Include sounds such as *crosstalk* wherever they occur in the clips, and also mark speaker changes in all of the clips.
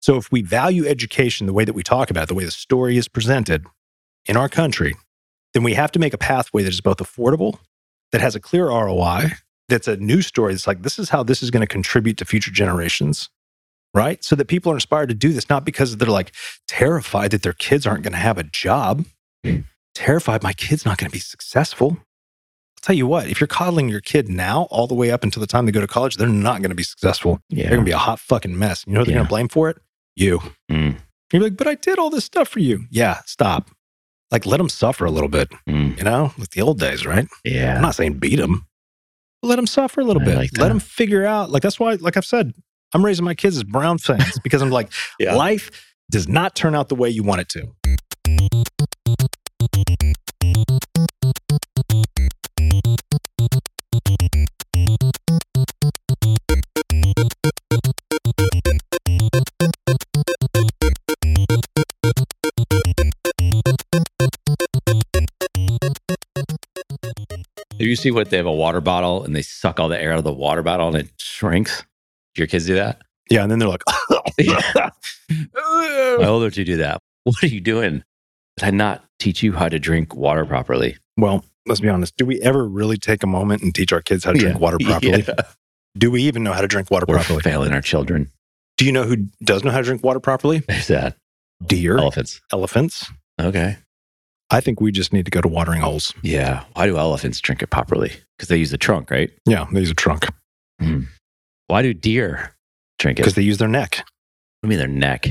Speaker 1: So if we value education the way that we talk about it, the way the story is presented in our country, then we have to make a pathway that is both affordable, that has a clear ROI, that's a new story that's like, this is how this is going to contribute to future generations, right? So that people are inspired to do this, not because they're like terrified that their kids aren't going to have a job, terrified my kid's not going to be successful. I'll tell you what, if you're coddling your kid now all the way up until the time they go to college, they're not going to be successful. They're
Speaker 2: Yeah.
Speaker 1: going to be a hot fucking mess. You know what they're
Speaker 2: Yeah.
Speaker 1: going to blame for it? You.
Speaker 2: Mm,
Speaker 1: You're like, but I did all this stuff for you. Yeah, stop. Like, let them suffer a little bit,
Speaker 2: mm,
Speaker 1: you know, like the old days, right? I'm
Speaker 2: yeah.
Speaker 1: not saying beat them, but let them suffer a little
Speaker 2: I
Speaker 1: bit.
Speaker 2: like
Speaker 1: let
Speaker 2: that.
Speaker 1: them figure out. Like, that's why, like I've said, I'm raising my kids as brown fans because I'm like,
Speaker 2: *laughs* Yeah.
Speaker 1: life does not turn out the way you want it to.
Speaker 2: Have you seen what they have a water bottle and they suck all the air out of the water bottle and it shrinks? Do your kids do that? *laughs*
Speaker 1: Yeah. And then they're like, *laughs*
Speaker 2: My older two do that. What are you doing? Did I not teach you how to drink water properly?
Speaker 1: well, let's be honest. Do we ever really take a moment and teach our kids how to drink
Speaker 2: *laughs* Yeah.
Speaker 1: water properly?
Speaker 2: Yeah.
Speaker 1: Do we even know how to drink water
Speaker 2: We're
Speaker 1: properly?
Speaker 2: failing our children.
Speaker 1: Do you know who does know how to drink water properly?
Speaker 2: There's that.
Speaker 1: Deer,
Speaker 2: Elephants.
Speaker 1: elephants.
Speaker 2: Okay.
Speaker 1: I think we just need to go to watering holes.
Speaker 2: Yeah. Why do elephants drink it properly? Because they use the trunk, right?
Speaker 1: Yeah, they use a trunk
Speaker 2: Why do deer drink it?
Speaker 1: because they use their neck.
Speaker 2: I mean, their neck.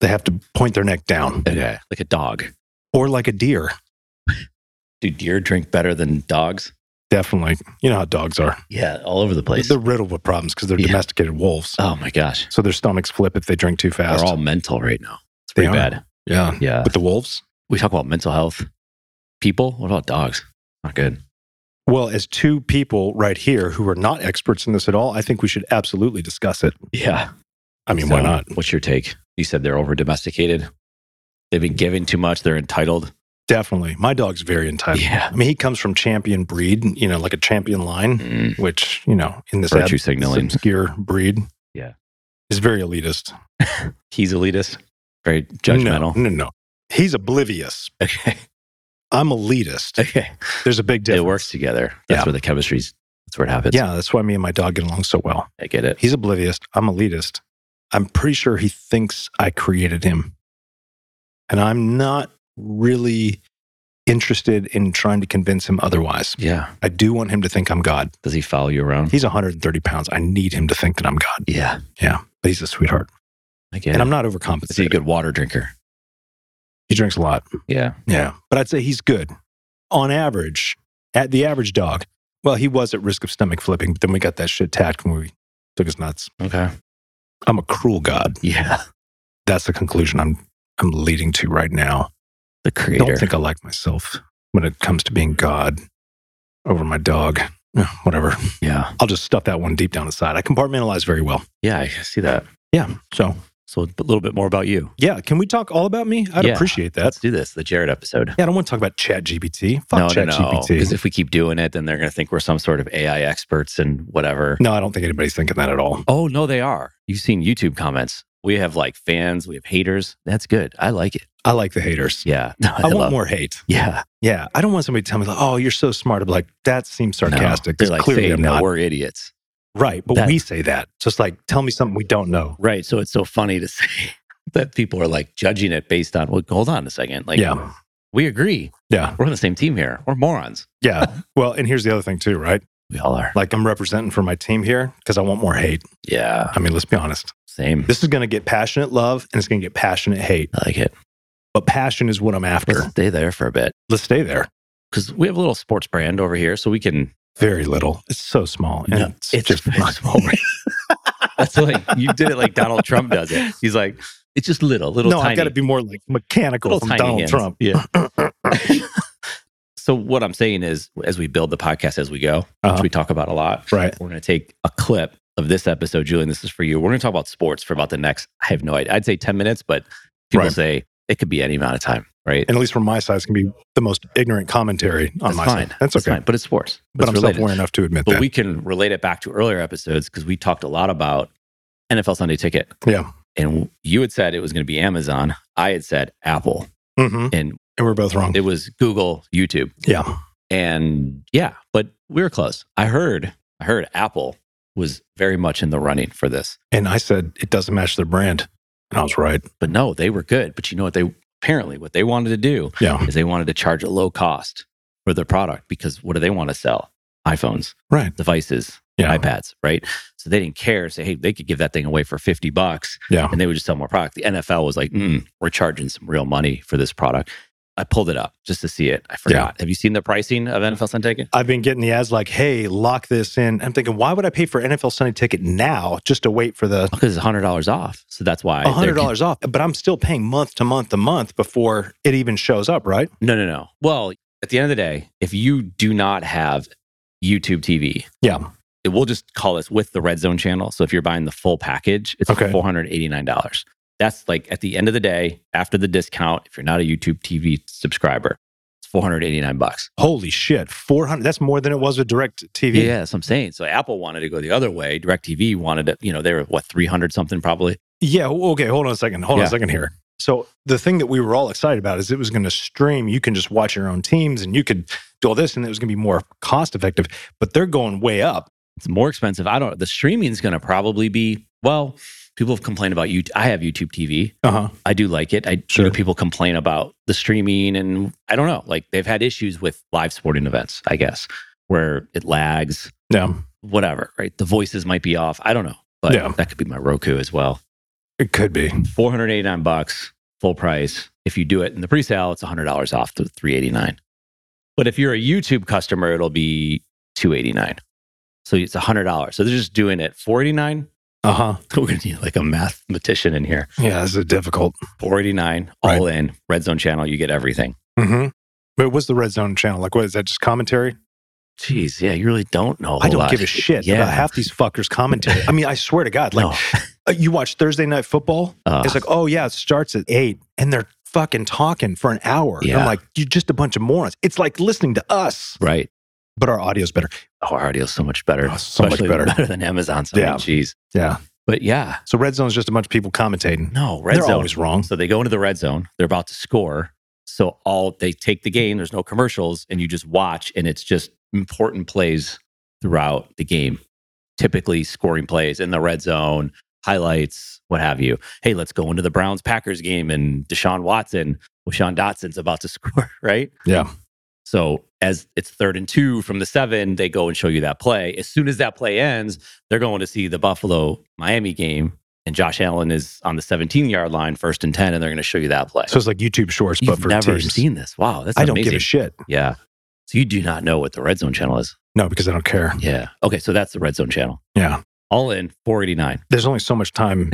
Speaker 1: They have to point their neck down,
Speaker 2: Okay. Like a dog.
Speaker 1: or like a deer.
Speaker 2: Do deer drink better than dogs?
Speaker 1: Definitely, you know how dogs are.
Speaker 2: Yeah, all over the place.
Speaker 1: They're riddled with problems because they're
Speaker 2: Yeah.
Speaker 1: domesticated wolves,
Speaker 2: oh my gosh.
Speaker 1: so their stomachs flip if they drink too fast.
Speaker 2: They're all mental right now. It's
Speaker 1: They
Speaker 2: pretty
Speaker 1: are.
Speaker 2: bad. Uh,
Speaker 1: yeah,
Speaker 2: Yeah.
Speaker 1: but the wolves.
Speaker 2: We talk about mental health. People, what about dogs? Not good.
Speaker 1: Well, as two people right here who are not experts in this at all, I think we should absolutely discuss it.
Speaker 2: Yeah.
Speaker 1: I mean, why not?
Speaker 2: What's your take? You said they're over domesticated. They've been given too much. They're entitled.
Speaker 1: Definitely, my dog's very entitled.
Speaker 2: Yeah.
Speaker 1: *laughs* I mean, he comes from champion breed, you know, like a champion line.
Speaker 2: Mm,
Speaker 1: which you know in this
Speaker 2: Virtue
Speaker 1: ab-
Speaker 2: signaling.
Speaker 1: obscure breed,
Speaker 2: Yeah.
Speaker 1: is very elitist.
Speaker 2: he's elitist, very judgmental.
Speaker 1: No, no, no. He's oblivious.
Speaker 2: Okay.
Speaker 1: I'm elitist.
Speaker 2: *laughs* Okay.
Speaker 1: There's a big
Speaker 2: It
Speaker 1: difference.
Speaker 2: works together. That's
Speaker 1: Yeah.
Speaker 2: where the chemistry's, that's where it happens.
Speaker 1: Yeah, that's why me and my dog get along so well.
Speaker 2: I get it.
Speaker 1: He's oblivious. I'm elitist. I'm pretty sure he thinks I created him, and I'm not really interested in trying to convince him otherwise.
Speaker 2: Yeah.
Speaker 1: I do want him to think I'm God.
Speaker 2: Does he follow you around?
Speaker 1: He's 130 pounds. I need him to think that I'm God.
Speaker 2: yeah.
Speaker 1: Yeah, but he's a sweetheart,
Speaker 2: I get
Speaker 1: and
Speaker 2: it.
Speaker 1: I'm not
Speaker 2: Is he a
Speaker 1: overcompensating.
Speaker 2: good water drinker?
Speaker 1: He drinks a lot.
Speaker 2: Yeah.
Speaker 1: Yeah. But I'd say he's good. On average, at the average dog, well, he was at risk of stomach flipping, but then we got that shit tacked when we took his nuts.
Speaker 2: Okay.
Speaker 1: I'm a cruel god.
Speaker 2: Yeah.
Speaker 1: That's the conclusion I'm I'm leading to right now.
Speaker 2: The
Speaker 1: I
Speaker 2: creator.
Speaker 1: don't think I like myself when it comes to being God over my dog. Eh, Whatever.
Speaker 2: yeah.
Speaker 1: I'll just stuff that one deep down inside. I compartmentalize very well.
Speaker 2: Yeah. I see that.
Speaker 1: Yeah. So
Speaker 2: So a little bit more about you.
Speaker 1: yeah, can we talk all about me? I'd
Speaker 2: Yeah.
Speaker 1: appreciate that.
Speaker 2: Let's do this. The Jared episode.
Speaker 1: Yeah, I don't want to talk about Chat GPT. Fuck
Speaker 2: no,
Speaker 1: Chat
Speaker 2: no, no. Because
Speaker 1: GPT.
Speaker 2: if we keep doing it, then they're going to think we're some sort of AI experts and whatever.
Speaker 1: No, I don't think anybody's thinking that at all.
Speaker 2: Oh no, they are. You've seen YouTube comments. We have like fans. We have haters. That's good. I like it.
Speaker 1: I like the haters.
Speaker 2: Yeah. *laughs* No,
Speaker 1: I, want
Speaker 2: love-
Speaker 1: more hate.
Speaker 2: Yeah.
Speaker 1: Yeah, I don't want somebody to tell me like, "Oh, you're so smart." I'm like, that seems
Speaker 2: No,
Speaker 1: sarcastic.
Speaker 2: they're
Speaker 1: 'cause
Speaker 2: like
Speaker 1: clearly,
Speaker 2: saying,
Speaker 1: I'm
Speaker 2: no,
Speaker 1: not
Speaker 2: we're idiots.
Speaker 1: right. But
Speaker 2: That-
Speaker 1: we say that. Just like, tell me something we don't know.
Speaker 2: Right. So it's so funny to *laughs* say that people are like judging it based on. Well, hold on a second. Like,
Speaker 1: yeah,
Speaker 2: we agree.
Speaker 1: yeah,
Speaker 2: We're on the same team here. We're morons. *laughs*
Speaker 1: yeah. well, and here's the other thing too, right?
Speaker 2: We all are.
Speaker 1: Like, I'm representing for my team here because I want more hate.
Speaker 2: Yeah.
Speaker 1: I mean, let's be honest.
Speaker 2: Same.
Speaker 1: This is going to get passionate love and it's going to get passionate hate.
Speaker 2: I like it.
Speaker 1: But passion is what I'm after.
Speaker 2: Let's stay there for a bit.
Speaker 1: Let's stay there.
Speaker 2: because we have a little sports brand over here, so we can. *laughs*
Speaker 1: Very little. It's so small. And
Speaker 2: No,
Speaker 1: it's,
Speaker 2: *laughs* it's
Speaker 1: just
Speaker 2: very small. That's like you did it like Donald Trump does it. He's like, it's just little,
Speaker 1: *laughs*
Speaker 2: little
Speaker 1: no,
Speaker 2: tiny.
Speaker 1: I've got to be more like mechanical
Speaker 2: little
Speaker 1: from
Speaker 2: tiny
Speaker 1: Donald
Speaker 2: hands.
Speaker 1: Trump.
Speaker 2: Yeah. so what I'm saying is, as we build the podcast as we go,
Speaker 1: Uh-huh.
Speaker 2: which we talk about a lot,
Speaker 1: Right.
Speaker 2: We're going to take a clip of this episode, Julian. This is for you. We're going to talk about sports for about the next. I have no idea. I'd say ten minutes, but people
Speaker 1: Right.
Speaker 2: say it could be any amount of time, right?
Speaker 1: and at least from my side, it's going to be the most ignorant commentary on
Speaker 2: That's
Speaker 1: my
Speaker 2: fine.
Speaker 1: side. That's
Speaker 2: It's
Speaker 1: okay.
Speaker 2: fine, but it's sports.
Speaker 1: But
Speaker 2: It's
Speaker 1: I'm
Speaker 2: related.
Speaker 1: self-aware enough to admit
Speaker 2: But
Speaker 1: that.
Speaker 2: we can relate it back to earlier episodes because we talked a lot about NFL Sunday Ticket.
Speaker 1: Yeah.
Speaker 2: And you had said it was going to be Amazon. I had said Apple.
Speaker 1: Mm-hmm.
Speaker 2: And
Speaker 1: And we're both wrong.
Speaker 2: it was Google, YouTube.
Speaker 1: Yeah.
Speaker 2: And yeah, but we were close. I heard, I heard Apple was very much in the running for this.
Speaker 1: And I said it doesn't match their brand. And I was right.
Speaker 2: But no, they were good. But you know what they apparently what they wanted to do
Speaker 1: Yeah.
Speaker 2: is they wanted to charge a low cost for their product because what do they want to sell? iPhones,
Speaker 1: Right.
Speaker 2: devices,
Speaker 1: Yeah.
Speaker 2: iPads, right? So they didn't care. Say, hey, they could give that thing away for 50 bucks
Speaker 1: Yeah.
Speaker 2: and they would just sell more product. The NFL was like, mm, we're charging some real money for this product. I pulled it up just to see it. I forgot. Have you seen the pricing of NFL Sun Ticket?
Speaker 1: I've been getting the ads like, hey, lock this in. I'm thinking, why would I pay for an NFL Sunday ticket now just to wait for the
Speaker 2: Because it's $100 off. So that's why. they're-
Speaker 1: $100 off? But I'm still paying month to month to month before it even shows up, right?
Speaker 2: No, no, no. Well, at the end of the day, if you do not have YouTube TV,
Speaker 1: Yeah.
Speaker 2: it will just call this with the Red Zone channel. So if you're buying the full package, it's
Speaker 1: Okay.
Speaker 2: $489. That's like at the end of the day, after the discount, if you're not a YouTube TV subscriber, it's 489 bucks.
Speaker 1: Holy shit. 400 That's more than it was with direct TV.
Speaker 2: Yeah, that's what I'm saying. So Apple wanted to go the other way. DirecTV wanted to, you know, they were what, 300 something probably?
Speaker 1: Yeah. o- Okay. Hold on a second. Hold on
Speaker 2: Yeah.
Speaker 1: a second here. So the thing that we were all excited about is it was going to stream. You can just watch your own teams and you could do all this and it was going to be more cost effective, but they're going way up.
Speaker 2: It's more expensive. I don't, the streaming's going to probably be, well, people have complained about you. I have YouTube TV.
Speaker 1: Uh huh.
Speaker 2: I do like it. I
Speaker 1: Sure.
Speaker 2: sure people complain about the streaming, and I don't know. Like they've had issues with live sporting events, I guess, where it lags,
Speaker 1: Yeah.
Speaker 2: whatever. Right, the voices might be off. I don't know, but
Speaker 1: Yeah.
Speaker 2: that could be my Roku as well.
Speaker 1: It could be.
Speaker 2: Four hundred eighty nine bucks, full price. If you do it in the pre-sale, it's hundred dollars off to three eighty nine. But if you're a YouTube customer, it'll be two eighty nine. So it's hundred dollars. So they're just doing it four eighty nine.
Speaker 1: Uh huh.
Speaker 2: *laughs* We're gonna need like a mathematician in here.
Speaker 1: Yeah. This is difficult.
Speaker 2: Four eighty nine, all in, Red Zone Channel. You get everything.
Speaker 1: Mm-hmm. But what's the red zone channel? Like, what is that? Just commentary?
Speaker 2: Jeez, yeah, you really don't know.
Speaker 1: I don't give a shit about half these fuckers *laughs* commentary. I mean, I swear to God, like, uh, you watch Thursday Night Football,
Speaker 2: Uh,
Speaker 1: it's like, oh, yeah, it starts at eight, and they're fucking talking for an hour. And
Speaker 2: Yeah.
Speaker 1: I'm like, you're just a bunch of morons. It's like listening to us,
Speaker 2: right.
Speaker 1: but our audio's better.
Speaker 2: Oh, our audio's so much better.
Speaker 1: Oh, so much
Speaker 2: Especially
Speaker 1: better.
Speaker 2: than Amazon. So
Speaker 1: Yeah.
Speaker 2: yeah. Jeez.
Speaker 1: *laughs* Yeah.
Speaker 2: But yeah,
Speaker 1: So red zone's just a bunch of people commentating.
Speaker 2: no, red
Speaker 1: They're
Speaker 2: zone.
Speaker 1: always wrong.
Speaker 2: so they go into the red zone. They're about to score. So all they take the game. There's no commercials, and you just watch, and it's just important plays throughout the game. Typically, scoring plays in the red zone, highlights, what have you. Hey, let's go into the Browns Packers game, and Deshaun Watson, Deshaun Dotson's about to *laughs* score, right?
Speaker 1: Yeah.
Speaker 2: So as it's third and two from the seven, they go and show you that play. As soon as that play ends, they're going to see the Buffalo Miami game, and Josh Allen is on the 17 yard line, first and 10, and they're going to show you that play.
Speaker 1: So it's like YouTube Shorts,
Speaker 2: You've
Speaker 1: but for
Speaker 2: never
Speaker 1: teams.
Speaker 2: seen this. Wow, that's
Speaker 1: I don't
Speaker 2: amazing.
Speaker 1: give a shit.
Speaker 2: yeah. So you do not know what the Red Zone channel is.
Speaker 1: No, because I don't care.
Speaker 2: Yeah. Okay, so that's the Red Zone channel.
Speaker 1: Yeah.
Speaker 2: All in 489.
Speaker 1: There's only so much
Speaker 2: *laughs*
Speaker 1: time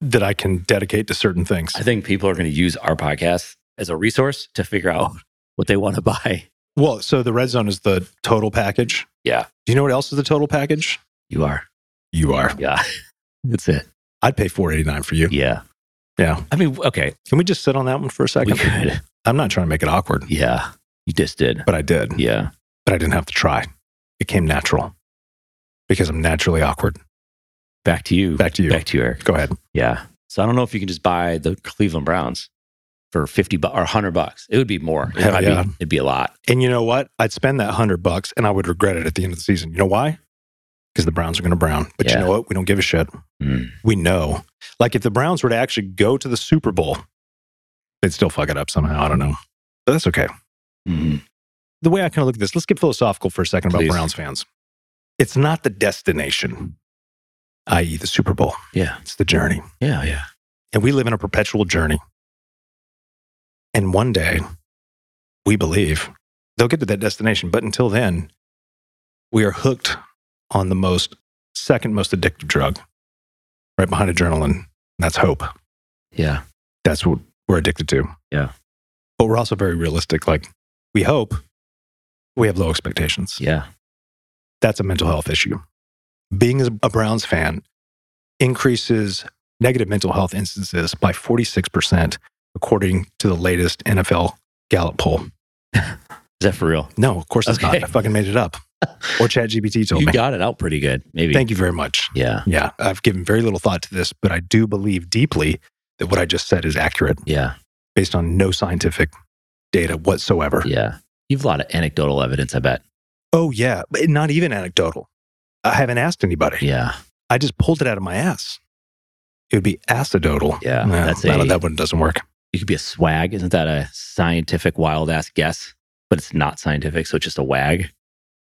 Speaker 1: that I can dedicate to certain things.
Speaker 2: I think people are going to use our podcast as a resource to figure out what they want to buy.
Speaker 1: Well, so the red zone is the total package.
Speaker 2: Yeah.
Speaker 1: Do you know what else is the total package?
Speaker 2: You are.
Speaker 1: You are.
Speaker 2: Yeah. *laughs* That's it.
Speaker 1: I'd pay 489 for you.
Speaker 2: Yeah.
Speaker 1: Yeah.
Speaker 2: I mean, okay.
Speaker 1: Can we just sit on that one for a
Speaker 2: We
Speaker 1: second?
Speaker 2: could.
Speaker 1: I'm not trying to make it awkward,
Speaker 2: Yeah, you just did.
Speaker 1: but I did.
Speaker 2: Yeah.
Speaker 1: But I didn't have to try. It came natural because I'm naturally awkward.
Speaker 2: Back to you.
Speaker 1: Back to you.
Speaker 2: Back to you, Eric.
Speaker 1: Go ahead.
Speaker 2: Yeah. So I don't know if you can just buy the Cleveland Browns for 50 bu- or 100 bucks. It would be more. It'd,
Speaker 1: Hell
Speaker 2: probably
Speaker 1: yeah.
Speaker 2: be, it'd be a lot.
Speaker 1: And you know what? I'd spend that 100 bucks and I would regret it at the end of the season. You know why? Because the Browns are going to brown. But
Speaker 2: Yeah.
Speaker 1: you know what? We don't give a shit.
Speaker 2: Mm.
Speaker 1: We know. Like if the Browns were to actually go to the Super Bowl, they'd still fuck it up somehow. I don't know. But that's okay. Mm-hmm.
Speaker 2: Mm.
Speaker 1: the way I kind of look at this, let's get philosophical for a second about
Speaker 2: Please.
Speaker 1: Browns fans. It's not the destination, i.e., the Super Bowl,
Speaker 2: Yeah.
Speaker 1: it's the journey.
Speaker 2: Yeah. Yeah.
Speaker 1: And we live in a perpetual journey. And one day, we believe they'll get to that destination. But until then, we are hooked on the most, second most addictive drug, right behind adrenaline. And that's hope.
Speaker 2: Yeah.
Speaker 1: That's what we're addicted to.
Speaker 2: Yeah.
Speaker 1: But we're also very realistic. Like, we hope we have low expectations.
Speaker 2: Yeah.
Speaker 1: that's a mental health issue. Being a Browns fan increases negative mental health instances by 46%, according to the latest NFL Gallup poll.
Speaker 2: Is that for real?
Speaker 1: No, of course it's not.
Speaker 2: Okay. *laughs*
Speaker 1: I fucking made it up. or ChatGPT told
Speaker 2: you
Speaker 1: me.
Speaker 2: got it out pretty good. Maybe.
Speaker 1: Thank you very much.
Speaker 2: yeah.
Speaker 1: Yeah, I've given very little thought to this, but I do believe deeply that what I just said is accurate
Speaker 2: Yeah.
Speaker 1: based on no scientific data whatsoever.
Speaker 2: Yeah. You have a lot of anecdotal evidence, I bet.
Speaker 1: Oh, yeah, but not even anecdotal. I haven't asked anybody.
Speaker 2: Yeah.
Speaker 1: I just pulled it out of my ass. It would be acidotal.
Speaker 2: Yeah,
Speaker 1: No,
Speaker 2: that's
Speaker 1: no,
Speaker 2: a-
Speaker 1: that one doesn't work.
Speaker 2: You could be a swag. Isn't that a scientific wild ass guess? But it's not scientific. So it's just a wag.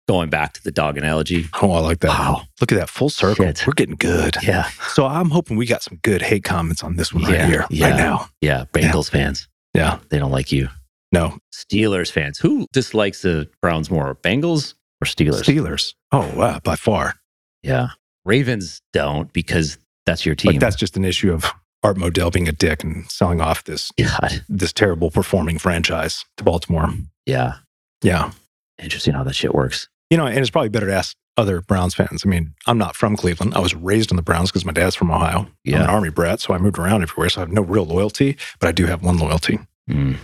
Speaker 2: Going back to the dog analogy.
Speaker 1: Oh, I like that.
Speaker 2: Wow.
Speaker 1: Look at that full circle.
Speaker 2: Shit.
Speaker 1: We're getting good.
Speaker 2: Yeah.
Speaker 1: So I'm hoping we got some good hate comments on this one
Speaker 2: Yeah,
Speaker 1: right here,
Speaker 2: yeah.
Speaker 1: right now.
Speaker 2: Yeah. Bengals fans.
Speaker 1: Yeah.
Speaker 2: They don't like you.
Speaker 1: No,
Speaker 2: Steelers fans. Who dislikes the Browns more, Bengals or Steelers?
Speaker 1: Steelers. Oh, wow, by far.
Speaker 2: yeah. Ravens don't because that's your team.
Speaker 1: Like that's just an issue of Art Modell being a dick and selling off this
Speaker 2: God.
Speaker 1: this terrible performing franchise to Baltimore.
Speaker 2: Yeah.
Speaker 1: Yeah,
Speaker 2: Interesting how that shit works.
Speaker 1: you know, and it's probably better to ask other Browns fans. I mean, I'm not from Cleveland. I was raised on the Browns because my dad's from Ohio. I'm
Speaker 2: Yeah.
Speaker 1: an Army brat, so I moved around everywhere. So I have no real loyalty, but I do have one loyalty.
Speaker 2: Mm.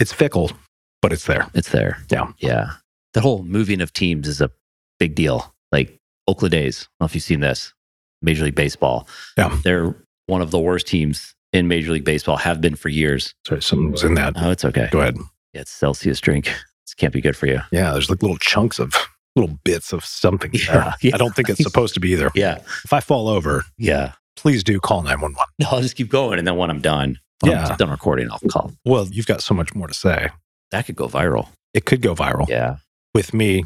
Speaker 1: It's fickle, but it's there.
Speaker 2: It's there.
Speaker 1: Yeah.
Speaker 2: Yeah. The whole moving of teams is a big deal. Like Oakland A's, I don't know if you've seen this, Major League Baseball.
Speaker 1: Yeah.
Speaker 2: They're one of the worst teams in Major League Baseball, have been for years.
Speaker 1: Sorry, something was in that.
Speaker 2: Oh, it's okay.
Speaker 1: Go ahead.
Speaker 2: Yeah, it's Celsius drink. This can't be
Speaker 1: *laughs*
Speaker 2: good for you.
Speaker 1: Yeah, there's like little chunks of little bits of something. there.
Speaker 2: Yeah.
Speaker 1: I don't think it's supposed to be either.
Speaker 2: Uh, Yeah.
Speaker 1: If I fall over,
Speaker 2: Yeah.
Speaker 1: please do call 911.
Speaker 2: No, I'll just keep going. And then when I'm done, when
Speaker 1: Yeah.
Speaker 2: I'm done recording, I'll call.
Speaker 1: Well, you've got so much more to say.
Speaker 2: That could go viral.
Speaker 1: It could go viral
Speaker 2: Yeah.
Speaker 1: with me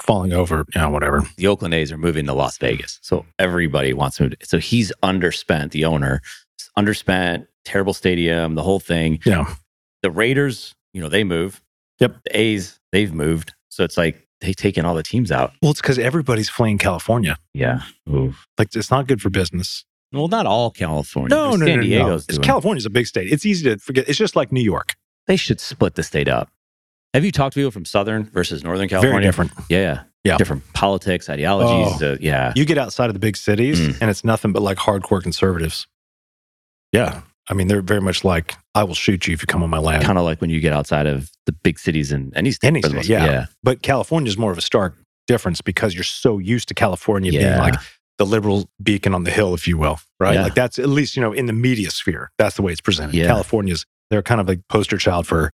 Speaker 1: falling over, you know, whatever.
Speaker 2: The Oakland A's are moving to Las Vegas. So everybody wants him to. So he's underspent, the owner, It's underspent, terrible stadium, the whole thing.
Speaker 1: Yeah.
Speaker 2: The Raiders, you know, they move.
Speaker 1: Yep.
Speaker 2: The A's, they've moved. So it's like they've taken all the teams out.
Speaker 1: Well, it's because everybody's fleeing California.
Speaker 2: Yeah.
Speaker 1: Like, it's not good for business.
Speaker 2: Well, not all California.
Speaker 1: No,
Speaker 2: San
Speaker 1: no, no, no. no.
Speaker 2: Diego's
Speaker 1: It's
Speaker 2: doing-
Speaker 1: California's a big state. It's easy to forget. It's just like New York.
Speaker 2: they should split the state up. Have you talked to people from Southern versus Northern California?
Speaker 1: Very different.
Speaker 2: Yeah.
Speaker 1: Yeah. Oh.
Speaker 2: Different politics, ideologies. uh, yeah.
Speaker 1: You get outside of the big cities,
Speaker 2: Mm.
Speaker 1: and it's nothing but like hardcore conservatives. Yeah. I mean, they're very much like, I will shoot you if you come on my land.
Speaker 2: Kind of like when you get outside of the big cities and any state.
Speaker 1: Any
Speaker 2: for the
Speaker 1: state,
Speaker 2: most-
Speaker 1: yeah. But California is more of a stark difference because you're so used to California being
Speaker 2: Yeah.
Speaker 1: like the liberal beacon on the hill, if you will, right?
Speaker 2: Yeah.
Speaker 1: Like that's at least, you know, in the media sphere, that's the way it's presented.
Speaker 2: Yeah.
Speaker 1: California's, they're kind of like poster child for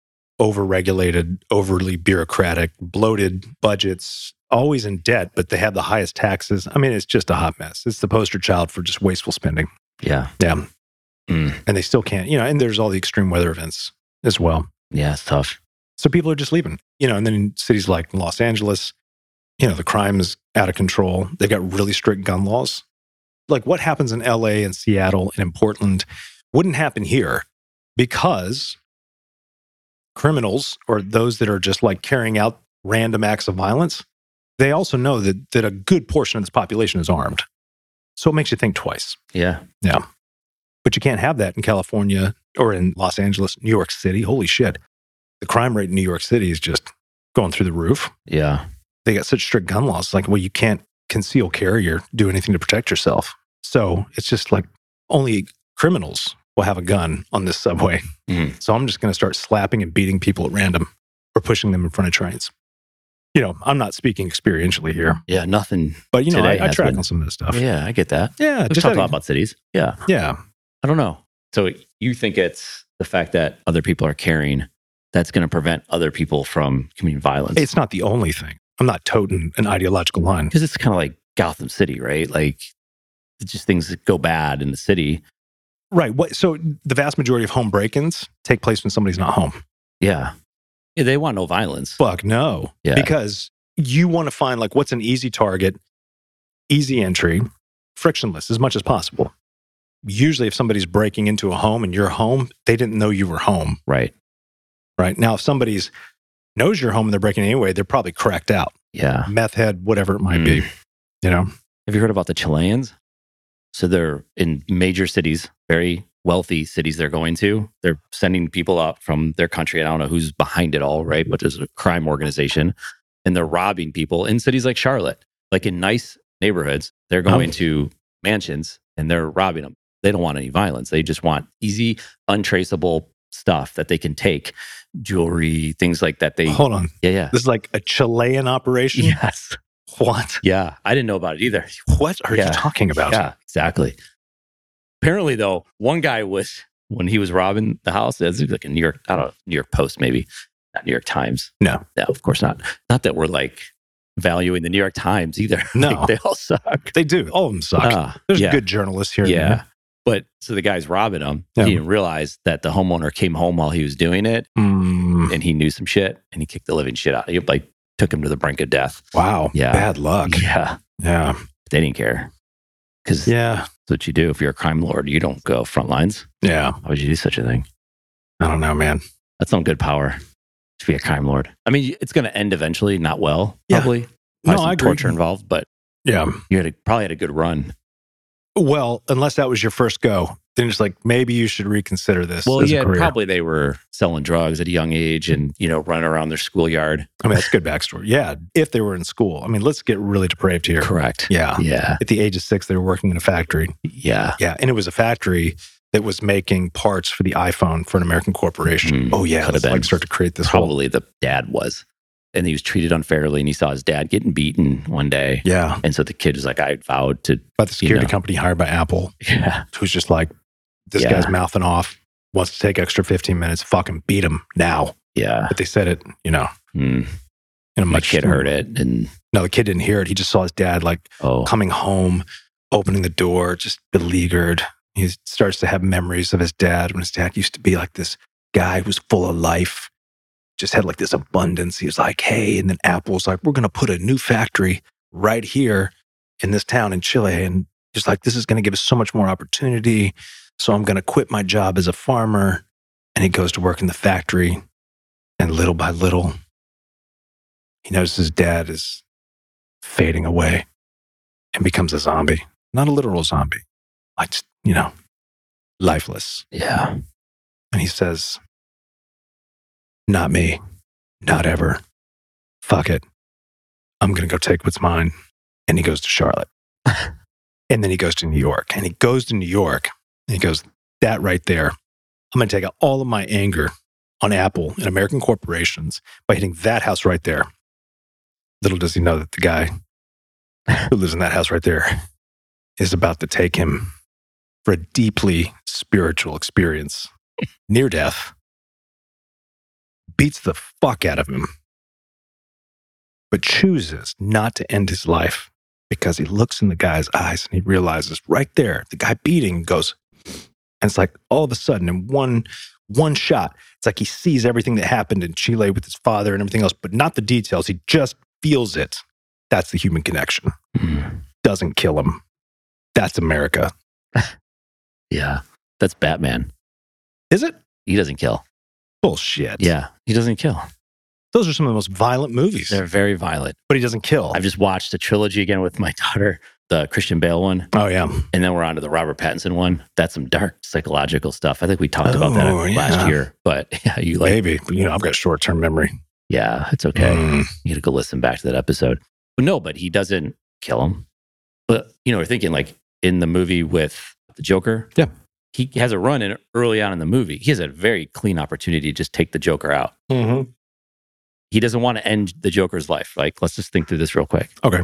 Speaker 1: overregulated, overly bureaucratic, bloated budgets, always in debt, but they have the highest taxes. I mean, it's just a hot mess. It's the poster child for just wasteful spending.
Speaker 2: Yeah.
Speaker 1: Yeah.
Speaker 2: Mm.
Speaker 1: And they still can't, you know, and there's all the extreme weather events as well.
Speaker 2: Yeah, it's tough.
Speaker 1: So people are just leaving, you know, and then in cities like Los Angeles, you know, the crime is out of control. They've got really strict gun laws. Like what happens in LA and Seattle and in Portland wouldn't happen here because criminals or those that are just like carrying out random acts of violence, they also know that, that a good portion of this population is armed. So it makes you think twice.
Speaker 2: Yeah.
Speaker 1: But you can't have that in California or in Los Angeles, New York City. Holy shit. The crime rate in New York City is just going through the roof.
Speaker 2: Yeah.
Speaker 1: They got such strict gun laws. Like, well, you can't conceal carry or do anything to protect yourself. So it's just like only criminals will have a gun on this subway.
Speaker 2: Mhm.
Speaker 1: So I'm just going to start slapping and beating people at random or pushing them in front of trains. You know, I'm not speaking experientially here,
Speaker 2: Yeah. Nothing.
Speaker 1: but you know,
Speaker 2: Today
Speaker 1: I, I
Speaker 2: has
Speaker 1: track
Speaker 2: been-
Speaker 1: on some of this stuff.
Speaker 2: Yeah, I get that.
Speaker 1: Yeah,
Speaker 2: We've
Speaker 1: just
Speaker 2: talked
Speaker 1: out
Speaker 2: a lot
Speaker 1: of-
Speaker 2: about cities. Yeah.
Speaker 1: yeah.
Speaker 2: I don't know. So you think it's the fact that other people are carrying that's going to prevent other people from committing violence?
Speaker 1: It's not the only thing. I'm not toting an ideological line.
Speaker 2: Because it's kind of like Gotham City, right? Like it's just things that go bad in the city.
Speaker 1: Right. What, so the vast majority of home break-ins take place when somebody's not home.
Speaker 2: Yeah. yeah they want no violence.
Speaker 1: Fuck no.
Speaker 2: Yeah.
Speaker 1: Because you want to find like what's an easy target, easy entry, frictionless as much as possible. Usually if somebody's breaking into a home and you're home, they didn't know you were home,
Speaker 2: right.
Speaker 1: right? Now if somebody's knows you're home and they're breaking anyway, they're probably cracked out.
Speaker 2: Yeah.
Speaker 1: Meth head, whatever it might
Speaker 2: Mm.
Speaker 1: be. You know?
Speaker 2: Have you heard about the Chileans? So they're in major cities, very wealthy cities they're going to. They're sending people up from their country. I don't know who's behind it all, right? But there's a crime organization and they're robbing people in cities like Charlotte, like in nice neighborhoods. They're going to mansions and they're robbing them. They don't want any violence. They just want easy, untraceable stuff that they can take, jewelry, things like that. They
Speaker 1: Hold on. *laughs*
Speaker 2: yeah yeah
Speaker 1: This is like a Chilean operation.
Speaker 2: yes
Speaker 1: What?
Speaker 2: yeah. I didn't know about it either.
Speaker 1: What are
Speaker 2: Yeah.
Speaker 1: you talking about?
Speaker 2: Yeah, exactly. Apparently, though, one guy was when he was robbing the house. That's like a New York, I don't know, New York Post maybe, not New York Times.
Speaker 1: No.
Speaker 2: no, of course not. Not that we're like valuing the New York Times either. *laughs*
Speaker 1: No.
Speaker 2: Like, they all suck.
Speaker 1: They do. All of them suck.
Speaker 2: Ah,
Speaker 1: There's
Speaker 2: yeah,
Speaker 1: good journalists here. and
Speaker 2: yeah.
Speaker 1: there.
Speaker 2: But so the guy's robbing him.
Speaker 1: Yeah.
Speaker 2: He didn't realize that the homeowner came home while he was doing it,
Speaker 1: Mm,
Speaker 2: and he knew some shit, and he kicked the living shit out. He like took him to the brink of death.
Speaker 1: wow.
Speaker 2: Yeah.
Speaker 1: Bad luck.
Speaker 2: Yeah,
Speaker 1: Yeah.
Speaker 2: they didn't care because
Speaker 1: Yeah.
Speaker 2: that's what you do if you're a crime lord. You don't go front lines.
Speaker 1: Yeah.
Speaker 2: Why would you do such a thing?
Speaker 1: I don't know, man.
Speaker 2: That's not good power to be a crime lord. I mean, it's going to end eventually, not well,
Speaker 1: Yeah.
Speaker 2: probably. Probably
Speaker 1: No,
Speaker 2: some
Speaker 1: I agree.
Speaker 2: torture involved, but
Speaker 1: Yeah.
Speaker 2: you had a, probably had a good run.
Speaker 1: Well, unless that was your first go, then it's like maybe you should reconsider this.
Speaker 2: Well,
Speaker 1: as
Speaker 2: yeah,
Speaker 1: a career.
Speaker 2: probably they were selling drugs at a young age and you know running around their schoolyard.
Speaker 1: I mean, that's good backstory. Yeah. If they were in school, I mean, let's get really depraved here.
Speaker 2: Correct.
Speaker 1: Yeah.
Speaker 2: Yeah.
Speaker 1: At the age of six, they were working in a factory.
Speaker 2: Yeah.
Speaker 1: Yeah. And it was a factory that was making parts for the iPhone for an American corporation.
Speaker 2: Mm,
Speaker 1: oh, yeah.
Speaker 2: could have
Speaker 1: Let's
Speaker 2: been.
Speaker 1: like start to create this whole.
Speaker 2: Probably the dad was, and he was treated unfairly, and he saw his dad getting beaten one day,
Speaker 1: Yeah.
Speaker 2: and so the kid was like, "I vowed to." *laughs*
Speaker 1: By the security
Speaker 2: know.
Speaker 1: company hired by Apple,
Speaker 2: Yeah.
Speaker 1: who's just like, this
Speaker 2: Yeah.
Speaker 1: guy's mouthing off, wants to take extra 15 minutes, fucking beat him now.
Speaker 2: Yeah.
Speaker 1: But they said it, you know,
Speaker 2: Mm.
Speaker 1: in a
Speaker 2: My
Speaker 1: much.
Speaker 2: kid heard it, and
Speaker 1: No, the kid didn't hear it. He just saw his dad like
Speaker 2: oh,
Speaker 1: coming home, opening the door, just beleaguered. He starts to have memories of his dad when his dad used to be like this guy who was full of life, just had like this abundance. He was like, hey, and then Apple's like, we're going to put a new factory right here in this town in Chile. And he's like, this is going to give us so much more opportunity. So I'm going to quit my job as a farmer. And he goes to work in the factory. And little by little, he notices his dad is fading away and becomes a zombie. Not a literal zombie, like, just, you know, lifeless.
Speaker 2: yeah.
Speaker 1: And he says, Not me. Not ever. Fuck it. I'm going to go take what's mine. And he goes to Charlotte. and then he goes to New York. And he goes to New York. And he goes, That right there. I'm going to take out all of my anger on Apple and American corporations by hitting that house right there. Little does he know that the guy who lives in that house right there is about to take him for a deeply spiritual experience near death, beats the fuck out of him, but chooses not to end his life because he looks in the guy's eyes and he realizes right there, the guy beating goes, and it's like all of a sudden in one one shot, it's like he sees everything that happened in Chile with his father and everything else, but not the details. He just feels it. That's the human connection.
Speaker 2: Mm.
Speaker 1: Doesn't kill him. That's America.
Speaker 2: Yeah. That's Batman.
Speaker 1: Is it?
Speaker 2: He doesn't kill.
Speaker 1: Bullshit.
Speaker 2: Yeah. He doesn't kill.
Speaker 1: Those are some of the most violent movies,
Speaker 2: They're very violent.
Speaker 1: but he doesn't kill.
Speaker 2: I've just watched the trilogy again with my *laughs* daughter, the Christian Bale one,
Speaker 1: Oh yeah,
Speaker 2: and then we're on to the Robert Pattinson one. That's some dark psychological stuff. I think we talked about that
Speaker 1: Oh,
Speaker 2: last
Speaker 1: yeah.
Speaker 2: year, but *laughs* yeah, you like,
Speaker 1: maybe. But, you know, I've got short term memory.
Speaker 2: yeah, it's okay.
Speaker 1: Mm.
Speaker 2: You gotta go listen back to that episode. But no, but he doesn't kill him. But you know, we're thinking like in the movie with the Joker.
Speaker 1: Yeah.
Speaker 2: He has a run in early on in the movie. He has a very clean opportunity to just take the Joker out. He doesn't want to end the Joker's life. Like, let's just think through this real quick.
Speaker 1: Okay.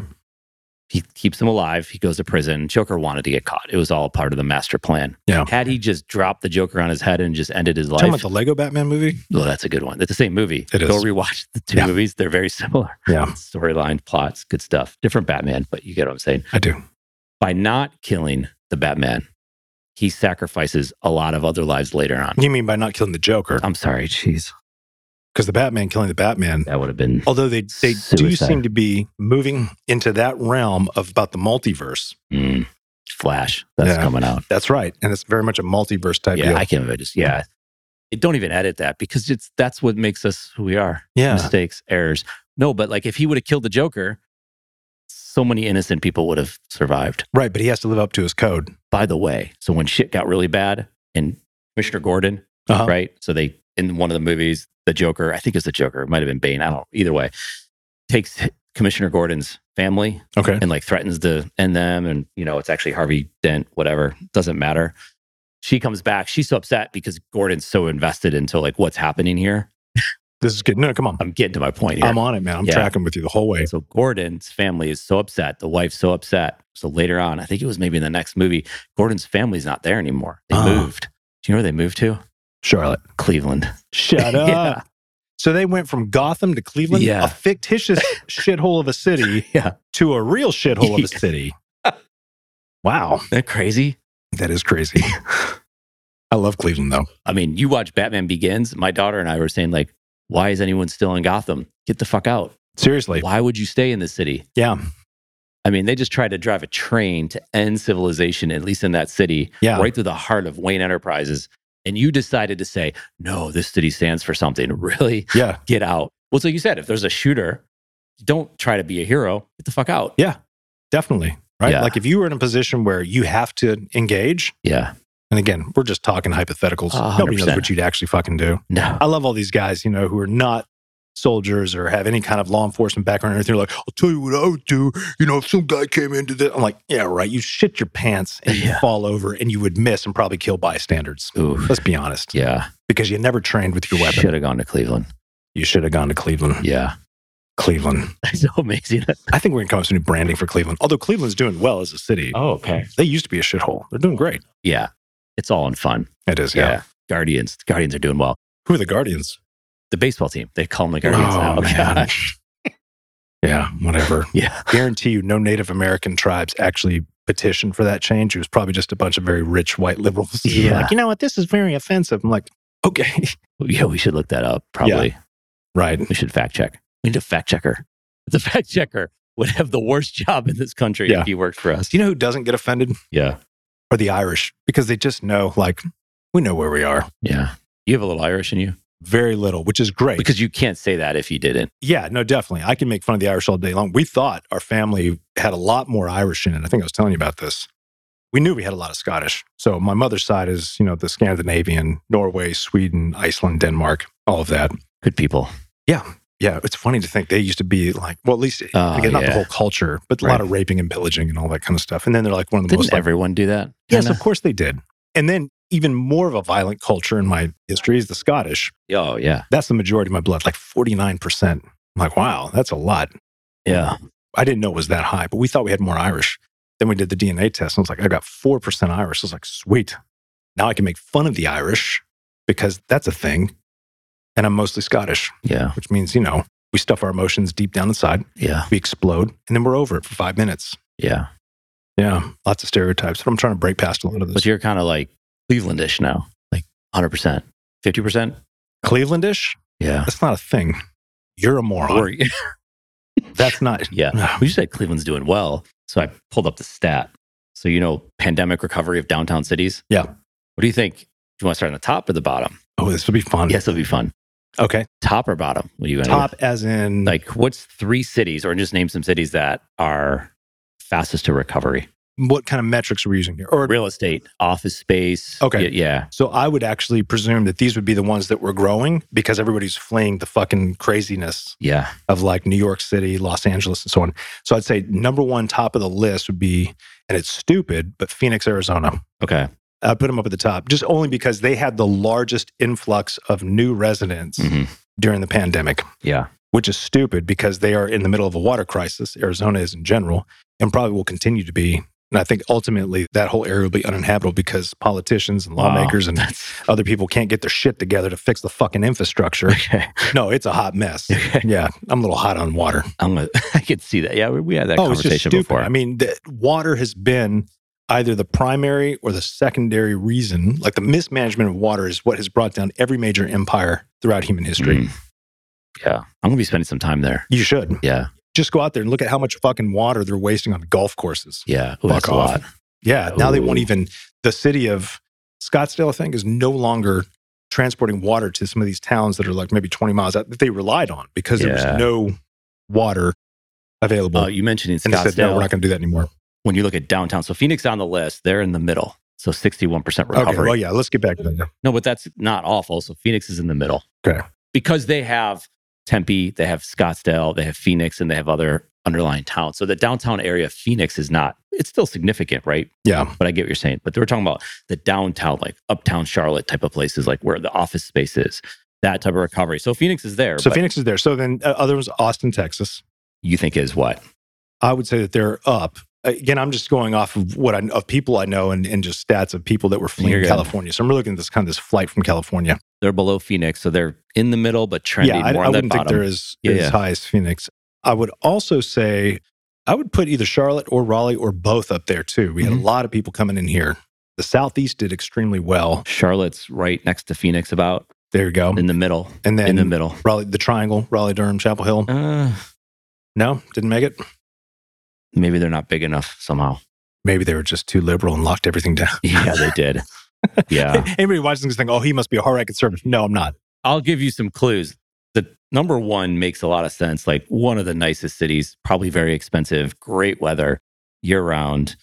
Speaker 2: he keeps him alive. He goes to prison. Joker wanted to get caught. It was all part of the master plan.
Speaker 1: Yeah.
Speaker 2: Had he just dropped the Joker on his head and just ended his
Speaker 1: Talking
Speaker 2: life,
Speaker 1: about the Lego Batman movie.
Speaker 2: well, that's a good one. That's the same movie.
Speaker 1: It
Speaker 2: Go
Speaker 1: is.
Speaker 2: rewatch the two
Speaker 1: Yeah.
Speaker 2: movies. They're very similar.
Speaker 1: Yeah.
Speaker 2: *laughs* Storyline, plots, good stuff. Different Batman, but you get what I'm saying.
Speaker 1: I do.
Speaker 2: By not killing the Batman, he sacrifices a lot of other lives later on.
Speaker 1: You mean by not killing the Joker?
Speaker 2: I'm sorry. Jeez.
Speaker 1: Because the Batman killing the Batman.
Speaker 2: That would have been.
Speaker 1: Although they they do
Speaker 2: Suicide.
Speaker 1: seem to be moving into that realm of about the multiverse.
Speaker 2: Mm, Flash. That's
Speaker 1: Yeah.
Speaker 2: coming out.
Speaker 1: That's right, and it's very much a multiverse type
Speaker 2: Yeah.
Speaker 1: deal. Mm.
Speaker 2: I can't even just. Yeah. It- Don't even edit that because it's that's what makes us who we are.
Speaker 1: yeah,
Speaker 2: mistakes, errors. No, but like if he would have killed the Joker, so many innocent people would have survived.
Speaker 1: right. But he has to live up to his code.
Speaker 2: By the way, so when shit got really bad and Commissioner Gordon,
Speaker 1: Uh-huh.
Speaker 2: right? So they in one of the movies, the Joker, I think it's the Joker, it might have been Bane, I don't know, either way, takes Commissioner Gordon's family
Speaker 1: Okay.
Speaker 2: and like threatens to end them and you know, it's actually Harvey Dent, whatever, doesn't matter. She comes back. She's so upset because Gordon's so invested into like what's happening here.
Speaker 1: This is good. No, come on.
Speaker 2: I'm getting to my point here.
Speaker 1: I'm on it, man. I'm
Speaker 2: Yeah.
Speaker 1: tracking with you the whole way.
Speaker 2: So Gordon's family is so upset. The wife's so upset. So later on, I think it was maybe in the next movie, Gordon's family's not there anymore. They
Speaker 1: Ah.
Speaker 2: moved. Do you know where they moved to?
Speaker 1: Charlotte.
Speaker 2: Cleveland.
Speaker 1: *laughs* Shut up.
Speaker 2: *laughs* Yeah.
Speaker 1: So they went from Gotham to Cleveland,
Speaker 2: Yeah.
Speaker 1: a
Speaker 2: *laughs*
Speaker 1: fictitious shithole of a city,
Speaker 2: Yeah.
Speaker 1: to a real shithole
Speaker 2: *laughs*
Speaker 1: of a city. wow.
Speaker 2: Isn't that crazy?
Speaker 1: That is crazy. *laughs* I love Cleveland, though.
Speaker 2: I mean, you watch Batman Begins. My daughter and I were saying, like, why is anyone still in Gotham? Get the fuck out.
Speaker 1: Seriously.
Speaker 2: Why would you stay in this city?
Speaker 1: Yeah.
Speaker 2: I mean, they just tried to drive a train to end civilization, at least in that city,
Speaker 1: Yeah.
Speaker 2: right through the heart of Wayne Enterprises. And you decided to say, no, this city stands for something. *laughs* Really?
Speaker 1: Yeah.
Speaker 2: Get out. Well, so you said, if there's a shooter, don't try to be a hero. Get the fuck out.
Speaker 1: Definitely. Right.
Speaker 2: Yeah.
Speaker 1: Like if you were in a position where you have to engage,
Speaker 2: Yeah.
Speaker 1: and again, we're just talking hypotheticals.
Speaker 2: A hundred
Speaker 1: Nobody knows
Speaker 2: percent.
Speaker 1: what you'd actually fucking do.
Speaker 2: No.
Speaker 1: I love all these guys, you know, who are not soldiers or have any kind of law enforcement background or anything. They're like, I'll tell you what I would do. You know, if some guy came into this, I'm like, yeah, right. You shit your pants and you
Speaker 2: Yeah.
Speaker 1: fall over and you would miss and probably kill bystanders.
Speaker 2: Ooh.
Speaker 1: Let's be honest,
Speaker 2: Yeah.
Speaker 1: because you never trained with your weapon.
Speaker 2: Should have gone to Cleveland.
Speaker 1: You should have gone to Cleveland.
Speaker 2: Yeah. *laughs*
Speaker 1: Cleveland.
Speaker 2: so amazing.
Speaker 1: I think we're going to come up with some new branding for Cleveland. Although Cleveland's doing well as a city.
Speaker 2: Oh, okay.
Speaker 1: They used to be a shithole. They're doing great.
Speaker 2: Yeah. It's all in fun.
Speaker 1: It is, yeah.
Speaker 2: Guardians. The Guardians are doing well.
Speaker 1: Who are the Guardians?
Speaker 2: The baseball team. They call them the Guardians *laughs* now.
Speaker 1: man. Oh, yeah, whatever.
Speaker 2: Yeah.
Speaker 1: Guarantee you, no Native American tribes actually petitioned for that change. It was probably just a bunch of very rich white liberals. who were
Speaker 2: Yeah.
Speaker 1: Like, you know what? This is very offensive. I'm like, okay. *laughs*
Speaker 2: Yeah, we should look that up. Probably.
Speaker 1: Right.
Speaker 2: We should fact check. We need a fact checker. The fact checker would have the worst job in this country
Speaker 1: Yeah.
Speaker 2: if he worked for us.
Speaker 1: Do you know who doesn't get offended?
Speaker 2: Yeah.
Speaker 1: Are the Irish, because they just know, like, we know where we are.
Speaker 2: Yeah. You have a little Irish in you
Speaker 1: Very little, which is great.
Speaker 2: because you can't say that if you didn't.
Speaker 1: Yeah, no, definitely. I can make fun of the Irish all day long. We thought our family had a lot more Irish in it. I think I was telling you about this. We knew we had a lot of Scottish. So my mother's side is, you know, the Scandinavian, Norway, Sweden, Iceland, Denmark, all of that.
Speaker 2: Good people.
Speaker 1: Yeah, it's funny to think they used to be like, well, at least
Speaker 2: Oh,
Speaker 1: again, not the
Speaker 2: yeah.
Speaker 1: whole culture, but a lot of raping and pillaging and all that kind of stuff. And then they're like one of the
Speaker 2: Didn't
Speaker 1: most like,
Speaker 2: everyone do that?
Speaker 1: yes,
Speaker 2: Kinda?
Speaker 1: of course they did. And then even more of a violent culture in my history is the Scottish.
Speaker 2: Oh, yeah.
Speaker 1: That's the majority of my blood, like 49%. I'm like, wow, that's a lot.
Speaker 2: Yeah.
Speaker 1: I didn't know it was that high, but we thought we had more Irish. Then we did the DNA test, and I was like, I got 4% Irish. I was like, sweet. Now I can make fun of the Irish because that's a thing. And I'm mostly Scottish,
Speaker 2: Yeah.
Speaker 1: which means, you know, we stuff our emotions deep down inside,
Speaker 2: Yeah.
Speaker 1: we explode, and then we're over it for five minutes.
Speaker 2: Yeah.
Speaker 1: Yeah, lots of stereotypes, but I'm trying to break past a lot of
Speaker 2: But
Speaker 1: this.
Speaker 2: you're kind of like Clevelandish now, like 100%, 50%.
Speaker 1: Clevelandish?
Speaker 2: Yeah.
Speaker 1: That's not a thing. You're a moron.
Speaker 2: Or-
Speaker 1: That's not.
Speaker 2: yeah. We just said Cleveland's doing well. So I pulled up the stat. So, you know, pandemic recovery of downtown cities.
Speaker 1: Yeah.
Speaker 2: What do you think? Do you want to start on the top or the bottom?
Speaker 1: *sighs* Oh, this would be fun.
Speaker 2: Yes, it'll be fun.
Speaker 1: Okay.
Speaker 2: Top or bottom? What do you want to
Speaker 1: Top as in
Speaker 2: Like, what's three cities or just name some cities that are fastest to recovery?
Speaker 1: what kind of metrics are we using here? Or
Speaker 2: Real estate, office space.
Speaker 1: Okay.
Speaker 2: Y- Yeah.
Speaker 1: So I would actually presume that these would be the ones that were growing because everybody's fleeing the fucking craziness
Speaker 2: Yeah.
Speaker 1: of like New York City, Los Angeles, and so on. So I'd say number one top of the list would be, and it's stupid, but Phoenix, Arizona.
Speaker 2: Okay.
Speaker 1: I put them up at the top just only because they had the largest influx of new residents
Speaker 2: Mhm.
Speaker 1: during the pandemic,
Speaker 2: Yeah.
Speaker 1: which is stupid because they are in the middle of a water crisis. Arizona is in general and probably will continue to be. And I think ultimately that whole area will be uninhabitable because politicians and
Speaker 2: Wow.
Speaker 1: lawmakers and
Speaker 2: That's
Speaker 1: other people can't get their shit together to fix the fucking infrastructure.
Speaker 2: *laughs* okay.
Speaker 1: No, it's a hot mess.
Speaker 2: *laughs* Okay.
Speaker 1: Yeah, I'm a little hot on water.
Speaker 2: I'm gonna, *laughs* I could see that. Yeah. We, we had that
Speaker 1: oh, it's just
Speaker 2: conversation
Speaker 1: stupid.
Speaker 2: before.
Speaker 1: I mean, the, water has been either the primary or the secondary reason. Like the mismanagement of water is what has brought down every major empire throughout human history.
Speaker 2: Mm. Yeah. I'm going to be spending some time there.
Speaker 1: You should
Speaker 2: Yeah.
Speaker 1: just go out there and look at how much fucking water they're wasting on golf courses.
Speaker 2: Yeah. Ooh, that's
Speaker 1: Fuck off.
Speaker 2: a lot.
Speaker 1: Yeah, now they
Speaker 2: Ooh.
Speaker 1: won't even. The city of Scottsdale, I think, is no longer transporting water to some of these towns that are like maybe 20 miles out that they relied on because there
Speaker 2: Yeah.
Speaker 1: was no water available.
Speaker 2: Uh, you mentioned in
Speaker 1: and they said,
Speaker 2: Scottsdale.
Speaker 1: no, we're not going to do that anymore.
Speaker 2: when you look at downtown, so Phoenix on the list, they're in the middle. So 61% recovery.
Speaker 1: Okay, well, yeah, let's get back to that.
Speaker 2: No, but that's not awful. So Phoenix is in the middle.
Speaker 1: Okay.
Speaker 2: Because they have Tempe, they have Scottsdale, they have Phoenix, and they have other underlying towns. So the downtown area of Phoenix is not, it's still significant, right?
Speaker 1: Yeah.
Speaker 2: But I get what you're saying. But we're talking about the downtown, like uptown Charlotte type of places, like where the office space is, that type of recovery. So Phoenix is there.
Speaker 1: So
Speaker 2: but
Speaker 1: Phoenix is there. So then uh, other ones, Austin, Texas.
Speaker 2: you think is what?
Speaker 1: I would say that they're up. Again, I'm just going off of what I, of people I know and, and just stats of people that were
Speaker 2: You're
Speaker 1: fleeing
Speaker 2: good.
Speaker 1: California. So I'm looking at this kind of this flight from California.
Speaker 2: They're below Phoenix. So they're in the middle, but trending
Speaker 1: yeah, I,
Speaker 2: more
Speaker 1: I
Speaker 2: on that
Speaker 1: wouldn't think
Speaker 2: bottom.
Speaker 1: they're as,
Speaker 2: Yeah,
Speaker 1: as
Speaker 2: yeah.
Speaker 1: high as Phoenix. I would also say I would put either Charlotte or Raleigh or both up there too. We had
Speaker 2: Mhm.
Speaker 1: a lot of people coming in here. The Southeast did extremely well.
Speaker 2: Charlotte's right next to Phoenix, about
Speaker 1: There you go.
Speaker 2: in the middle.
Speaker 1: and then
Speaker 2: in the middle.
Speaker 1: Raleigh, the Triangle, Raleigh, Durham, Chapel Hill.
Speaker 2: Uh,
Speaker 1: No, didn't make it.
Speaker 2: maybe they're not big enough somehow. *laughs*
Speaker 1: Maybe they were just too liberal and locked everything down.
Speaker 2: Yeah, they
Speaker 1: *laughs*
Speaker 2: did. Yeah.
Speaker 1: Anybody watching this thing, oh, he must be a hard right conservative. No, I'm not.
Speaker 2: I'll give you some clues. The number one makes a lot of sense. Like one of the nicest cities, probably very expensive, great weather year round.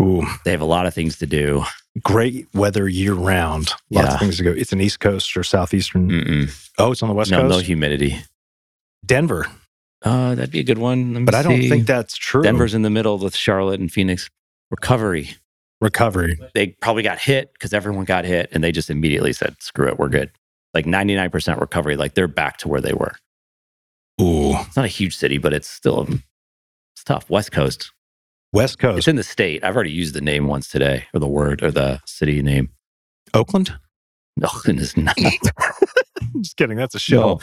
Speaker 1: Ooh,
Speaker 2: They have a lot of things to do.
Speaker 1: great weather year round. Lots
Speaker 2: Yeah.
Speaker 1: of things to go. It's an East Coast or Southeastern.
Speaker 2: Mm-mm.
Speaker 1: Oh, it's on the West
Speaker 2: No,
Speaker 1: Coast.
Speaker 2: no humidity.
Speaker 1: Denver.
Speaker 2: Uh, that'd be a good one. Let me
Speaker 1: But I don't
Speaker 2: see.
Speaker 1: think that's true.
Speaker 2: Denver's in the middle with Charlotte and Phoenix. Recovery.
Speaker 1: recovery.
Speaker 2: They probably got hit because everyone got hit and they just immediately said, screw it, we're good. Like 99% recovery. Like they're back to where they were.
Speaker 1: Ooh,
Speaker 2: It's not a huge city, but it's still um, it's tough. West Coast.
Speaker 1: West Coast.
Speaker 2: It's in the state. I've already used the name once today, or the word, or the city name. *laughs*
Speaker 1: Oakland?
Speaker 2: No, it
Speaker 1: *laughs*
Speaker 2: is not.
Speaker 1: I'm just kidding. That's a
Speaker 2: no.
Speaker 1: show.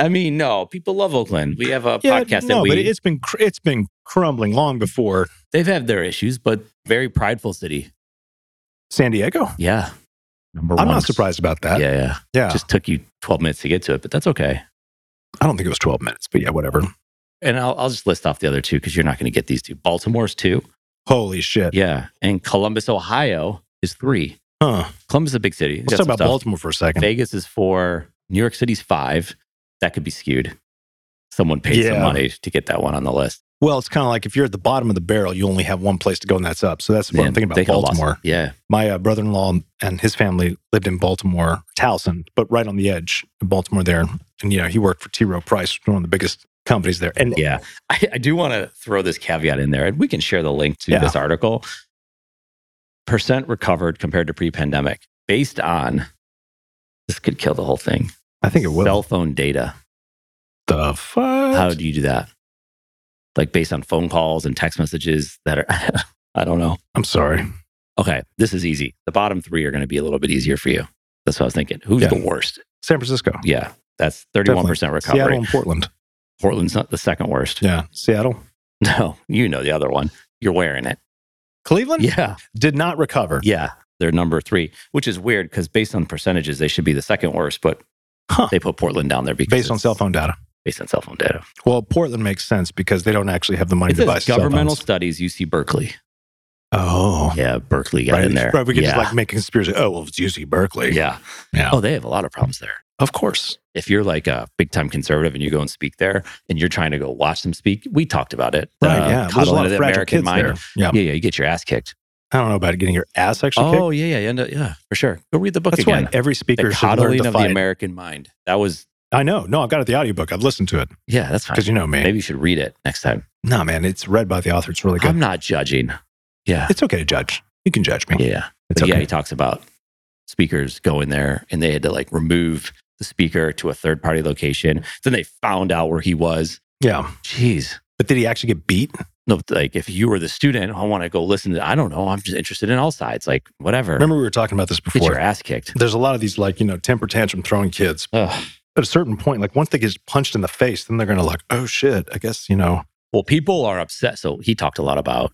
Speaker 2: I mean, no. People love Oakland. We have a
Speaker 1: yeah,
Speaker 2: podcast
Speaker 1: no,
Speaker 2: that we.
Speaker 1: but it's been cr- it's been crumbling long before
Speaker 2: they've had their issues, but very prideful city.
Speaker 1: San Diego.
Speaker 2: Yeah, number
Speaker 1: I'm
Speaker 2: one.
Speaker 1: not surprised about
Speaker 2: Yeah,
Speaker 1: that.
Speaker 2: yeah,
Speaker 1: Yeah.
Speaker 2: Just took you 12 minutes to get to it, but that's okay.
Speaker 1: I don't think it was 12 minutes, but yeah, whatever.
Speaker 2: And I'll, I'll just list off the other two because you're not going to get these two. Baltimore's two.
Speaker 1: Holy shit.
Speaker 2: Yeah, and Columbus, Ohio, is three.
Speaker 1: Huh.
Speaker 2: Columbus is a big city.
Speaker 1: Let's
Speaker 2: Got
Speaker 1: talk
Speaker 2: some
Speaker 1: about
Speaker 2: stuff.
Speaker 1: Baltimore for a second.
Speaker 2: Vegas is four. New York City's five. That could be skewed. Someone paid some
Speaker 1: Yeah.
Speaker 2: money to get that one on the list.
Speaker 1: Well, it's kind of like if you're at the bottom of the barrel, you only have one place to go, and that's up. So that's what I'm
Speaker 2: And
Speaker 1: thinking about
Speaker 2: they could've lost
Speaker 1: Baltimore.
Speaker 2: it. Yeah.
Speaker 1: My uh, brother in law and his family lived in Baltimore, Towson, but right on the edge of Baltimore there. And, you know, he worked for T. Rowe Price, one of the biggest companies there. And
Speaker 2: Yeah. I, I do want to throw this caveat in there, and we can share the link to
Speaker 1: Yeah.
Speaker 2: this article. Percent recovered compared to pre pandemic based on this could kill the whole thing.
Speaker 1: I think it will.
Speaker 2: Cell phone data.
Speaker 1: the fuck?
Speaker 2: How do you do that? Like based on phone calls and text messages that are, *laughs* I don't know.
Speaker 1: I'm sorry.
Speaker 2: Okay. This is easy. The bottom three are going to be a little bit easier for you. That's what I was thinking. Who's
Speaker 1: Yeah.
Speaker 2: the worst?
Speaker 1: San Francisco,
Speaker 2: Yeah, that's 31% recovery.
Speaker 1: Seattle, and Portland.
Speaker 2: Portland's not the second worst.
Speaker 1: Yeah. Seattle.
Speaker 2: *laughs* No, you know the other one. You're
Speaker 1: *laughs*
Speaker 2: wearing it.
Speaker 1: Cleveland
Speaker 2: Yeah.
Speaker 1: did not recover.
Speaker 2: Yeah. They're number three, which is weird because based on percentages, they should be the second worst, but
Speaker 1: Huh.
Speaker 2: they put Portland down there because
Speaker 1: Based on
Speaker 2: it's-
Speaker 1: cell phone data.
Speaker 2: Based on cell phone data.
Speaker 1: Well, Portland makes sense because they don't actually have the money
Speaker 2: It
Speaker 1: to buy
Speaker 2: says governmental
Speaker 1: Cell
Speaker 2: studies, UC Berkeley.
Speaker 1: phones. Oh,
Speaker 2: Yeah, Berkeley got
Speaker 1: right.
Speaker 2: in there.
Speaker 1: Right. We could
Speaker 2: yeah.
Speaker 1: just like make a conspiracy. Oh, well, it's UC Berkeley.
Speaker 2: yeah.
Speaker 1: Yeah.
Speaker 2: Oh, they have a lot of problems there.
Speaker 1: Of course.
Speaker 2: If you're like a big time conservative and you go and speak there and you're trying to go watch them speak, we talked about it.
Speaker 1: Right.
Speaker 2: Uh,
Speaker 1: yeah. There's a
Speaker 2: coddling
Speaker 1: lot
Speaker 2: of
Speaker 1: of
Speaker 2: the
Speaker 1: fragile
Speaker 2: American
Speaker 1: kids
Speaker 2: mind.
Speaker 1: there. Yeah.
Speaker 2: Yeah, yeah. You get your ass kicked.
Speaker 1: I don't know about getting your ass actually kicked.
Speaker 2: Oh yeah, yeah, yeah, no, yeah, for sure. Go read the book
Speaker 1: That's
Speaker 2: again.
Speaker 1: why every speaker
Speaker 2: the
Speaker 1: should learn
Speaker 2: coddling
Speaker 1: to
Speaker 2: of the
Speaker 1: fight.
Speaker 2: American mind. That was
Speaker 1: I know. No, I've got it the audiobook. I've listened to it
Speaker 2: yeah, that's fine.
Speaker 1: because you know me.
Speaker 2: Maybe you should read it next time.
Speaker 1: No, man, it's read by the author. It's really good.
Speaker 2: I'm not judging. Yeah,
Speaker 1: it's okay to judge. You can judge me.
Speaker 2: yeah,
Speaker 1: It's
Speaker 2: But yeah.
Speaker 1: okay.
Speaker 2: He talks about speakers going there, and they had to like remove the speaker to a third party location. Then they found out where he was.
Speaker 1: Yeah.
Speaker 2: Jeez.
Speaker 1: But did he actually get beat?
Speaker 2: No, like if you were the student, I want to go listen to. I don't know. I'm just interested in all sides. Like whatever.
Speaker 1: Remember we were talking about this
Speaker 2: get your
Speaker 1: before.
Speaker 2: ass kicked.
Speaker 1: There's a lot of these like, you know, temper tantrum throwing kids.
Speaker 2: Ugh.
Speaker 1: At a certain point, like once they get punched in the face, then they're going to like, oh shit, I guess, you know,
Speaker 2: Well, people are upset. So he talked a lot about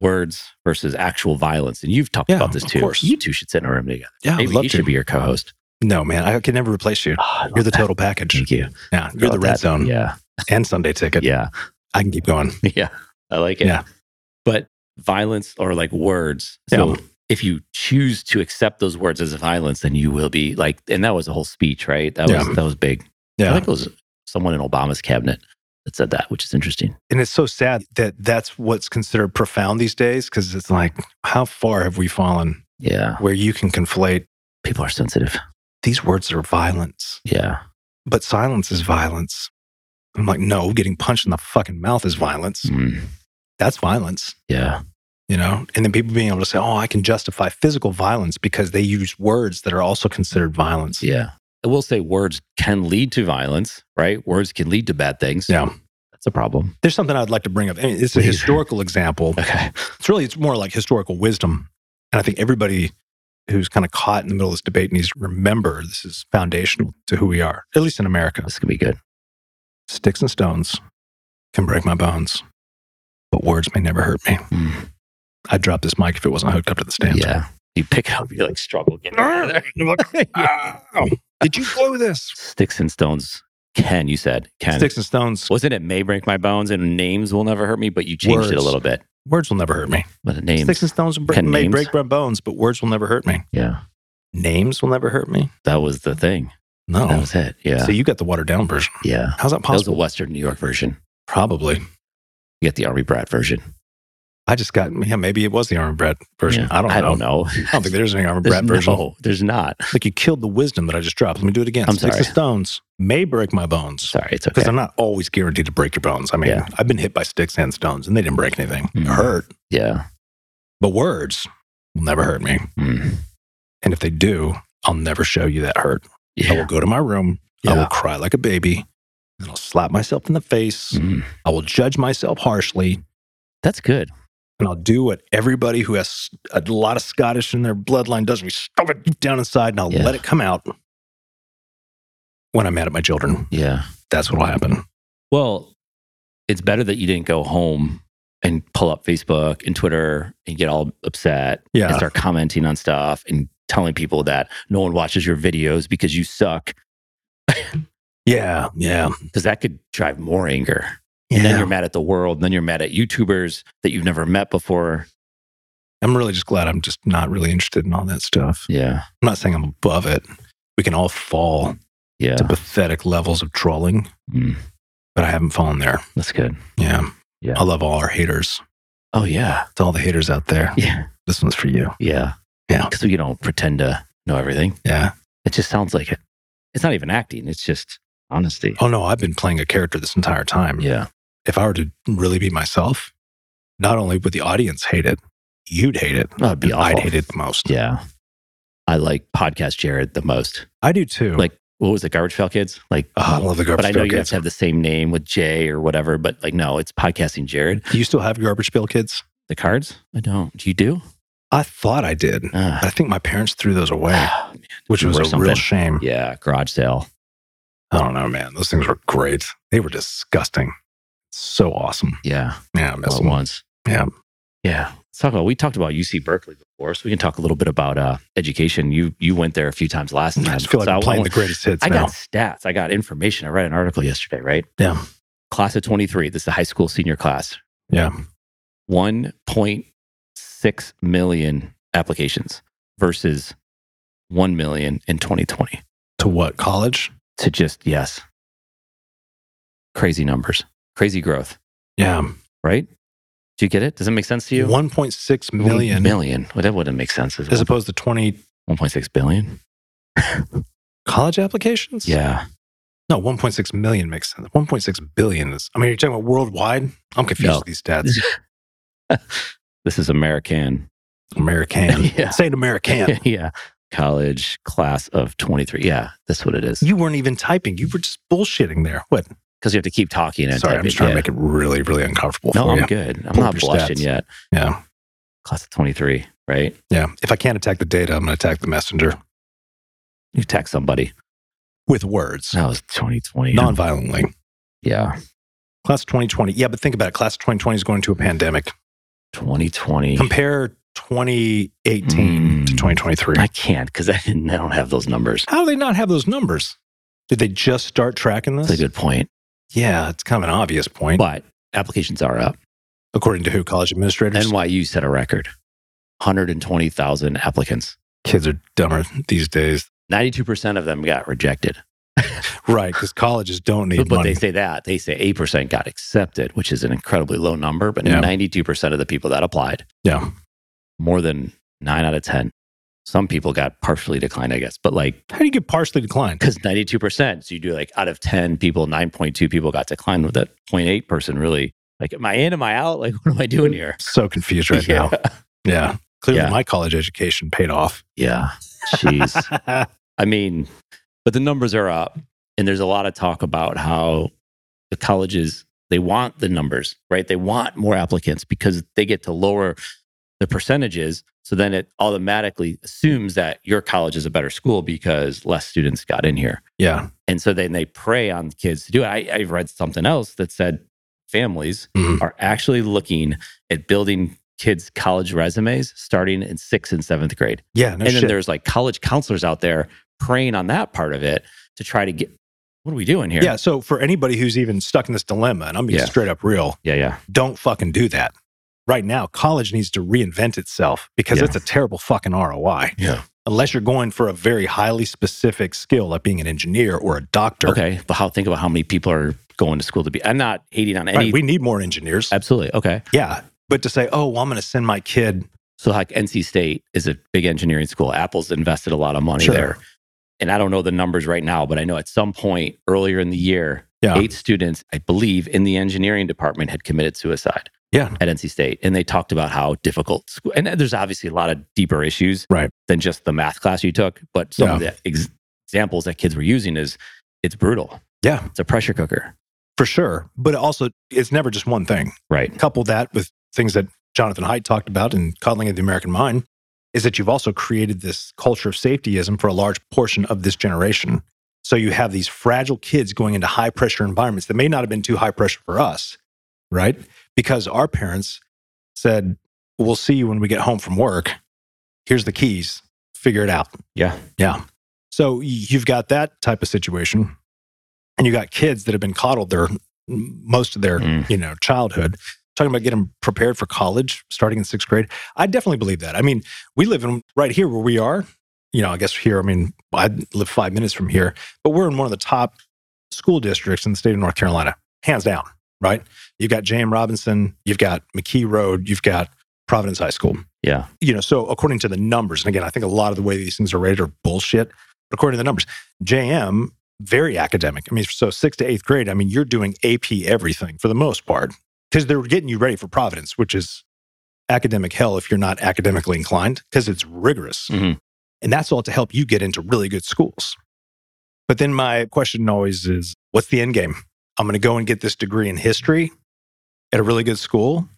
Speaker 2: words versus actual violence. And you've talked
Speaker 1: Yeah,
Speaker 2: about this
Speaker 1: of
Speaker 2: too.
Speaker 1: course.
Speaker 2: You two should sit in a room together.
Speaker 1: yeah, I'd
Speaker 2: Maybe
Speaker 1: love
Speaker 2: you
Speaker 1: to.
Speaker 2: should be your co host.
Speaker 1: No, man, I can never replace you. You're the total package.
Speaker 2: Thank you.
Speaker 1: Yeah, you're the
Speaker 2: Love
Speaker 1: red
Speaker 2: that.
Speaker 1: zone
Speaker 2: Yeah.
Speaker 1: and Sunday ticket.
Speaker 2: Yeah. *laughs*
Speaker 1: I can keep going.
Speaker 2: Yeah. I like it.
Speaker 1: Yeah.
Speaker 2: But violence or like words. So
Speaker 1: Yeah.
Speaker 2: if you choose to accept those words as violence, then you will be like, and that was a whole speech, right? That
Speaker 1: Yeah.
Speaker 2: was, that was big. I
Speaker 1: Yeah.
Speaker 2: think it was someone in Obama's cabinet that said that, which is interesting.
Speaker 1: And it's so sad that that's what's considered profound these days because it's like, how far have we fallen
Speaker 2: Yeah.
Speaker 1: where you can conflate
Speaker 2: People are sensitive.
Speaker 1: these words are violence?
Speaker 2: Yeah.
Speaker 1: but silence is violence. I'm like, no, getting punched in the fucking mouth is violence.
Speaker 2: Mm,
Speaker 1: That's violence,
Speaker 2: yeah.
Speaker 1: you know? And then people being able to say, oh, I can justify physical violence because they use words that are also considered violence.
Speaker 2: Yeah. I will say words can lead to violence, right? Words can lead to bad things.
Speaker 1: Yeah.
Speaker 2: That's a problem.
Speaker 1: There's something I'd like to bring up. I mean, it's a
Speaker 2: Please.
Speaker 1: historical example.
Speaker 2: Okay.
Speaker 1: It's really, it's more like historical wisdom. And I think everybody who's kind of caught in the middle of this debate needs to remember this is foundational to who we are, at least in America.
Speaker 2: This could be good.
Speaker 1: Sticks and stones can break my bones, but words may never hurt me.
Speaker 2: Mm,
Speaker 1: I'd drop this mic if it wasn't hooked up to the stand.
Speaker 2: *laughs* yeah. You pick it up, you like struggle getting out of there.
Speaker 1: Ow. *laughs* Did you blow this?
Speaker 2: Sticks and stones can, you said, can.
Speaker 1: Sticks and stones.
Speaker 2: Wasn't it may break my bones and names will never hurt me, but you changed it a
Speaker 1: Words.
Speaker 2: little bit.
Speaker 1: Words will never hurt me.
Speaker 2: But names,
Speaker 1: Sticks and stones br-
Speaker 2: Can
Speaker 1: may
Speaker 2: names?
Speaker 1: break my bones, but words will never hurt me.
Speaker 2: yeah,
Speaker 1: Names will never hurt me.
Speaker 2: that was the thing. That
Speaker 1: No.
Speaker 2: was it. Yeah,
Speaker 1: So you got the watered down version.
Speaker 2: yeah.
Speaker 1: How's that
Speaker 2: That was the
Speaker 1: Oh. possible?
Speaker 2: Western New York version.
Speaker 1: Probably.
Speaker 2: You get the Army brat version.
Speaker 1: I just got, yeah, maybe it was the armor bread version.
Speaker 2: Yeah.
Speaker 1: I don't know.
Speaker 2: I don't know. *laughs*
Speaker 1: I don't think there's any armor
Speaker 2: There's
Speaker 1: bread version.
Speaker 2: No, there's not.
Speaker 1: Like you killed the wisdom that I just dropped. Let me do it again.
Speaker 2: I'm
Speaker 1: Sticks
Speaker 2: sorry.
Speaker 1: and stones may break my bones.
Speaker 2: Sorry, it's
Speaker 1: Because
Speaker 2: okay.
Speaker 1: I'm not always guaranteed to break your bones. I mean,
Speaker 2: Yeah.
Speaker 1: I've been hit by sticks and stones and they didn't break anything.
Speaker 2: Mm.
Speaker 1: It hurt,
Speaker 2: Yeah.
Speaker 1: but words will never hurt me.
Speaker 2: Mm.
Speaker 1: And if they do, I'll never show you that hurt. I will
Speaker 2: Yeah.
Speaker 1: go to my room. I will
Speaker 2: Yeah.
Speaker 1: cry like a baby. And I'll slap myself in the face.
Speaker 2: Mm.
Speaker 1: I will judge myself harshly.
Speaker 2: That's good.
Speaker 1: And I'll do what everybody who has a lot of Scottish in their bloodline does. We stuff it deep down inside and I'll
Speaker 2: Yeah.
Speaker 1: let it come out. When I'm mad at my children,
Speaker 2: Yeah.
Speaker 1: that's what will happen.
Speaker 2: Well, it's better that you didn't go home and pull up Facebook and Twitter and get all upset and
Speaker 1: Yeah.
Speaker 2: start commenting on stuff and telling people that no one watches your videos because you suck
Speaker 1: Yeah. Yeah.
Speaker 2: because that could drive more anger. And then
Speaker 1: Yeah.
Speaker 2: you're mad at the world. And then you're mad at YouTubers that you've never met before.
Speaker 1: I'm really just glad I'm just not really interested in all that stuff.
Speaker 2: Yeah.
Speaker 1: I'm not saying I'm above it. We can all fall
Speaker 2: Yeah.
Speaker 1: to pathetic levels of trolling,
Speaker 2: Mm,
Speaker 1: but I haven't fallen there.
Speaker 2: that's good.
Speaker 1: Yeah.
Speaker 2: Yeah.
Speaker 1: I love all our haters.
Speaker 2: Oh, yeah.
Speaker 1: To all the haters out there,
Speaker 2: Yeah.
Speaker 1: this one's for you.
Speaker 2: Yeah.
Speaker 1: Yeah.
Speaker 2: Because we don't pretend to know everything.
Speaker 1: Yeah.
Speaker 2: It just sounds like it. It's not even acting, it's just honesty.
Speaker 1: Oh, mm. no, I've been playing a character this entire time.
Speaker 2: Yeah.
Speaker 1: If I were to really be myself, not only would the audience hate it, you'd hate it.
Speaker 2: That would be
Speaker 1: and I'd
Speaker 2: awful.
Speaker 1: hate it the most.
Speaker 2: Yeah. I like podcast Jared the most.
Speaker 1: I do too.
Speaker 2: Like, what was it, Garbage Pail Kids? Like,
Speaker 1: oh, I love the
Speaker 2: but
Speaker 1: garbage
Speaker 2: I know
Speaker 1: pail
Speaker 2: you have
Speaker 1: kids.
Speaker 2: to have the same name with Jay or whatever, but like, no, it's podcasting Jared.
Speaker 1: Do you still have garbage pail kids?
Speaker 2: The cards? I don't. Do you do?
Speaker 1: I thought I did.
Speaker 2: Ah.
Speaker 1: but I think my parents threw those away, which
Speaker 2: They
Speaker 1: was
Speaker 2: were
Speaker 1: a
Speaker 2: Ah, something.
Speaker 1: real shame.
Speaker 2: *sighs* yeah, garage sale.
Speaker 1: I don't know, man. Those things were great. They were disgusting. So awesome.
Speaker 2: Yeah,
Speaker 1: Yeah, I miss
Speaker 2: well,
Speaker 1: them.
Speaker 2: once.
Speaker 1: Yeah.
Speaker 2: yeah. Let's talk about. We talked about UC Berkeley before, so we can talk a little bit about uh, education. You you went there a few times last time.
Speaker 1: I just feel like
Speaker 2: So
Speaker 1: I'm
Speaker 2: I-
Speaker 1: playing
Speaker 2: I-
Speaker 1: the greatest hits
Speaker 2: I
Speaker 1: now.
Speaker 2: got stats. I got information. I read an article yesterday, right?
Speaker 1: Yeah.
Speaker 2: Class of 23. This is the high school senior class.
Speaker 1: Yeah.
Speaker 2: 1.6 million applications versus 1 million in 2020
Speaker 1: To what? College?
Speaker 2: to just, yes. Crazy numbers, crazy growth,
Speaker 1: Yeah.
Speaker 2: right? Do you get it? Does it make sense to you?
Speaker 1: 1.6 million,
Speaker 2: Million. Well, that wouldn't make sense.
Speaker 1: as opposed to 20
Speaker 2: 1.6 billion?
Speaker 1: college applications?
Speaker 2: Yeah.
Speaker 1: No, 1.6 million makes sense. 1.6 billion is, I mean, you're talking about worldwide? I'm confused
Speaker 2: No.
Speaker 1: with these stats.
Speaker 2: This is American.
Speaker 1: American.
Speaker 2: *laughs* Yeah.
Speaker 1: Say it
Speaker 2: *laughs*
Speaker 1: American.
Speaker 2: yeah. College class of 23. Yeah. That's what it is.
Speaker 1: you weren't even typing. You were just bullshitting there. What?
Speaker 2: Because you have to keep talking. And
Speaker 1: Sorry, I'm
Speaker 2: typing.
Speaker 1: just trying
Speaker 2: Yeah.
Speaker 1: to make it really, really uncomfortable
Speaker 2: No,
Speaker 1: for
Speaker 2: I'm
Speaker 1: you.
Speaker 2: good. I'm
Speaker 1: Pull
Speaker 2: not
Speaker 1: up your
Speaker 2: blushing
Speaker 1: stats.
Speaker 2: yet.
Speaker 1: Yeah.
Speaker 2: Class of 23, right?
Speaker 1: Yeah. If I can't attack the data, I'm going to attack the messenger
Speaker 2: You text somebody.
Speaker 1: with words,
Speaker 2: That was 2020.
Speaker 1: non-violently.
Speaker 2: yeah.
Speaker 1: Class of 2020. Yeah, but think about it. Class of 2020 is going to a pandemic.
Speaker 2: 2020.
Speaker 1: Compare 2018
Speaker 2: Mm.
Speaker 1: to 2023.
Speaker 2: I can't because *laughs* I, didn't- I don't have those numbers.
Speaker 1: How do they not have those numbers? Did they just start tracking this?
Speaker 2: That's a good point.
Speaker 1: Yeah, it's kind of an obvious point.
Speaker 2: But applications are up.
Speaker 1: According to who? College administrators?
Speaker 2: NYU set a record 120,000 applicants.
Speaker 1: Kids are dumber these days.
Speaker 2: 92% of them got rejected.
Speaker 1: Right, because colleges don't need
Speaker 2: But, but
Speaker 1: money.
Speaker 2: they say that. They say 8% got accepted, which is an incredibly low number, but
Speaker 1: Yeah.
Speaker 2: 92% of the people that applied.
Speaker 1: Yeah.
Speaker 2: More than nine out of 10 Some people got partially declined, I guess, but like
Speaker 1: How do you get partially declined?
Speaker 2: because 92%. So you do like out of 10 people, 9.2 people got declined with that 0.8 person really. Like, am I in? Am I out? Like, *laughs* what am I doing here?
Speaker 1: So confused right now. Yeah. Clearly, my college education paid off.
Speaker 2: *laughs* Yeah. Jeez. I mean, but the numbers are up, and there's a lot of talk about how the colleges they want the numbers, right? They want more applicants because they get to lower the percentages. So then it automatically assumes that your college is a better school because less students got in here.
Speaker 1: yeah.
Speaker 2: And so then they prey on kids to do it. I, I read something else that said families
Speaker 1: Mhm.
Speaker 2: are actually looking at building kids' college resumes starting in sixth and seventh grade
Speaker 1: Yeah. No
Speaker 2: and
Speaker 1: shit.
Speaker 2: then there's like college counselors out there preying on that part of it to try to get what are we doing here
Speaker 1: yeah. So, for anybody who's even stuck in this dilemma, and I'm being
Speaker 2: Yeah.
Speaker 1: straight up real,
Speaker 2: yeah yeah
Speaker 1: don't fucking do that. Right now, college needs to reinvent itself because
Speaker 2: Yeah.
Speaker 1: it's a terrible fucking ROI.
Speaker 2: Yeah.
Speaker 1: Unless you're going for a very highly specific skill, like being an engineer or a doctor.
Speaker 2: okay but how think about how many people are going to school to be i'm not hating on any
Speaker 1: Right, we need more engineers.
Speaker 2: absolutely okay
Speaker 1: yeah. But to say, oh, well, I'm going to send my kid
Speaker 2: so like nc state is a big engineering school apple's invested a lot of money
Speaker 1: Sure.
Speaker 2: there and i don't know the numbers right now but i know at some point earlier in the year
Speaker 1: Yeah.
Speaker 2: eight students i believe in the engineering department had committed suicide
Speaker 1: Yeah.
Speaker 2: at nc state and they talked about how difficult school and there's obviously a lot of deeper issues
Speaker 1: Right.
Speaker 2: than just the math class you took but some of the ex- examples that kids were using is it's brutal
Speaker 1: Yeah.
Speaker 2: it's a pressure cooker
Speaker 1: for sure. But also, it's never just one thing.
Speaker 2: right
Speaker 1: Couple that with things that Jonathan Haidt talked about in Coddling of the American Mind is that you've also created this culture of safetyism for a large portion of this generation. So you have these fragile kids going into high pressure environments that may not have been too high pressure for us, right? Because our parents said, We'll see you when we get home from work. Here's the keys, figure it out.
Speaker 2: yeah
Speaker 1: So y- you've got that type of situation, and you got kids that have been coddled their most of their
Speaker 2: Mm.
Speaker 1: you know childhood. Talking about getting prepared for college starting in sixth grade, I definitely believe that. I mean, we live in right here where we are. You know, I guess here. I mean, I live five minutes from here, but we're in one of the top school districts in the state of North Carolina, hands down. Right? You've got J.M. Robinson, you've got McKee Road, you've got Providence High School
Speaker 2: yeah
Speaker 1: you know, so according to the numbers, and again, I think a lot of the way these things are rated are bullshit, but according to the numbers, JM, very academic. I mean, so sixth to eighth grade, I mean, you're doing AP everything for the most part because they're getting you ready for Providence, which is academic hell if you're not academically inclined because it's rigorous.
Speaker 2: Mhm.
Speaker 1: And that's all to help you get into really good schools. But then my question always is what's the end game? I'm going to go and get this degree in history at a really good school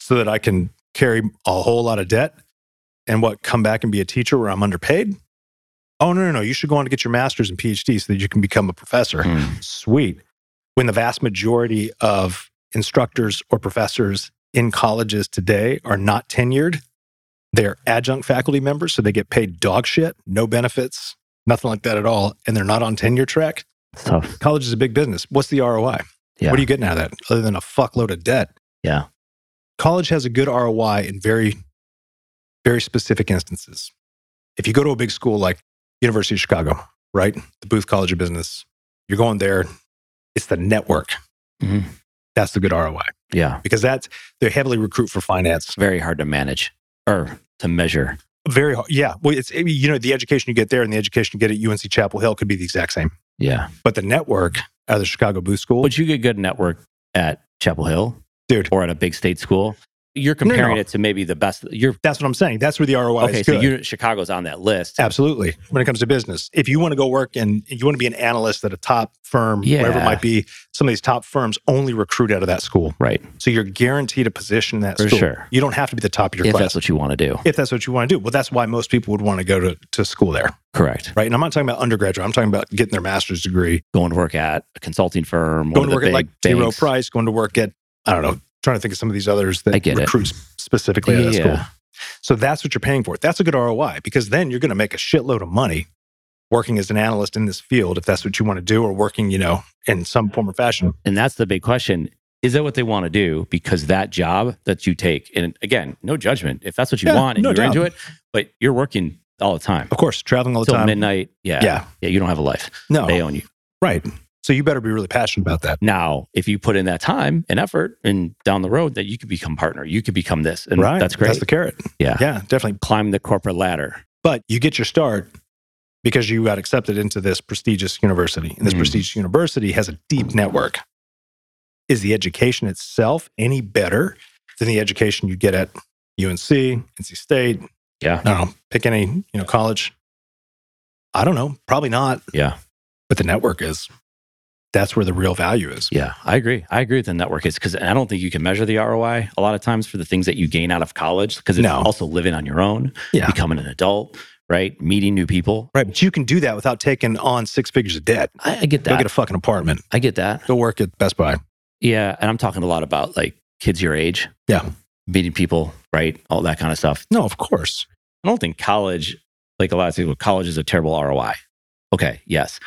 Speaker 1: so that I can carry a whole lot of debt and what come back and be a teacher where I'm underpaid? Oh no, no, no, you should go on to get your masters and PhD so that you can become a professor.
Speaker 2: Mm.
Speaker 1: Sweet. When the vast majority of instructors or professors in colleges today are not tenured, they're adjunct faculty members, so they get paid dog shit, no benefits, nothing like that at all, and they're not on tenure track.
Speaker 2: it's tough
Speaker 1: College is a big business. What's the ROI?
Speaker 2: Yeah.
Speaker 1: What are you getting out of that other than a fuckload of debt?
Speaker 2: Yeah.
Speaker 1: College has a good ROI in very, very specific instances. If you go to a big school like University of Chicago, right? The Booth College of Business, you're going there, it's the network.
Speaker 2: Mhm.
Speaker 1: That's the good ROI
Speaker 2: yeah
Speaker 1: because that's, they heavily recruit for finance.
Speaker 2: it's very hard to manage or to measure
Speaker 1: Very hard. Yeah. Well, it's, you know, the education you get there and the education you get at UNC Chapel Hill could be the exact same.
Speaker 2: yeah
Speaker 1: But the network out of the Chicago Booth School,
Speaker 2: but you get good network at chapel hill
Speaker 1: Dude.
Speaker 2: or at a big state school you're
Speaker 1: no.
Speaker 2: comparing it to maybe the best you're
Speaker 1: that's what I'm saying. That's where the ROI
Speaker 2: okay
Speaker 1: is
Speaker 2: so
Speaker 1: good.
Speaker 2: you chicago's on that list
Speaker 1: Absolutely. When it comes to business, if you want to go work and you want to be an analyst at a top firm, whatever it
Speaker 2: Yeah.
Speaker 1: might be, some of these top firms only recruit out of that school.
Speaker 2: right
Speaker 1: So you're guaranteed a position in that
Speaker 2: For
Speaker 1: school.
Speaker 2: sure.
Speaker 1: You don't have to be the top of your
Speaker 2: if
Speaker 1: class
Speaker 2: that's what you want to do
Speaker 1: if that's what you want to do. Well, that's why most people would want to go to, to school there,
Speaker 2: correct
Speaker 1: right? And I'm not talking about undergraduate. I'm talking about getting their master's degree,
Speaker 2: going to work at a consulting firm,
Speaker 1: going to
Speaker 2: one of
Speaker 1: work
Speaker 2: the
Speaker 1: at like
Speaker 2: big
Speaker 1: T. Rowe
Speaker 2: banks.
Speaker 1: Price, going to work at, I don't know, trying to think of some of these others that
Speaker 2: I get it.
Speaker 1: recruit specifically out of that
Speaker 2: Yeah.
Speaker 1: school. So that's what you're paying for. That's a good ROI because then you're going to make a shitload of money working as an analyst in this field if that's what you want to do or working, you know, in some form or fashion.
Speaker 2: And that's the big question. Is that what they want to do? Because that job that you take, and again, no judgment. If that's what you
Speaker 1: Yeah,
Speaker 2: want and
Speaker 1: no
Speaker 2: you're
Speaker 1: doubt.
Speaker 2: into it, but you're working all the time.
Speaker 1: Of course, traveling all the
Speaker 2: Till
Speaker 1: time.
Speaker 2: midnight. Yeah,
Speaker 1: Yeah. Oh.
Speaker 2: Yeah. You don't have a life.
Speaker 1: No.
Speaker 2: They own you.
Speaker 1: Right. So you better be really passionate about that.
Speaker 2: Now, if you put in that time and effort and down the road, that you could become partner, you could become this. And
Speaker 1: right.
Speaker 2: that's great.
Speaker 1: That's the carrot.
Speaker 2: yeah.
Speaker 1: Yeah, definitely.
Speaker 2: Climb the corporate ladder.
Speaker 1: But you get your start because you got accepted into this prestigious university. And this
Speaker 2: Mm.
Speaker 1: prestigious university has a deep network. Is the education itself any better than the education you get at UNC, NC State?
Speaker 2: Yeah.
Speaker 1: I don't know, pick any, you know, college. I don't know, probably not.
Speaker 2: Yeah.
Speaker 1: But the network is. That's where the real value is.
Speaker 2: Yeah, I agree. I agree with the network is because I don't think you can measure the ROI a lot of times for the things that you gain out of college because it's
Speaker 1: No.
Speaker 2: also living on your own,
Speaker 1: Yeah.
Speaker 2: becoming an adult, right? Meeting new people.
Speaker 1: Right. But you can do that without taking on six figures of debt.
Speaker 2: I, I get
Speaker 1: Go
Speaker 2: that.
Speaker 1: get a fucking apartment.
Speaker 2: I get that.
Speaker 1: Go work at Best Buy.
Speaker 2: Yeah. And I'm talking a lot about like kids your age.
Speaker 1: Yeah.
Speaker 2: Meeting people, right? All that kind of stuff.
Speaker 1: No, of course.
Speaker 2: I don't think college, like a lot of people, college is a terrible ROI. Okay, yes.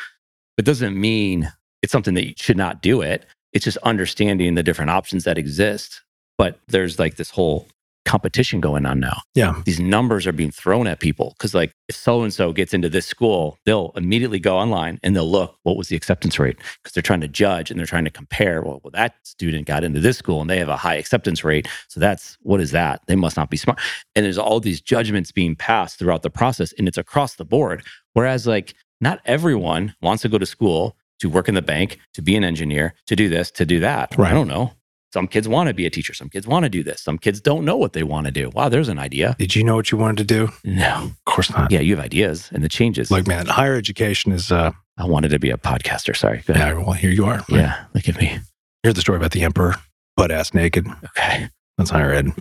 Speaker 2: But doesn't mean it's something that you should not do it. It's just understanding the different options that exist. But there's like this whole competition going on now.
Speaker 1: Yeah.
Speaker 2: These numbers are being thrown at people because, like, if so and so gets into this school, they'll immediately go online and they'll look what was the acceptance rate because they're trying to judge and they're trying to compare. Well, well, that student got into this school and they have a high acceptance rate. So that's what is that? They must not be smart and there's all these judgments being passed throughout the process and it's across the board whereas like not everyone wants to go to school to work in the bank to be an engineer to do this to do that
Speaker 1: Right.
Speaker 2: i don't know some kids want to be a teacher some kids want to do this some kids don't know what they want to do wow there's an idea
Speaker 1: Did you know what you wanted to do?
Speaker 2: no
Speaker 1: Of course not.
Speaker 2: yeah you have ideas and the changes
Speaker 1: Like, man, higher education is, uh,
Speaker 2: i wanted to be a podcaster sorry Go ahead.
Speaker 1: yeah, well, here you are.
Speaker 2: yeah, look at me
Speaker 1: Here's the story about the emperor, butt ass naked.
Speaker 2: okay
Speaker 1: That's higher ed.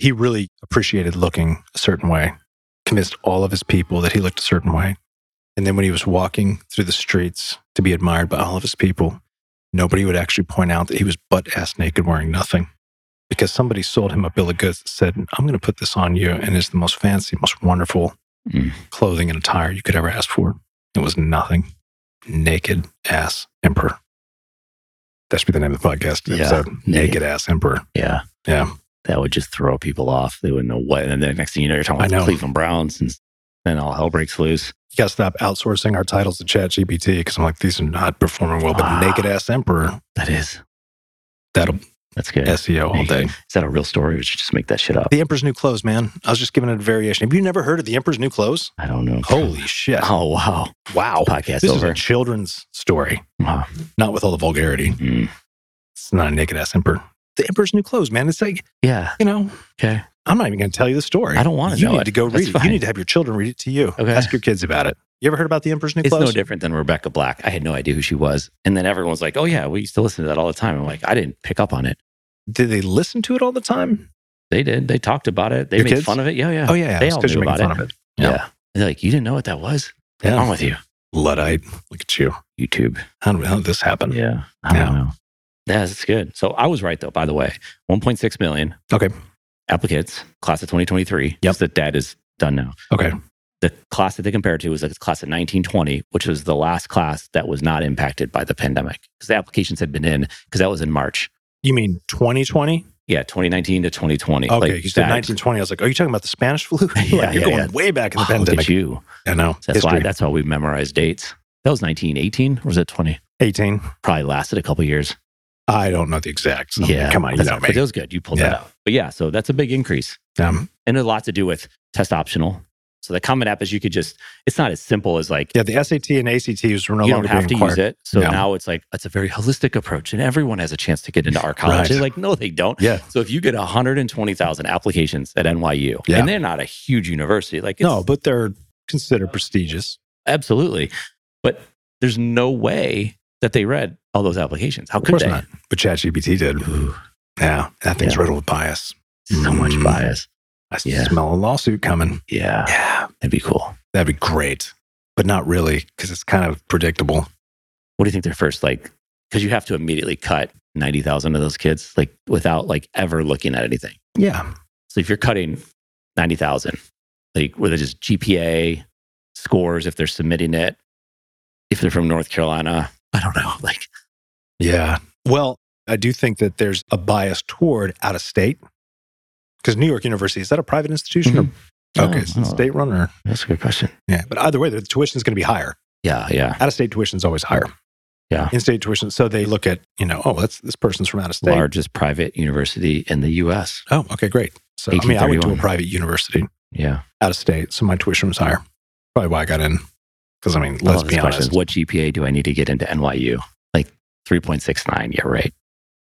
Speaker 1: He really appreciated looking a certain way, convinced all of his people that he looked a certain way. And then when he was walking through the streets to be admired by all of his people, nobody would actually point out that he was butt ass naked wearing nothing because somebody sold him a bill of goods that said, I'm going to put this on you. And it's the most fancy, most wonderful
Speaker 2: Mm.
Speaker 1: clothing and attire you could ever ask for. It was nothing. Naked ass emperor. That should be the name of the podcast.
Speaker 2: Yeah.
Speaker 1: episode. Naked ass emperor.
Speaker 2: yeah
Speaker 1: Yeah.
Speaker 2: that would just throw people off they wouldn't know what and then the next thing you know you're talking
Speaker 1: I
Speaker 2: about the
Speaker 1: know.
Speaker 2: cleveland browns and then all hell breaks loose
Speaker 1: You got to stop outsourcing our titles to ChatGPT because I'm like, these are not performing well. But
Speaker 2: Ah.
Speaker 1: naked ass emperor,
Speaker 2: that is
Speaker 1: that'll
Speaker 2: that's good
Speaker 1: SEO all
Speaker 2: *laughs*
Speaker 1: day.
Speaker 2: Is that a real story or should you just make that shit up?
Speaker 1: The Emperor's New Clothes, man. I was just giving it a variation. Have you never heard of The Emperor's New Clothes?
Speaker 2: I don't know.
Speaker 1: Holy *sighs* shit.
Speaker 2: *laughs* Oh, wow.
Speaker 1: Wow.
Speaker 2: Podcast
Speaker 1: This is
Speaker 2: over.
Speaker 1: a children's story,
Speaker 2: Wow.
Speaker 1: not with all the vulgarity.
Speaker 2: Mm.
Speaker 1: It's not a naked ass emperor. The Emperor's New Clothes, man. It's like,
Speaker 2: Yeah.
Speaker 1: you know,
Speaker 2: Okay.
Speaker 1: I'm not even going to tell you the story.
Speaker 2: I don't want to
Speaker 1: You
Speaker 2: know
Speaker 1: need
Speaker 2: it.
Speaker 1: to go
Speaker 2: That's
Speaker 1: read it.
Speaker 2: fine.
Speaker 1: You need to have your children read it to you.
Speaker 2: Okay.
Speaker 1: Ask your kids about it. You ever heard about The Emperor's New
Speaker 2: It's
Speaker 1: Clothes?
Speaker 2: no different than Rebecca Black. I had no idea who she was. And then everyone's like, oh, yeah, we used to listen to that all the time. I'm like, I didn't pick up on it.
Speaker 1: Did they listen to it all the time?
Speaker 2: They did. They talked about it. They
Speaker 1: Your
Speaker 2: made
Speaker 1: kids?
Speaker 2: fun of it. Yeah. Yeah.
Speaker 1: Oh, yeah. yeah.
Speaker 2: They
Speaker 1: It's
Speaker 2: all
Speaker 1: 'cause
Speaker 2: knew
Speaker 1: you're making
Speaker 2: about
Speaker 1: fun of it.
Speaker 2: yeah.
Speaker 1: yeah.
Speaker 2: And they're like, you didn't know what that was?
Speaker 1: Yeah.
Speaker 2: What's wrong with you?
Speaker 1: Luddite. Look at you.
Speaker 2: YouTube.
Speaker 1: How did, how did this happen?
Speaker 2: Yeah. I don't
Speaker 1: Yeah.
Speaker 2: know. Yeah, that's good. So I was right though, by the way. 1.6 million.
Speaker 1: Okay.
Speaker 2: Applicants, class of 2023.
Speaker 1: Yep.
Speaker 2: Just That that is done now.
Speaker 1: Okay.
Speaker 2: The class that they compared to was like the class of 1920, which was the last class that was not impacted by the pandemic because the applications had been in because that was in March.
Speaker 1: You mean 2020?
Speaker 2: Yeah, 2019 to 2020.
Speaker 1: Okay.
Speaker 2: Like
Speaker 1: you said
Speaker 2: that-
Speaker 1: 1920. I was like, oh, you talking about the Spanish flu? *laughs* Like,
Speaker 2: Yeah,
Speaker 1: you're
Speaker 2: yeah,
Speaker 1: going
Speaker 2: yeah.
Speaker 1: way back in the
Speaker 2: Wow, look at
Speaker 1: pandemic.
Speaker 2: you.
Speaker 1: I know.
Speaker 2: That's why.
Speaker 1: History.
Speaker 2: That's why we memorize dates. That was 1918 or was it 20?
Speaker 1: 18.
Speaker 2: Probably lasted a couple years.
Speaker 1: I don't know the exact. number.
Speaker 2: yeah,
Speaker 1: Come on. You
Speaker 2: that's-
Speaker 1: know
Speaker 2: But that
Speaker 1: me.
Speaker 2: was good. You pulled that
Speaker 1: Yeah.
Speaker 2: out. But yeah, so that's a big increase.
Speaker 1: Um,
Speaker 2: and a lot to do with test optional. So the Common App is you could just, it's not as simple as like,
Speaker 1: yeah. The SAT and ACT is no
Speaker 2: you don't
Speaker 1: longer
Speaker 2: have to
Speaker 1: being
Speaker 2: use
Speaker 1: required.
Speaker 2: it. So
Speaker 1: Yeah.
Speaker 2: now it's like, it's a very holistic approach and everyone has a chance to get into our college.
Speaker 1: Right.
Speaker 2: They're like, no, they don't.
Speaker 1: Yeah.
Speaker 2: So if you get 120,000 applications at NYU
Speaker 1: Yeah.
Speaker 2: and they're not a huge university, like, it's,
Speaker 1: No, but they're considered prestigious.
Speaker 2: absolutely. But there's no way that they read all those applications. How
Speaker 1: Of
Speaker 2: could
Speaker 1: course
Speaker 2: they?
Speaker 1: not. But ChatGPT did.
Speaker 2: Ooh,
Speaker 1: Yeah. That thing's
Speaker 2: Yeah.
Speaker 1: riddled with bias.
Speaker 2: so much
Speaker 1: Mm.
Speaker 2: bias.
Speaker 1: I
Speaker 2: Yeah.
Speaker 1: smell a lawsuit coming.
Speaker 2: Yeah.
Speaker 1: Yeah.
Speaker 2: That'd be cool.
Speaker 1: That'd be great. But not really because it's kind of predictable.
Speaker 2: what do you think their first like because you have to immediately cut 90,000 of those kids like without like ever looking at anything
Speaker 1: Yeah.
Speaker 2: so if you're cutting 90,000 like whether it's just gpa scores if they're submitting it if they're from north carolina i don't know like
Speaker 1: Yeah. Well, I do think that there's a bias toward out of state because New York University is that a private institution? Or,
Speaker 2: Mhm.
Speaker 1: okay,
Speaker 2: Oh,
Speaker 1: it's
Speaker 2: I don't know.
Speaker 1: state runner.
Speaker 2: that's a good question
Speaker 1: Yeah, but either way, the tuition is going to be higher.
Speaker 2: Yeah, yeah.
Speaker 1: Out of state tuition is always higher.
Speaker 2: Yeah.
Speaker 1: In state tuition. So they look at, you know, oh, that's this person's from out of state.
Speaker 2: Largest private university in the US.
Speaker 1: Oh, okay, great. So I mean, I went to a
Speaker 2: 1831.
Speaker 1: private university
Speaker 2: Yeah.
Speaker 1: out of state, so my tuition was higher. Probably why I got in. Because I mean, let's
Speaker 2: All Oh, this
Speaker 1: be
Speaker 2: question is,
Speaker 1: honest,
Speaker 2: What GPA do I need to get into NYU? Like 3.69. Yeah, right.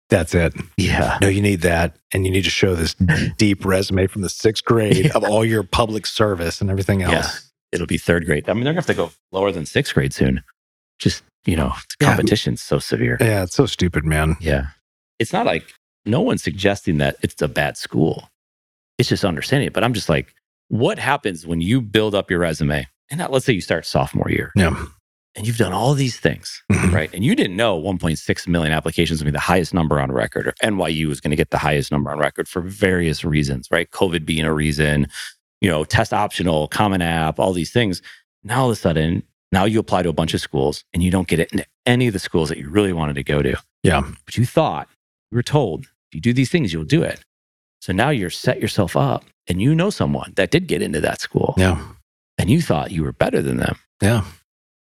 Speaker 1: that's it.
Speaker 2: Yeah.
Speaker 1: No, you need that, and you need to show
Speaker 2: *laughs*
Speaker 1: this deep resume from the sixth grade
Speaker 2: Yeah.
Speaker 1: of all your public service and everything else.
Speaker 2: Yeah. It'll be third grade. I mean, they're going to have to go lower than sixth grade soon. Just, you know, the
Speaker 1: Yeah.
Speaker 2: competition's so severe.
Speaker 1: Yeah, it's so stupid, man.
Speaker 2: Yeah. It's not like no one's suggesting that it's a bad school. It's just understanding it. But I'm just like, what happens when you build up your resume? And now let's say you start sophomore year
Speaker 1: Yeah.
Speaker 2: and you've done all these things, right? And you didn't know 1.6 million applications would be the highest number on record, or NYU was going to get the highest number on record for various reasons, right? COVID being a reason, you know, test optional, common app, all these things. Now all of a sudden, now you apply to a bunch of schools and you don't get it into any of the schools that you really wanted to go to.
Speaker 1: Yeah.
Speaker 2: But you thought, you were told, if you do these things, you'll do it. So now you're set yourself up and you know someone that did get into that school
Speaker 1: Yeah.
Speaker 2: and you thought you were better than them.
Speaker 1: Yeah.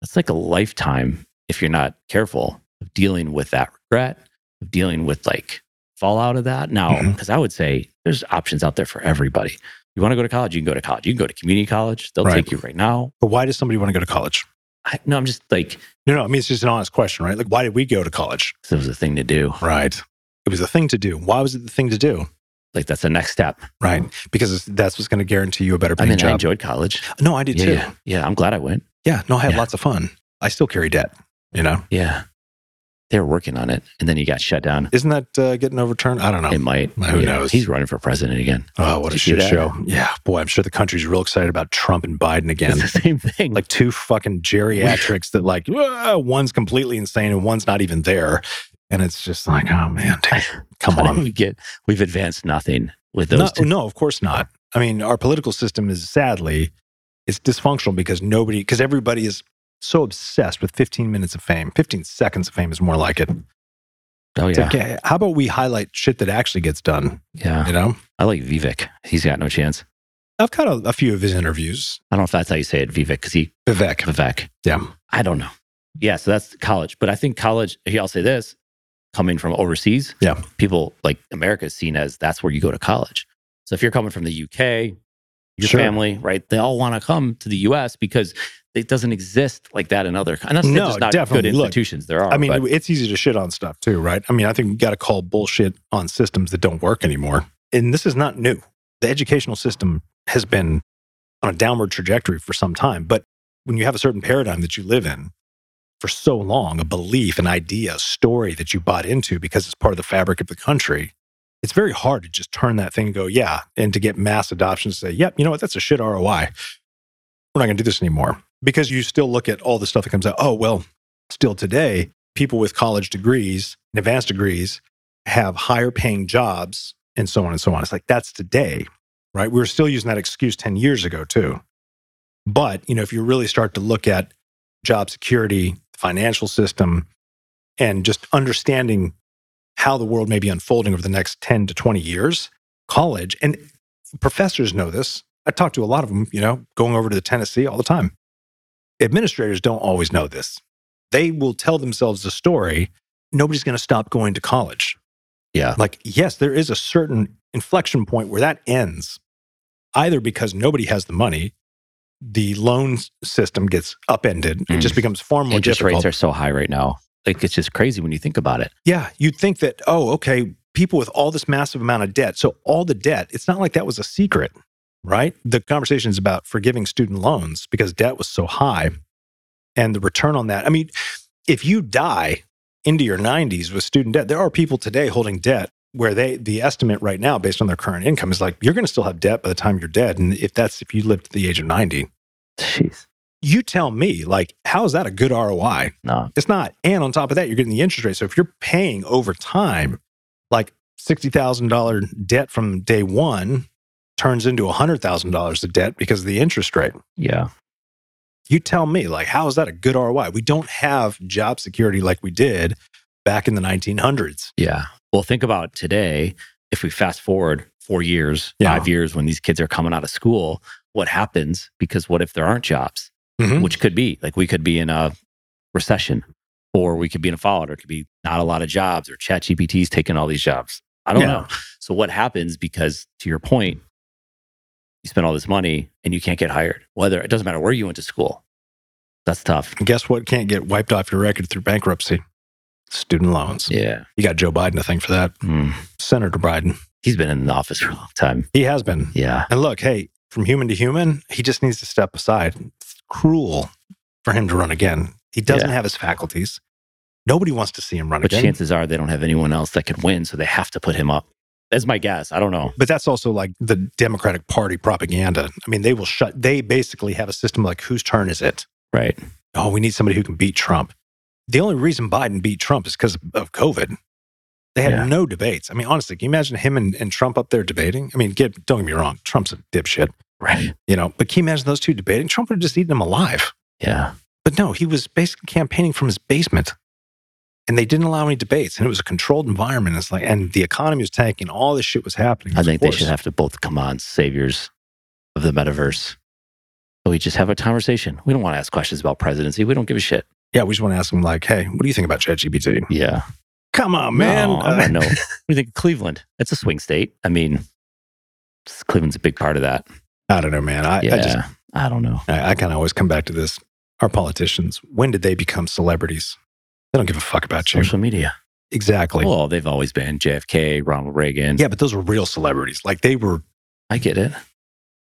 Speaker 2: That's like a lifetime if you're not careful of dealing with that regret, of dealing with like fallout of that. Now,
Speaker 1: Mhm.
Speaker 2: because I would say there's options out there for everybody. You want to go to college, you can go to college. You can go to community college. They'll
Speaker 1: Right.
Speaker 2: take you right now.
Speaker 1: But why does somebody want to go to college?
Speaker 2: I, no, I'm just like,
Speaker 1: No, no, I mean, it's just an honest question, right? Like, why did we go to college?
Speaker 2: 'cause it was a thing to do.
Speaker 1: Right. It was a thing to do. Why was it the thing to do?
Speaker 2: Like that's the next step.
Speaker 1: Right. Because it's- that's what's going to guarantee you a better
Speaker 2: I
Speaker 1: paying
Speaker 2: mean, I
Speaker 1: job.
Speaker 2: enjoyed college.
Speaker 1: no, I did
Speaker 2: yeah,
Speaker 1: too.
Speaker 2: yeah. Yeah. I'm glad I went.
Speaker 1: Yeah. No, I had
Speaker 2: Yeah.
Speaker 1: lots of fun. I still carry debt, you know?
Speaker 2: Yeah. They were working on it. And then he got shut down.
Speaker 1: Isn't that uh, getting overturned? I don't know.
Speaker 2: It might.
Speaker 1: Who
Speaker 2: Yeah.
Speaker 1: knows?
Speaker 2: He's running for president again.
Speaker 1: Oh, what a
Speaker 2: Did you
Speaker 1: shit
Speaker 2: see
Speaker 1: show. Yeah. Boy, I'm sure the country's real excited about Trump and Biden again.
Speaker 2: it's the same thing.
Speaker 1: like two fucking geriatrics that like "Whoa," one's completely insane and one's not even there and it's just like oh man
Speaker 2: *laughs*
Speaker 1: dude, come
Speaker 2: How did
Speaker 1: on
Speaker 2: we get we've advanced nothing with those
Speaker 1: no,
Speaker 2: two.
Speaker 1: no of course not i mean our political system is sadly it's dysfunctional because nobody because everybody is so obsessed with 15 minutes of fame 15 seconds of fame is more like it
Speaker 2: Oh
Speaker 1: It's
Speaker 2: yeah, Uh-huh.
Speaker 1: like, yeah, how about we highlight shit that actually gets done
Speaker 2: yeah.
Speaker 1: you know
Speaker 2: I like Vivek. He's got no chance.
Speaker 1: i've caught a, a few of his interviews
Speaker 2: I don't know if that's how you say it, Vivek, because he
Speaker 1: vivek
Speaker 2: Vivek.
Speaker 1: yeah
Speaker 2: I don't know. Yeah, so that's college, but I think college. Here, I'll say this: coming from overseas,
Speaker 1: Yeah.
Speaker 2: people like America is seen as that's where you go to college. So if you're coming from the UK, your
Speaker 1: Sure.
Speaker 2: family, right? They all want to come to the US because it doesn't exist like that in other. And that's
Speaker 1: No,
Speaker 2: just not good
Speaker 1: definitely. Look,
Speaker 2: institutions. there are.
Speaker 1: I mean,
Speaker 2: but-
Speaker 1: it's easy to shit on stuff too, right? I mean, I think you got to call bullshit on systems that don't work anymore. And this is not new. The educational system has been on a downward trajectory for some time. But when you have a certain paradigm that you live in for so long, a belief, an idea, a story that you bought into because it's part of the fabric of the country, it's very hard to just turn that thing and go, yeah, and to get mass adoption to say, yep, you know what, that's a shit ROI. We're not going to do this anymore. Because you still look at all the stuff that comes out, oh, well, still today, people with college degrees and advanced degrees have higher paying jobs and so on and so on. It's like that's today, right? We were still using that excuse 10 years ago too. But, you know, if you really start to look at job security, financial system, and just understanding how the world may be unfolding over the next 10 to 20 years, college and professors know this. I talk to a lot of them, you know, going over to Tennessee all the time. Administrators don't always know this they will tell themselves the story nobody's going to stop going to college
Speaker 2: Yeah.
Speaker 1: like yes there is a certain inflection point where that ends either because nobody has the money the loan s- system gets upended it
Speaker 2: Mm.
Speaker 1: just becomes far more
Speaker 2: interest
Speaker 1: difficult
Speaker 2: rates are so high right now. Like it's just crazy when you think about it.
Speaker 1: yeah you'd think that oh okay people with all this massive amount of debt so all the debt it's not like that was a secret right the conversation is about forgiving student loans because debt was so high and the return on that. I mean, if you die into your 90s with student debt, there are people today holding debt where they the estimate right now based on their current income is like you're going to still have debt by the time you're dead and if that's if you live to the age of 90.
Speaker 2: Jeez.
Speaker 1: You tell me, like how is that a good ROI?
Speaker 2: No.
Speaker 1: It's not. And on top of that, you're getting the interest rate. So if you're paying over time, like $60,000 debt from day 1 turns into $100,000 of debt because of the interest rate
Speaker 2: Yeah.
Speaker 1: you tell me like how is that a good roi we don't have job security like we did back in the 1900s
Speaker 2: Yeah. Well, think about today. If we fast forward four years,
Speaker 1: Yeah.
Speaker 2: five years, when these kids are coming out of school, what happens? Because what if there aren't jobs?
Speaker 1: Mhm.
Speaker 2: which could be like we could be in a recession or we could be in a fallout or it could be not a lot of jobs or chat gpt's taking all these jobs i don't
Speaker 1: Yeah.
Speaker 2: know so what happens because to your point you spend all this money and you can't get hired whether it doesn't matter where you went to school that's tough
Speaker 1: And guess what can't get wiped off your record through bankruptcy? Student loans.
Speaker 2: yeah
Speaker 1: You got Joe Biden to thank for that.
Speaker 2: Mm.
Speaker 1: Senator Biden.
Speaker 2: he's been in the office for a long time
Speaker 1: He has been.
Speaker 2: yeah
Speaker 1: And look, hey, from human to human, he just needs to step aside. It's cruel for him to run again. He doesn't
Speaker 2: Yeah.
Speaker 1: have his faculties. Nobody wants to see him run
Speaker 2: but
Speaker 1: again.
Speaker 2: chances are they don't have anyone else that can win so they have to put him up that's my guess i don't know
Speaker 1: But that's also like the Democratic Party propaganda. I mean, they will shut, they basically have a system like whose turn is it?
Speaker 2: right
Speaker 1: Oh, we need somebody who can beat Trump. The only reason Biden beat Trump is because of COVID. They had
Speaker 2: Yeah.
Speaker 1: no debates. I mean, honestly, can you imagine him and, and Trump up there debating? I mean, get, don't get me wrong, Trump's a dipshit,
Speaker 2: right
Speaker 1: you know, but can you imagine those two debating? Trump would have just eaten him alive.
Speaker 2: yeah
Speaker 1: But no, he was basically campaigning from his basement. And they didn't allow any debates. And it was a controlled environment. It's like, and the economy was tanking. All this shit was happening.
Speaker 2: I
Speaker 1: Of
Speaker 2: think
Speaker 1: course.
Speaker 2: they should have to both come on saviors of the metaverse. So we just have a conversation. We don't want to ask questions about presidency. We don't give a shit.
Speaker 1: Yeah, we just want to ask them, like, hey, what do you think about ChatGPT?
Speaker 2: Yeah.
Speaker 1: Come on, man.
Speaker 2: No, I
Speaker 1: Uh,
Speaker 2: don't know. what do you think of Cleveland? It's a swing state. I mean, s- Cleveland's a big part of that.
Speaker 1: *laughs* I don't know, man. I,
Speaker 2: yeah.
Speaker 1: I just,
Speaker 2: I don't know.
Speaker 1: I, I kind of always come back to this. Our politicians, when did they become celebrities? They don't give a fuck about you.
Speaker 2: Social media.
Speaker 1: Exactly.
Speaker 2: well, they've always been JFK, Ronald Reagan.
Speaker 1: yeah, but those were real celebrities. Like they were,
Speaker 2: I get it.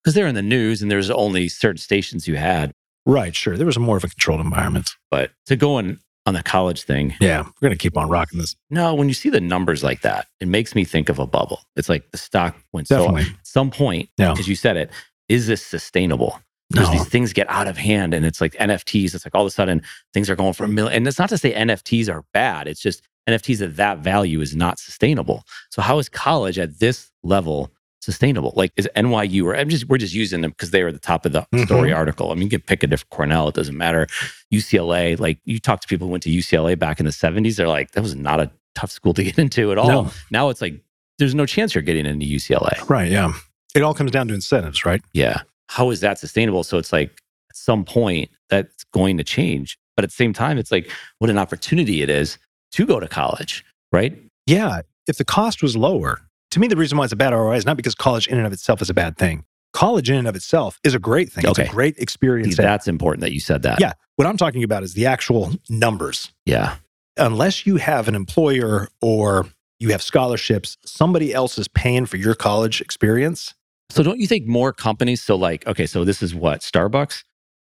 Speaker 2: Because they're in the news and there's only certain stations you had.
Speaker 1: right, sure. There was more of a controlled environment.
Speaker 2: But to go on, on the college thing,
Speaker 1: Yeah, we're going to keep on rocking this.
Speaker 2: no, when you see the numbers like that, it makes me think of a bubble. It's like the stock went so
Speaker 1: Definitely. Oh.
Speaker 2: at some point,
Speaker 1: Yeah.
Speaker 2: because you said it, is this sustainable? Because
Speaker 1: No.
Speaker 2: these things get out of hand and it's like NFTs. It's like all of a sudden things are going for a million. And it's not to say NFTs are bad. It's just NFTs at that value is not sustainable. So how is college at this level sustainable? Like is NYU or I'm just we're just using them because they were at the top of the
Speaker 1: Mhm.
Speaker 2: story article. I mean, you can pick a different Cornell, it doesn't matter. UCLA, like you talk to people who went to UCLA back in the 70s, they're like, that was not a tough school to get into at all.
Speaker 1: No.
Speaker 2: Now it's like there's no chance you're getting into UCLA.
Speaker 1: Right. Yeah. It all comes down to incentives, right?
Speaker 2: Yeah. How is that sustainable? So it's like at some point that's going to change. But at the same time, it's like what an opportunity it is to go to college, right?
Speaker 1: Yeah. If the cost was lower, to me, the reason why it's a bad ROI is not because college in and of itself is a bad thing. College in and of itself is a great thing. It's
Speaker 2: Okay.
Speaker 1: a great experience.
Speaker 2: That's important that you said that.
Speaker 1: Yeah. What I'm talking about is the actual numbers.
Speaker 2: Yeah.
Speaker 1: Unless you have an employer or you have scholarships, somebody else is paying for your college experience.
Speaker 2: So don't you think more companies, so like, okay, so this is what Starbucks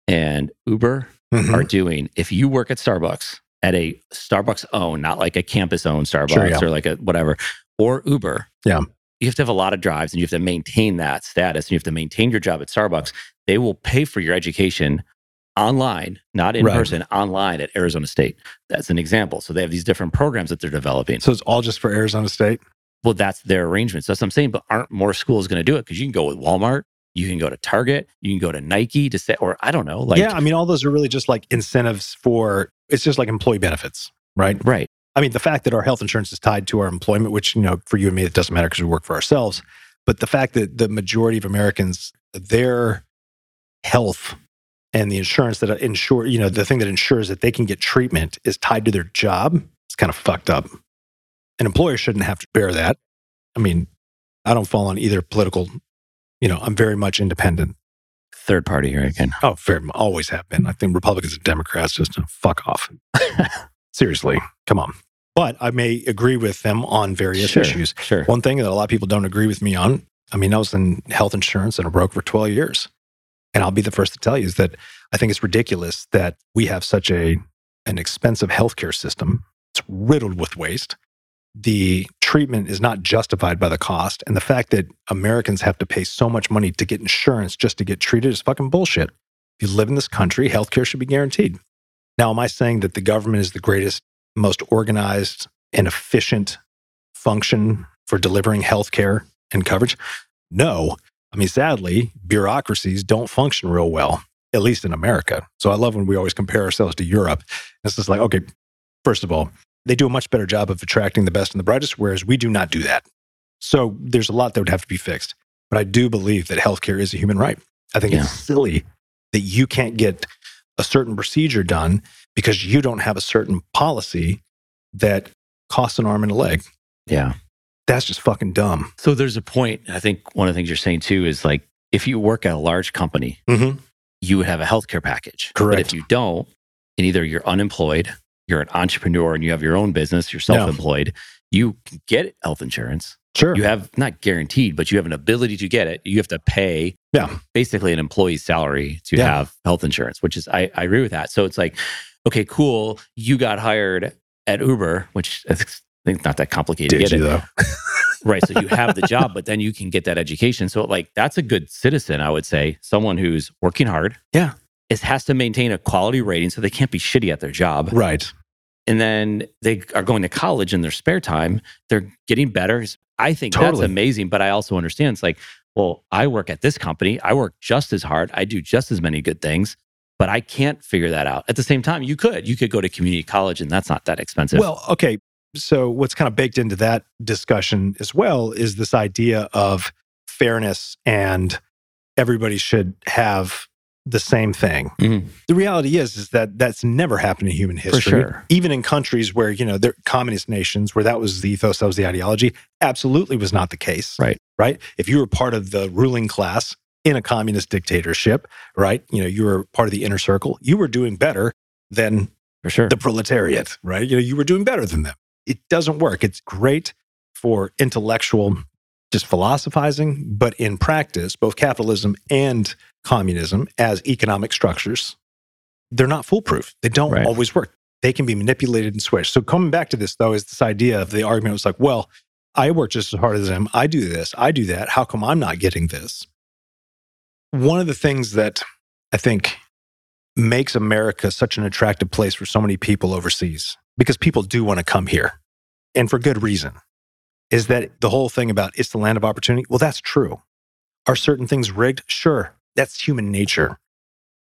Speaker 2: and Uber
Speaker 1: Mhm.
Speaker 2: are doing. If you work at Starbucks, at a Starbucks own, not like a campus owned Starbucks
Speaker 1: yeah.
Speaker 2: or like a whatever, or Uber.
Speaker 1: Yeah.
Speaker 2: You have to have a lot of drives and you have to maintain that status and you have to maintain your job at Starbucks. They will pay for your education online, not in
Speaker 1: Right.
Speaker 2: person, online at Arizona State. That's an example. So they have these different programs that they're developing.
Speaker 1: So it's all just for Arizona State.
Speaker 2: Well, that's their arrangements. That's what I'm saying. But aren't more schools going to do it? Because you can go with Walmart, you can go to Target, you can go to Nike to say, or I don't know, like,
Speaker 1: yeah. I mean, all those are really just like incentives for it's just like employee benefits, right?
Speaker 2: right.
Speaker 1: I mean, the fact that our health insurance is tied to our employment, which, you know, for you and me, it doesn't matter because we work for ourselves. But the fact that the majority of Americans, their health and the insurance that insure, you know, the thing that ensures that they can get treatment is tied to their job, it's kind of fucked up. An employer shouldn't have to bear that. I mean, I don't fall on either political, you know, I'm very much independent.
Speaker 2: Third party here again.
Speaker 1: Oh, fair, always have been. I think Republicans and Democrats just uh, fuck off. Seriously, come on. But I may agree with them on various
Speaker 2: Sure.
Speaker 1: issues.
Speaker 2: Sure.
Speaker 1: One thing that a lot of people don't agree with me on I mean, I was in health insurance and I broke for 12 years. And I'll be the first to tell you is that I think it's ridiculous that we have such a, an expensive healthcare system. It's riddled with waste. The treatment is not justified by the cost. And the fact that Americans have to pay so much money to get insurance just to get treated is fucking bullshit. If you live in this country, healthcare should be guaranteed. Now, am I saying that the government is the greatest, most organized, and efficient function for delivering healthcare and coverage? No. I mean, sadly, bureaucracies don't function real well, at least in America. So I love when we always compare ourselves to Europe. It's just like, okay, first of all, they do a much better job of attracting the best and the brightest, whereas we do not do that. So there's a lot that would have to be fixed. But I do believe that healthcare is a human right. I think
Speaker 2: Yeah.
Speaker 1: it's silly that you can't get a certain procedure done because you don't have a certain policy that costs an arm and a leg.
Speaker 2: Yeah.
Speaker 1: That's just fucking dumb.
Speaker 2: So there's a point, I think one of the things you're saying too is like if you work at a large company,
Speaker 1: Mm-hmm.
Speaker 2: you would have a healthcare package. But
Speaker 1: Correct.
Speaker 2: if you don't, and either you're unemployed, you're an entrepreneur and you have your own business, you're
Speaker 1: Yeah.
Speaker 2: self employed, you can get health insurance.
Speaker 1: Sure.
Speaker 2: You have not guaranteed, but you have an ability to get it. You have to pay
Speaker 1: Yeah.
Speaker 2: basically an employee's salary to
Speaker 1: Yeah.
Speaker 2: have health insurance, which is, I, I agree with that. So it's like, okay, cool. You got hired at Uber, which I think is not that complicated to
Speaker 1: Did
Speaker 2: get
Speaker 1: you
Speaker 2: it.
Speaker 1: though?
Speaker 2: *laughs* Right. So you have the job, but then you can get that education. So, like, that's a good citizen, I would say. Someone who's working hard.
Speaker 1: Yeah.
Speaker 2: It has to maintain a quality rating so they can't be shitty at their job.
Speaker 1: Right.
Speaker 2: And then they are going to college in their spare time. They're getting better. I think
Speaker 1: Totally.
Speaker 2: that's amazing. But I also understand it's like, well, I work at this company. I work just as hard. I do just as many good things, but I can't figure that out. At the same time, you could. You could go to community college and that's not that expensive.
Speaker 1: Well, okay. So, what's kind of baked into that discussion as well is this idea of fairness and everybody should have the same thing.
Speaker 2: Mhm.
Speaker 1: The reality is is that that's never happened in human history.
Speaker 2: sure.
Speaker 1: Even in countries where, you know, they're communist nations where that was the ethos, that was the ideology, absolutely was not the case.
Speaker 2: Right.
Speaker 1: Right? If you were part of the ruling class in a communist dictatorship, right? You know, you were part of the inner circle, you were doing better than
Speaker 2: for sure.
Speaker 1: the proletariat, right? You know, you were doing better than them. It doesn't work. It's great for intellectual just philosophizing, but in practice, both capitalism and communism as economic structures, they're not foolproof. They don't
Speaker 2: Right.
Speaker 1: always work. They can be manipulated and switched. So coming back to this though is this idea of the argument was like, well, I work just as hard as them. I do this. I do that. How come I'm not getting this? One of the things that I think makes America such an attractive place for so many people overseas because people do want to come here and for good reason is that the whole thing about it's the land of opportunity. Well, that's true. Are certain things rigged? Sure, that's human nature.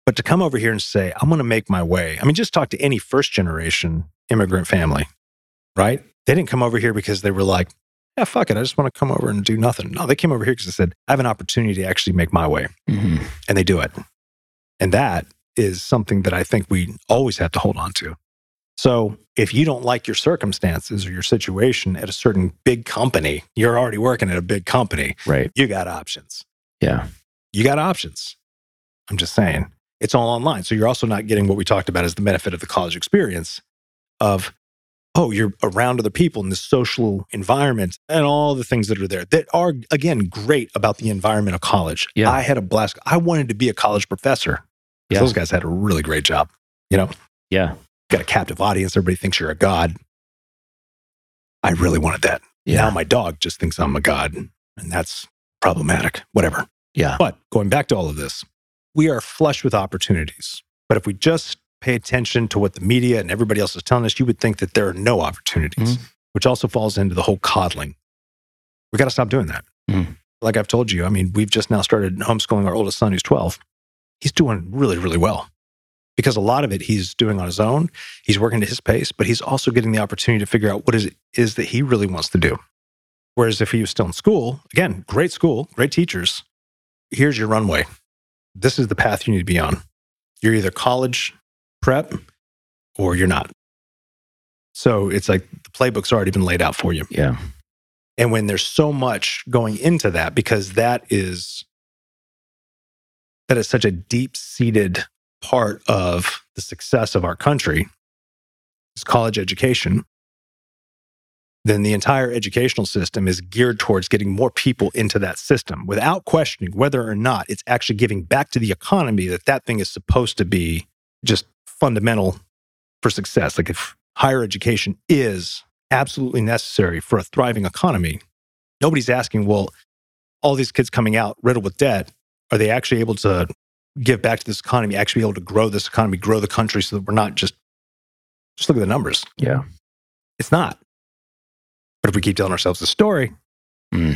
Speaker 1: But to come over here and say, I'm going to make my way, I mean, just talk to any first generation immigrant family, right? They didn't come over here because they were like, yeah, fuck it. I just want to come over and do nothing. No, they came over here because they said, I have an opportunity to actually make my way
Speaker 2: Mhm.
Speaker 1: and they do it. And that is something that I think we always have to hold on to. So if you don't like your circumstances or your situation at a certain big company, you're already working at a big company,
Speaker 2: Right.
Speaker 1: you got options.
Speaker 2: Yeah.
Speaker 1: You got options. I'm just saying. It's all online. So you're also not getting what we talked about as the benefit of the college experience of, oh, you're around other people in the social environment and all the things that are there that are, again, great about the environment of college.
Speaker 2: Yeah.
Speaker 1: I had a blast. I wanted to be a college professor. 'Cause
Speaker 2: Yeah.
Speaker 1: Those guys had a really great job. You know,
Speaker 2: Yeah.
Speaker 1: got a captive audience. Everybody thinks you're a god. I really wanted that. Now my dog just thinks I'm a god, and that's problematic. Whatever.
Speaker 2: Yeah.
Speaker 1: But going back to all of this, we are flush with opportunities. But if we just pay attention to what the media and everybody else is telling us, you would think that there are no opportunities, which also falls into the whole coddling. We got to stop doing that.
Speaker 2: Mhm.
Speaker 1: Like I've told you, I mean, we've just now started homeschooling our oldest son who's 12. He's doing really, really well because a lot of it he's doing on his own. He's working at his pace, but he's also getting the opportunity to figure out what is it is that he really wants to do. Whereas if he was still in school, again, great school, great teachers, here's your runway. This is the path you need to be on. You're either college prep or you're not. So it's like the playbook's already been laid out for you.
Speaker 2: Yeah.
Speaker 1: And when there's so much going into that, because that is that is such a deep-seated part of the success of our country, is college education, then the entire educational system is geared towards getting more people into that system without questioning whether or not it's actually giving back to the economy that that thing is supposed to be just fundamental for success. Like if higher education is absolutely necessary for a thriving economy, nobody's asking, well, all these kids coming out riddled with debt, are they actually able to give back to this economy, actually be able to grow this economy, grow the country so that we're not just, just look at the numbers.
Speaker 2: Yeah.
Speaker 1: It's not. But if we keep telling ourselves the story,
Speaker 2: Mm.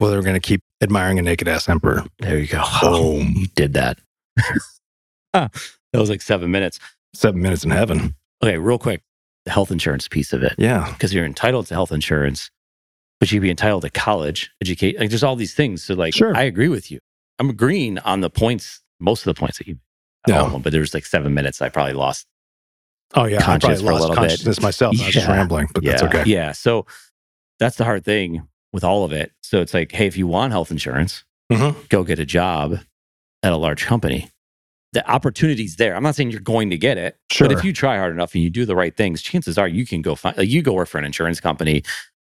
Speaker 1: well, they're going to keep admiring a naked ass emperor.
Speaker 2: There you go.
Speaker 1: Boom.
Speaker 2: You did that. *laughs* that was like seven minutes.
Speaker 1: Seven minutes in heaven.
Speaker 2: Okay, real quick the health insurance piece of it.
Speaker 1: Yeah.
Speaker 2: Because you're entitled to health insurance, but you'd be entitled to college, educate. Like, there's all these things. So, like,
Speaker 1: Sure.
Speaker 2: I agree with you. I'm agreeing on the points most of the points that you
Speaker 1: Yeah.
Speaker 2: all of them, but there was like seven minutes I probably lost.
Speaker 1: Oh yeah, I probably
Speaker 2: Conscious for a
Speaker 1: lost
Speaker 2: little bit.
Speaker 1: consciousness myself. I was just
Speaker 2: Yeah.
Speaker 1: rambling, but
Speaker 2: yeah.
Speaker 1: that's okay.
Speaker 2: Yeah. So that's the hard thing with all of it. So it's like, hey, if you want health insurance,
Speaker 1: Mhm.
Speaker 2: go get a job at a large company. The opportunity's there. I'm not saying you're going to get it,
Speaker 1: Sure.
Speaker 2: But if you try hard enough and you do the right things, chances are you can go find like you go work for an insurance company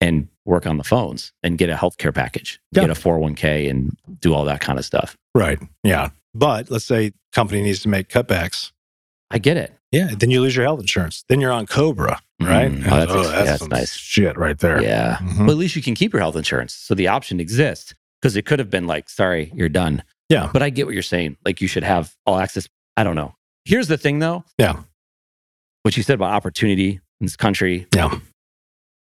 Speaker 2: and work on the phones and get a healthcare package,
Speaker 1: Yeah.
Speaker 2: get a 401k and do all that kind of stuff.
Speaker 1: right. Yeah. But let's say company needs to make cutbacks.
Speaker 2: I get it.
Speaker 1: Yeah. Then you lose your health insurance. Then you're on Cobra, right?
Speaker 2: Mm, oh, that's,
Speaker 1: Oh,
Speaker 2: yeah, that's
Speaker 1: some
Speaker 2: nice.
Speaker 1: Shit right there.
Speaker 2: Yeah.
Speaker 1: Mhm.
Speaker 2: But at least you can keep your health insurance. So the option exists because it could have been like, sorry, you're done.
Speaker 1: Yeah.
Speaker 2: But I get what you're saying. Like you should have all access. I don't know. Here's the thing though.
Speaker 1: Yeah.
Speaker 2: What you said about opportunity in this country.
Speaker 1: Yeah.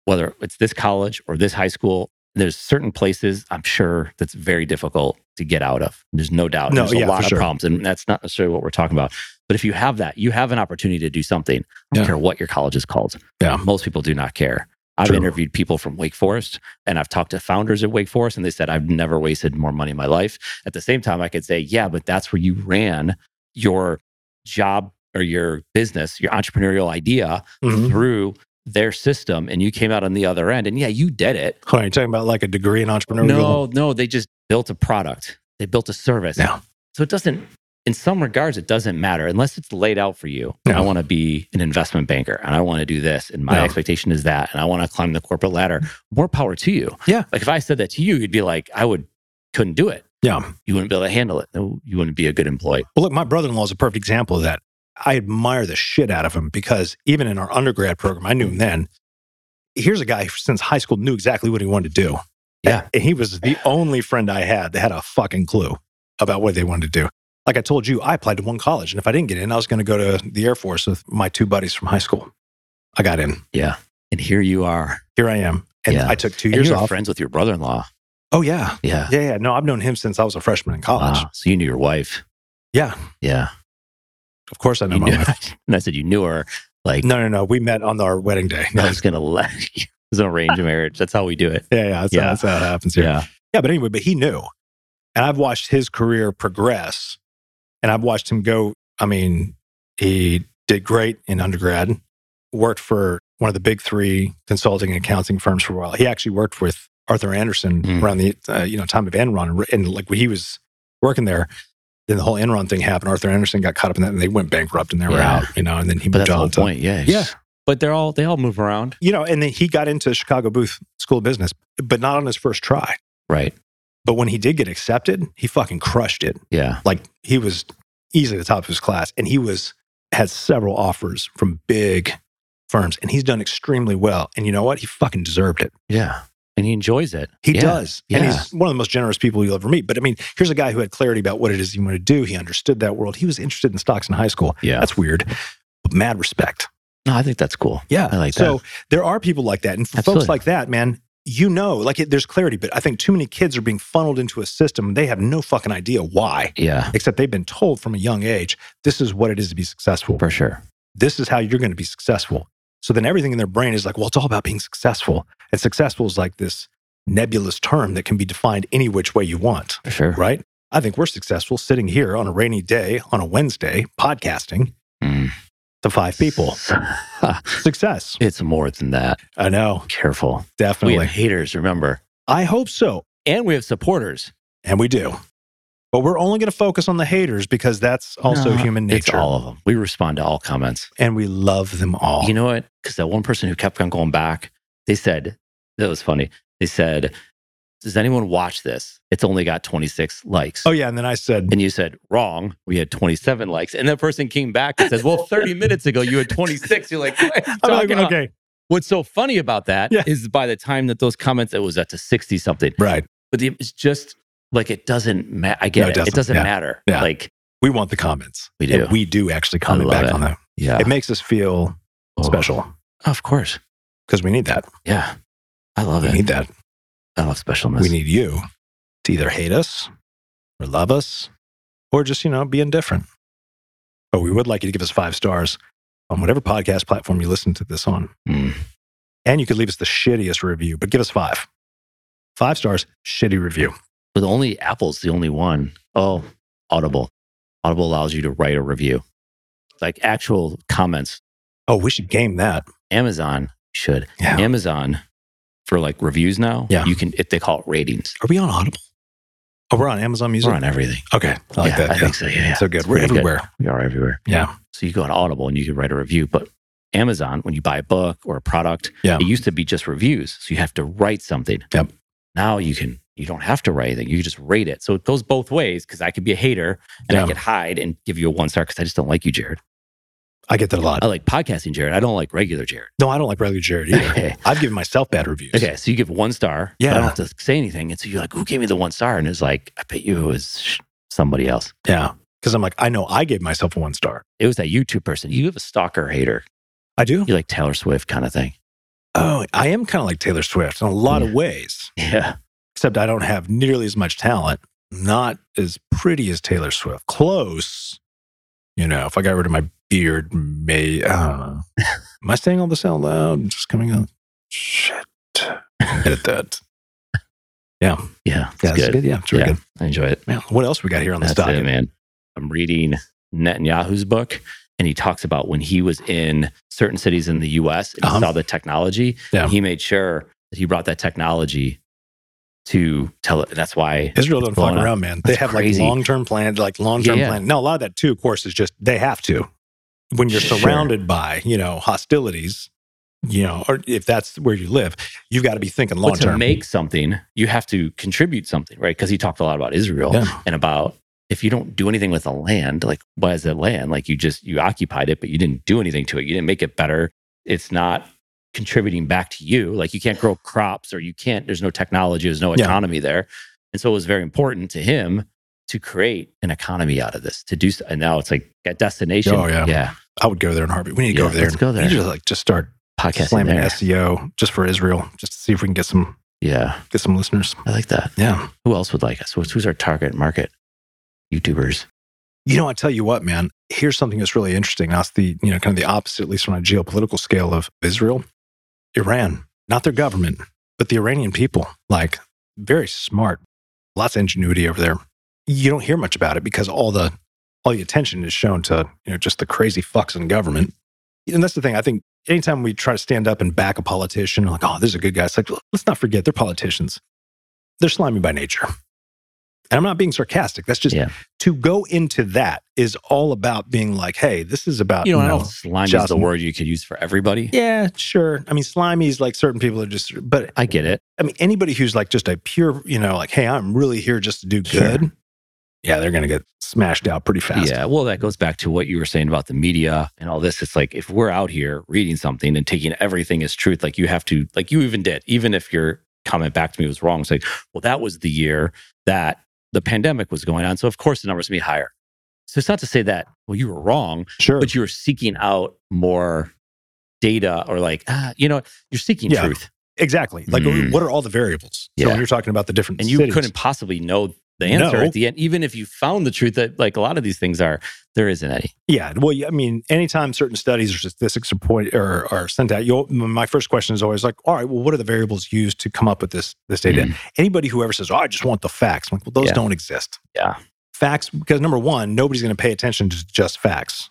Speaker 2: Whether it's this college or this high school, there's certain places I'm sure that's very difficult to get out of. There's no doubt.
Speaker 1: No,
Speaker 2: there's a
Speaker 1: yeah,
Speaker 2: lot
Speaker 1: for
Speaker 2: of
Speaker 1: sure.
Speaker 2: problems. And that's not necessarily what we're talking about. But if you have that, you have an opportunity to do something. I don't
Speaker 1: Yeah.
Speaker 2: care what your college is called.
Speaker 1: Yeah.
Speaker 2: Most people do not care. I've
Speaker 1: True.
Speaker 2: interviewed people from Wake Forest and I've talked to founders at Wake Forest and they said, I've never wasted more money in my life. At the same time, I could say, yeah, but that's where you ran your job or your business, your entrepreneurial idea
Speaker 1: Mhm.
Speaker 2: through their system and you came out on the other end. And yeah, you did it.
Speaker 1: Hold on, you're talking about like a degree in entrepreneurial.
Speaker 2: No, no, they just built a product, they built a service.
Speaker 1: Yeah.
Speaker 2: So it doesn't, in some regards, it doesn't matter unless it's laid out for you.
Speaker 1: Yeah.
Speaker 2: I want to be an investment banker and I want to do this. And my
Speaker 1: Yeah.
Speaker 2: expectation is that. And I want to climb the corporate ladder. More power to you.
Speaker 1: Yeah.
Speaker 2: Like if I said that to you, you'd be like, I would, couldn't do it.
Speaker 1: Yeah.
Speaker 2: You wouldn't be able to handle it. No, You wouldn't be a good employee.
Speaker 1: Well, look, my brother in law is a perfect example of that. I admire the shit out of him because even in our undergrad program, I knew him then. Here's a guy who, since high school knew exactly what he wanted to do.
Speaker 2: Yeah.
Speaker 1: And he was the only friend I had that had a fucking clue about what they wanted to do. Like I told you, I applied to one college. And if I didn't get in, I was going to go to the Air Force with my two buddies from high school. I got in.
Speaker 2: And here you are.
Speaker 1: Here I am. And
Speaker 2: Yeah.
Speaker 1: I took two
Speaker 2: And
Speaker 1: years
Speaker 2: you were
Speaker 1: off.
Speaker 2: friends with your brother in law.
Speaker 1: Oh, yeah.
Speaker 2: Yeah.
Speaker 1: Yeah. Yeah. No, I've known him since I was a freshman in college.
Speaker 2: Wow. So you knew your wife.
Speaker 1: Yeah.
Speaker 2: Yeah.
Speaker 1: Of course I know
Speaker 2: You
Speaker 1: my
Speaker 2: knew-
Speaker 1: wife.
Speaker 2: *laughs* and I said, You knew her. Like,
Speaker 1: No, no, no. We met on our wedding day.
Speaker 2: *laughs* I was going to let you. It was an arranged marriage. That's how we do it.
Speaker 1: Yeah, yeah, that's,
Speaker 2: Yeah.
Speaker 1: How, that's how it happens here. Yeah. but anyway, but he knew. And I've watched his career progress and I've watched him go. I mean, he did great in undergrad, worked for one of the big three consulting and accounting firms for a while. He actually worked with Arthur Anderson
Speaker 2: Mm.
Speaker 1: around the uh, you know time of Enron. And like when he was working there, then the whole Enron thing happened. Arthur Anderson got caught up in that and they went bankrupt and they were
Speaker 2: Yeah.
Speaker 1: out, you know, and then he
Speaker 2: But
Speaker 1: moved
Speaker 2: that's the
Speaker 1: on
Speaker 2: whole
Speaker 1: to
Speaker 2: point. Yeah.
Speaker 1: Yeah.
Speaker 2: But they're all, they all move around.
Speaker 1: you know, and then he got into Chicago Booth School of Business, but not on his first try.
Speaker 2: Right.
Speaker 1: But when he did get accepted, he fucking crushed it.
Speaker 2: Yeah.
Speaker 1: Like he was easily the top of his class and he was had several offers from big firms and he's done extremely well. And you know what? He fucking deserved it.
Speaker 2: Yeah. And he enjoys it.
Speaker 1: He
Speaker 2: Yeah.
Speaker 1: does. And
Speaker 2: Yeah.
Speaker 1: he's one of the most generous people you'll ever meet. But I mean, here's a guy who had clarity about what it is he wanted to do. He understood that world. He was interested in stocks in high school.
Speaker 2: Yeah.
Speaker 1: That's weird. But mad respect.
Speaker 2: No, I think that's cool.
Speaker 1: Yeah.
Speaker 2: I like
Speaker 1: So there are people like that. And for
Speaker 2: Absolutely.
Speaker 1: folks like that, man, you know, like it, there's clarity, but I think too many kids are being funneled into a system. They have no fucking idea why
Speaker 2: Yeah.
Speaker 1: except they've been told from a young age this is what it is to be successful
Speaker 2: For sure.
Speaker 1: this is how you're going to be successful so then everything in their brain is like well it's all about being successful and successful is like this nebulous term that can be defined any which way you want
Speaker 2: For sure.
Speaker 1: right i think we're successful sitting here on a rainy day on a wednesday podcasting
Speaker 2: Mm.
Speaker 1: to five people
Speaker 2: *laughs*
Speaker 1: success
Speaker 2: it's more than that.
Speaker 1: i know
Speaker 2: Careful. We
Speaker 1: definitely
Speaker 2: have haters, remember.
Speaker 1: i hope so
Speaker 2: And we have supporters.
Speaker 1: and we do but we're only going to focus on the haters because that's also
Speaker 2: No,
Speaker 1: human
Speaker 2: It's
Speaker 1: nature
Speaker 2: all of them. We respond to all comments.
Speaker 1: and we love them all
Speaker 2: You know what? Because that one person who kept on going back, they said, that was funny. They said, Does anyone watch this? It's only got 26 likes.
Speaker 1: oh yeah and then i said
Speaker 2: And you said, Wrong. We had 27 likes. And that person came back and says, Well,
Speaker 1: *laughs*
Speaker 2: 30 minutes ago, you had 26. You're like, "What are you
Speaker 1: I'm
Speaker 2: *laughs* talking
Speaker 1: like,
Speaker 2: about?"
Speaker 1: okay
Speaker 2: What's so funny about that is
Speaker 1: Yeah.
Speaker 2: by the time that those comments, it was up to 60 something.
Speaker 1: right
Speaker 2: But the- it's just like, it doesn't matter. I get
Speaker 1: No, it
Speaker 2: it. It
Speaker 1: doesn't.
Speaker 2: doesn't
Speaker 1: Yeah.
Speaker 2: matter.
Speaker 1: Yeah.
Speaker 2: Like,
Speaker 1: We want the comments.
Speaker 2: We do.
Speaker 1: And we do actually comment
Speaker 2: I love
Speaker 1: back
Speaker 2: it.
Speaker 1: on that.
Speaker 2: yeah.
Speaker 1: It makes us feel special
Speaker 2: Of course.
Speaker 1: because we need that.
Speaker 2: Yeah. I love
Speaker 1: We
Speaker 2: it.
Speaker 1: need that.
Speaker 2: I love specialness.
Speaker 1: We need you to either hate us or love us or just, you know, be indifferent. But we would like you to give us five stars on whatever podcast platform you listen to this on.
Speaker 2: Mm.
Speaker 1: And you could leave us the shittiest review, but give us five. Five stars, shitty review.
Speaker 2: But only Apple's the only one. Oh, Audible. Audible allows you to write a review, like actual comments.
Speaker 1: Oh, we should game that.
Speaker 2: Amazon should.
Speaker 1: Yeah.
Speaker 2: Amazon for like reviews now,
Speaker 1: Yeah.
Speaker 2: you can, if they call it ratings,
Speaker 1: Are we on Audible? Oh, we're on Amazon Music.
Speaker 2: we're on everything.
Speaker 1: Okay, I like
Speaker 2: yeah,
Speaker 1: that.
Speaker 2: I
Speaker 1: yeah.
Speaker 2: think so. Yeah. yeah.
Speaker 1: So good.
Speaker 2: It's
Speaker 1: We're
Speaker 2: pretty good.
Speaker 1: everywhere.
Speaker 2: We are everywhere.
Speaker 1: Yeah.
Speaker 2: So you go on Audible and you can write a review. But Amazon, when you buy a book or a product,
Speaker 1: Yeah.
Speaker 2: it used to be just reviews. So you have to write something.
Speaker 1: Yep.
Speaker 2: Now you can you don't have to write anything. You just rate it. So it goes both ways because I could be a hater and
Speaker 1: Yeah.
Speaker 2: I could hide and give you a one star because I just don't like you, Jared.
Speaker 1: I get that a lot.
Speaker 2: I like podcasting, Jared. I don't like regular Jared.
Speaker 1: No, I don't like regular Jared either.
Speaker 2: *laughs* okay.
Speaker 1: I've given myself bad reviews.
Speaker 2: So you give one star. but I
Speaker 1: Yeah.
Speaker 2: don't have to say anything. And so you're like, who gave me the one star? And it's like, I bet you it was sh- somebody else.
Speaker 1: Yeah. Because I'm like, I know I gave myself a one star.
Speaker 2: It was that YouTube person. You have a stalker hater.
Speaker 1: I do.
Speaker 2: You like Taylor Swift kind of thing.
Speaker 1: Oh, I am kind of like Taylor Swift in a lot of ways,
Speaker 2: Yeah.
Speaker 1: except I don't have nearly as much talent, not as pretty as Taylor Swift. Close. You know, if I got rid of my beard, may, I don't
Speaker 2: *laughs*
Speaker 1: know. Am I saying all this out loud? It's just coming out.
Speaker 2: *laughs*
Speaker 1: Shit. Edit that.
Speaker 2: Yeah. It's
Speaker 1: Yeah, it's
Speaker 2: good.
Speaker 1: good. Yeah, it's really
Speaker 2: Yeah.
Speaker 1: good.
Speaker 2: I enjoy it.
Speaker 1: Man, what else we got here on this
Speaker 2: That's it,
Speaker 1: docket?
Speaker 2: man. I'm reading Netanyahu's book, and he talks about when he was in certain cities in the U.S. and he
Speaker 1: Uh-huh.
Speaker 2: saw the technology.
Speaker 1: Yeah.
Speaker 2: He made sure that he brought that technology to tell it. That's why
Speaker 1: Israel doesn't fuck
Speaker 2: Blowing up.
Speaker 1: around, man. They
Speaker 2: That's
Speaker 1: have
Speaker 2: crazy.
Speaker 1: like long term plans, like long term
Speaker 2: Yeah, yeah.
Speaker 1: plan. No, a lot of that too, of course, is just they have to. When you're
Speaker 2: Sure.
Speaker 1: surrounded by, you know, hostilities, you know, or if that's where you live, you've got to be thinking long
Speaker 2: but to
Speaker 1: term.
Speaker 2: make something, you have to contribute something, right? Because he talked a lot about Israel
Speaker 1: Yeah.
Speaker 2: and about if you don't do anything with the land, like what is the land? Like you just you occupied it, but you didn't do anything to it. You didn't make it better. It's not contributing back to you. Like you can't grow crops or you can't. There's no technology. There's no
Speaker 1: Yeah.
Speaker 2: economy there. And so it was very important to him to create an economy out of this. To do so, and now it's like a destination.
Speaker 1: Oh, yeah.
Speaker 2: yeah.
Speaker 1: I would go there in Harvey. We need to go
Speaker 2: Yeah,
Speaker 1: over there.
Speaker 2: let's go
Speaker 1: and-
Speaker 2: there.
Speaker 1: You just like just start
Speaker 2: Podcasting
Speaker 1: slamming
Speaker 2: there.
Speaker 1: SEO just for Israel, just to see if we can get some
Speaker 2: Yeah,
Speaker 1: get some listeners.
Speaker 2: I like that.
Speaker 1: Yeah.
Speaker 2: Who else would like us? Who's who's our target market? YouTubers.
Speaker 1: You know, I tell you what, man, here's something that's really interesting. That's the, you know, kind of the opposite, at least on a geopolitical scale of Israel. Iran, not their government, but the Iranian people, like very smart, lots of ingenuity over there. You don't hear much about it because all the all the attention is shown to, you know, just the crazy fucks in government. And that's the thing. I think anytime we try to stand up and back a politician, like, oh, this is a good guy. It's like, let's not forget they're politicians. They're slimy by nature. And I'm not being sarcastic. That's just
Speaker 2: Yeah.
Speaker 1: to go into that is all about being like, hey, this is about
Speaker 2: you know, I don't Uh, slime is
Speaker 1: just-
Speaker 2: the word you could use for everybody.
Speaker 1: yeah, sure. I mean, slimy is like certain people are just, but
Speaker 2: I get it.
Speaker 1: I mean, anybody who's like just a pure, you know, like, hey, I'm really here just to do
Speaker 2: Sure.
Speaker 1: good. Yeah, they're going to get smashed out pretty fast.
Speaker 2: Yeah. Well, that goes back to what you were saying about the media and all this. It's like if we're out here reading something and taking everything as truth, like you have to, like you even did, even if your comment back to me was wrong, it's like, well, that was the year that the pandemic was going on. So, of course, the numbers be higher. So, it's not to say that, well, you were wrong,
Speaker 1: Sure.
Speaker 2: but you were seeking out more data or like, ah, you know, you're seeking
Speaker 1: Yeah.
Speaker 2: truth
Speaker 1: exactly. Like,
Speaker 2: Mm.
Speaker 1: what are all the variables? So
Speaker 2: Yeah.
Speaker 1: when you're talking about the different
Speaker 2: and you
Speaker 1: cities-
Speaker 2: couldn't possibly know the answer
Speaker 1: No.
Speaker 2: at the end, even if you found the truth that like a lot of these things are, there isn't any.
Speaker 1: Yeah. Well, yeah, I mean, anytime certain studies or statistics are, point, or, are sent out, you'll, my first question is always like, all right, well, what are the variables used to come up with this, this data?
Speaker 2: Mm.
Speaker 1: Anybody who ever says, oh, I just want the facts, I'm like, well, those
Speaker 2: Yeah.
Speaker 1: don't exist.
Speaker 2: Yeah.
Speaker 1: Facts, because number one, nobody's going to pay attention to just facts.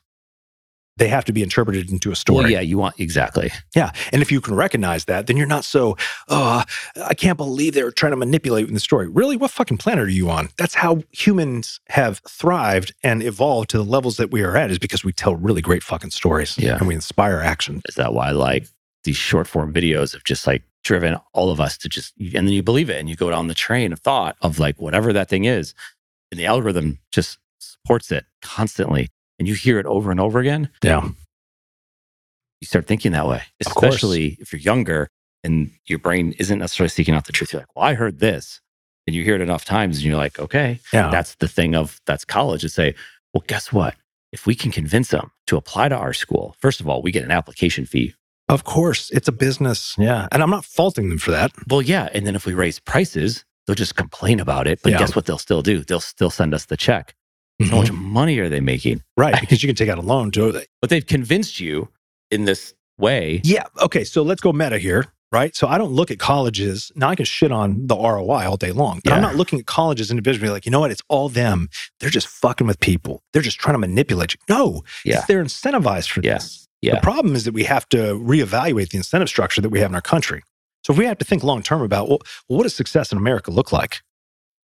Speaker 1: They have to be interpreted into a story.
Speaker 2: Well, yeah, you want exactly.
Speaker 1: Yeah. And if you can recognize that, then you're not so, oh, I can't believe they were trying to manipulate in the story. Really? What fucking planet are you on? That's how humans have thrived and evolved to the levels that we are at, is because we tell really great fucking stories
Speaker 2: Yeah.
Speaker 1: and we inspire action.
Speaker 2: Is that why like these short form videos have just like driven all of us to just and then you believe it and you go down the train of thought of like whatever that thing is, and the algorithm just supports it constantly, and you hear it over and over again.
Speaker 1: Yeah.
Speaker 2: You start thinking that way,
Speaker 1: Of course.
Speaker 2: especially if you're younger and your brain isn't necessarily seeking out the truth. You're like, well, I heard this. And you hear it enough times and you're like, okay,
Speaker 1: Yeah.
Speaker 2: that's the thing of that's college to say well guess what if we can convince them to apply to our school first of all we get an application fee
Speaker 1: of course. It's a business. Yeah. And I'm not faulting them for that.
Speaker 2: well yeah and then if we raise prices they'll just complain about it but
Speaker 1: Yeah.
Speaker 2: guess what they'll still do they'll still send us the check how
Speaker 1: Mm-hmm.
Speaker 2: much money are they making
Speaker 1: Right. Because you can take out a loan to
Speaker 2: but they've convinced you in this way
Speaker 1: Yeah. Okay. So let's go meta here. right? So I don't look at colleges. Now I can shit on the ROI all day long, but I'm
Speaker 2: Yeah.
Speaker 1: not looking at colleges individually like, you know what? It's all them. They're just fucking with people. They're just trying to manipulate you. No,
Speaker 2: Yeah.
Speaker 1: it's they're incentivized for
Speaker 2: Yeah.
Speaker 1: this.
Speaker 2: Yeah.
Speaker 1: The problem is that we have to reevaluate the incentive structure that we have in our country. So if we have to think long term about well, what does success in America look like?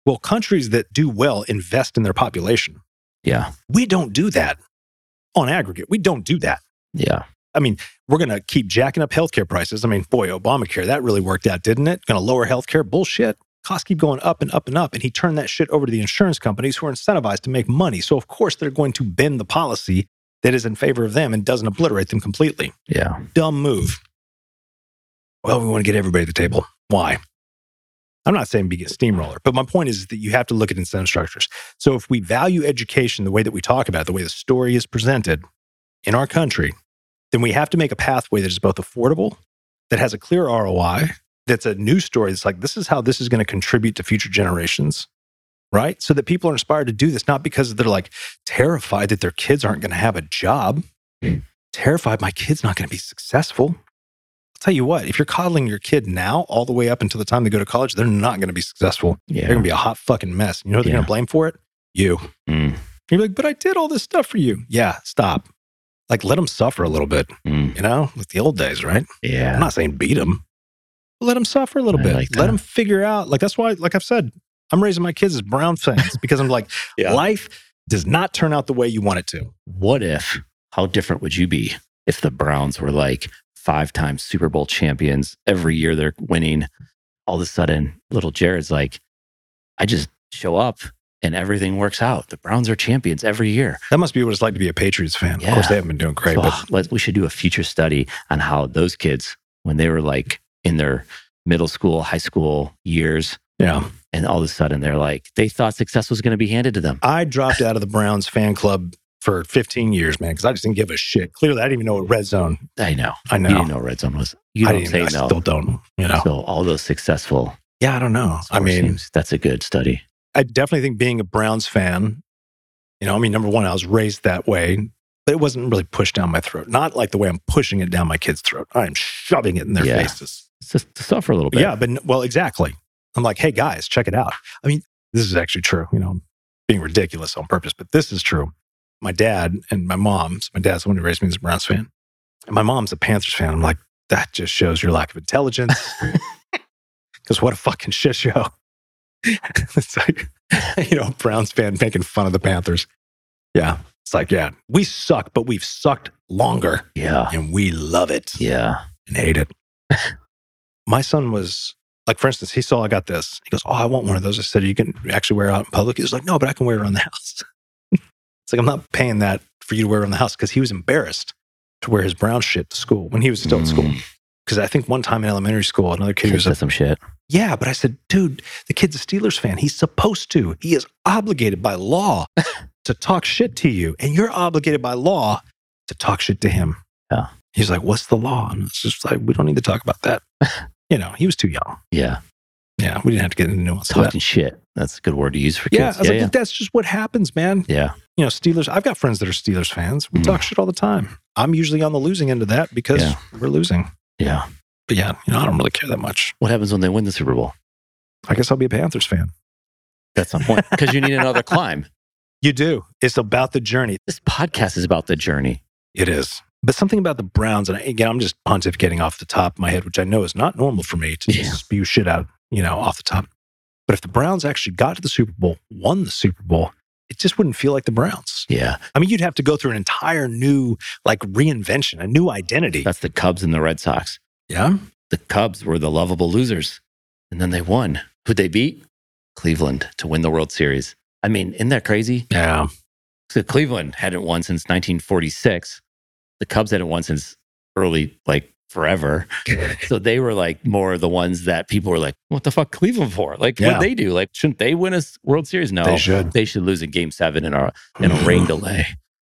Speaker 1: Well, countries that do well invest in their population.
Speaker 2: Yeah.
Speaker 1: We don't do that on aggregate. We don't do that.
Speaker 2: Yeah.
Speaker 1: We're going to keep jacking up healthcare prices. I mean, boy, Obamacare, that really worked out, didn't it? Going to lower healthcare. Bullshit. Costs keep going up and up and up. And he turned that shit over to the insurance companies who are incentivized to make money. So, of course, they're going to bend the policy that is in favor of them and doesn't obliterate them completely.
Speaker 2: Yeah.
Speaker 1: Dumb move. Well, we want to get everybody at the table. Why? I'm not saying be a steamroller, but my point is that you have to look at incentive structures. So if we value education the way that we talk about, it, the way the story is presented in our country, then we have to make a pathway that is both affordable, that has a clear ROI, that's a new story. That's like this is how this is going to contribute to future generations, right? So that people are inspired to do this, not because they're like terrified that their kids aren't going to have a job, terrified my kid's not going to be successful. I'll tell you what, if you're coddling your kid now all the way up until the time they go to college, they're not going to be successful. They're
Speaker 2: Yeah.
Speaker 1: gonna be a hot fucking mess. You know who they're
Speaker 2: Yeah.
Speaker 1: gonna blame for it? You.
Speaker 2: Mm,
Speaker 1: You're like, but I did all this stuff for you. Yeah, stop. Like, let them suffer a little bit.
Speaker 2: mm,
Speaker 1: You know, like the old days, right? I'm
Speaker 2: yeah.
Speaker 1: not saying beat them. Let them suffer a little
Speaker 2: I
Speaker 1: bit.
Speaker 2: like
Speaker 1: let
Speaker 2: that.
Speaker 1: them figure out. Like that's why, like I've said, I'm raising my kids as brown
Speaker 2: *laughs*
Speaker 1: fans because I'm like,
Speaker 2: Yeah.
Speaker 1: life does not turn out the way you want it to.
Speaker 2: What if, how different would you be if the Browns were like five time Super Bowl champions? Every year they're winning. All of a sudden, little Jared's like, I just show up and everything works out. The Browns are champions every year.
Speaker 1: That must be what it's like to be a Patriots fan. Of course,
Speaker 2: Yeah.
Speaker 1: they haven't been doing great,
Speaker 2: So,
Speaker 1: but
Speaker 2: ah, let- we should do a future study on how those kids, when they were like in their middle school, high school years,
Speaker 1: yeah.
Speaker 2: and all of a sudden they're like, they thought success was going to be handed to them.
Speaker 1: I dropped out of the Browns fan club for 15 years, man, because I just didn't give a shit. Clearly, I didn't even know what red zone.
Speaker 2: I know.
Speaker 1: I know.
Speaker 2: You didn't know red zone was. You
Speaker 1: I
Speaker 2: don't
Speaker 1: didn't-
Speaker 2: say
Speaker 1: I
Speaker 2: no.
Speaker 1: still don't. You know.
Speaker 2: So all those successful.
Speaker 1: Yeah, I don't know. I
Speaker 2: sports
Speaker 1: mean,
Speaker 2: teams, that's a good study.
Speaker 1: I definitely think being a Browns fan, you know, I mean, number one, I was raised that way, but it wasn't really pushed down my throat. Not like the way I'm pushing it down my kid's throat. I'm shoving it in their
Speaker 2: Yeah.
Speaker 1: faces.
Speaker 2: It's just to suffer a little bit.
Speaker 1: Yeah, but n- well, exactly. I'm like, hey guys, check it out. I mean, this is actually true. You know, I'm being ridiculous on purpose, but this is true. My dad and my mom's, my dad's the one who raised me as a Browns fan. And my mom's a Panthers fan. I'm like, that just shows your lack of intelligence. Because what a fucking shit show. *laughs* it's like, you know, Browns fan making fun of the Panthers. Yeah. It's like, yeah, we suck, but we've sucked longer
Speaker 2: Yeah.
Speaker 1: and we love it
Speaker 2: Yeah.
Speaker 1: and hate it. My son was like, for instance, he saw I got this. He goes, "Oh, I want one of those." I said, "You can actually wear it out in public." He was like, "No, but I can wear it around the house." *laughs* it's like I'm not paying that for you to wear around the house because he was embarrassed to wear his brown shit to school when he was still in school.
Speaker 2: Mm,
Speaker 1: Because I think one time in elementary school, another kid
Speaker 2: kids
Speaker 1: was
Speaker 2: said
Speaker 1: a
Speaker 2: some shit.
Speaker 1: yeah, but I said, dude, the kid's a Steelers fan. He's supposed to. He is obligated by law to talk shit to you, and you're obligated by law to talk shit to him.
Speaker 2: Yeah.
Speaker 1: He's like, what's the law? And it's just like, we don't need to talk about *laughs* that. you know, he was too young.
Speaker 2: Yeah.
Speaker 1: Yeah, we didn't have to get into nuance. of that.
Speaker 2: Talking shit. That's a good word to use for
Speaker 1: Yeah, I
Speaker 2: kids.
Speaker 1: was
Speaker 2: Yeah.
Speaker 1: like,
Speaker 2: yeah.
Speaker 1: that's just what happens, man.
Speaker 2: Yeah.
Speaker 1: You know, Steelers. I've got friends that are Steelers fans. We
Speaker 2: Mm.
Speaker 1: talk shit all the time. I'm usually on the losing end of that because
Speaker 2: Yeah.
Speaker 1: we're losing.
Speaker 2: Yeah.
Speaker 1: But yeah, you know, I don't really care that much.
Speaker 2: What happens when they win the Super Bowl?
Speaker 1: I guess I'll be a Panthers fan.
Speaker 2: That's not point. Because you need another *laughs* climb.
Speaker 1: You do. It's about the journey.
Speaker 2: This podcast is about the journey.
Speaker 1: It is. But something about the Browns, and again, I'm just pontificating off the top of my head, which I know is not normal for me to
Speaker 2: Yeah.
Speaker 1: just spew shit out, you know, off the top. But if the Browns actually got to the Super Bowl, won the Super Bowl, it just wouldn't feel like the Browns.
Speaker 2: Yeah.
Speaker 1: I mean, you'd have to go through an entire new, like, reinvention, a new identity.
Speaker 2: That's the Cubs and the Red Sox.
Speaker 1: Yeah.
Speaker 2: the Cubs were the lovable losers. And then they won. Who'd they beat? Cleveland to win the World Series. I mean, isn't that crazy?
Speaker 1: Yeah.
Speaker 2: So Cleveland hadn't won since 1946. The Cubs hadn't won since early, like
Speaker 1: *laughs*
Speaker 2: forever. so they were like more the ones that people were like, what the fuck Cleveland for? Like,
Speaker 1: Yeah.
Speaker 2: what'd they do? Like, shouldn't they win a s- World Series? No,
Speaker 1: They should.
Speaker 2: They should lose in game seven in, our, in a
Speaker 1: Mm-hmm.
Speaker 2: rain delay.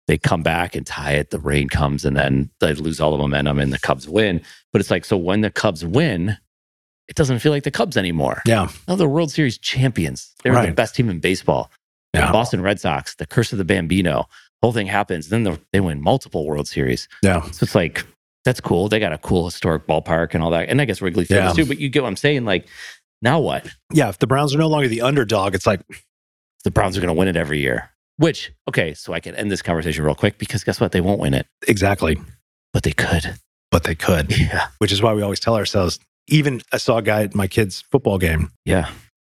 Speaker 2: They come back and tie it. The rain comes and then they lose all the momentum and the Cubs win. But it's like, so when the Cubs win, it doesn't feel like the Cubs anymore.
Speaker 1: Yeah.
Speaker 2: Now they're World Series champions. They were the
Speaker 1: Right.
Speaker 2: best team in baseball. The
Speaker 1: Yeah.
Speaker 2: Boston Red Sox, the curse of the Bambino, whole thing happens. Then the- they win multiple World Series.
Speaker 1: Yeah.
Speaker 2: So it's like that's cool. They got a cool historic ballpark and all that. And I guess Wrigley Field
Speaker 1: Yeah.
Speaker 2: is too, but you get what I'm saying. Like, now what?
Speaker 1: Yeah, if the Browns are no longer the underdog, it's like
Speaker 2: The Browns are going to win it every year. Which, okay, so I can end this conversation real quick because guess what? They won't win it,
Speaker 1: exactly,
Speaker 2: but they could.
Speaker 1: but they could,
Speaker 2: Yeah.
Speaker 1: which is why we always tell ourselves. Even I saw a guy at my kid's football game.
Speaker 2: Yeah.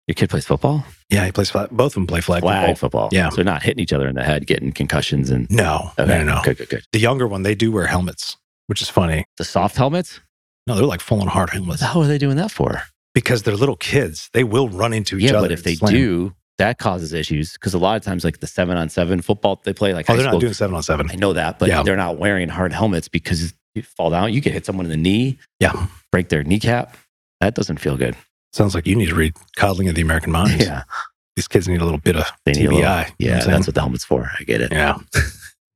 Speaker 2: Your kid plays football?
Speaker 1: Yeah, he plays flag. Both of them play flag.
Speaker 2: Flag
Speaker 1: football.
Speaker 2: football.
Speaker 1: Yeah.
Speaker 2: So they're not hitting each other in the head, getting concussions and.
Speaker 1: No, no, no, no.
Speaker 2: Good, good, good.
Speaker 1: The younger one, they do wear helmets, which is funny.
Speaker 2: The soft helmets?
Speaker 1: No, they're like full on hard
Speaker 2: What
Speaker 1: helmets
Speaker 2: the hell are they doing that for?
Speaker 1: because they're little kids. They will run into each
Speaker 2: yeah,
Speaker 1: other.
Speaker 2: but if
Speaker 1: and
Speaker 2: they
Speaker 1: slam.
Speaker 2: do, that causes issues because a lot of times, like the seven on seven football they play, like
Speaker 1: oh,
Speaker 2: high
Speaker 1: they're
Speaker 2: school,
Speaker 1: not doing seven on seven.
Speaker 2: I know that, but
Speaker 1: Yeah.
Speaker 2: they're not wearing hard helmets because you fall down, you could hit someone in the knee,
Speaker 1: Yeah,
Speaker 2: break their kneecap. That doesn't feel good.
Speaker 1: sounds like you need to read Coddling of the American Mind.
Speaker 2: *laughs* Yeah,
Speaker 1: these kids need a little bit of
Speaker 2: they
Speaker 1: TBI.
Speaker 2: need a little.
Speaker 1: you know
Speaker 2: Yeah,
Speaker 1: what I'm
Speaker 2: that's what the helmet's for. I get it.
Speaker 1: saying? yeah.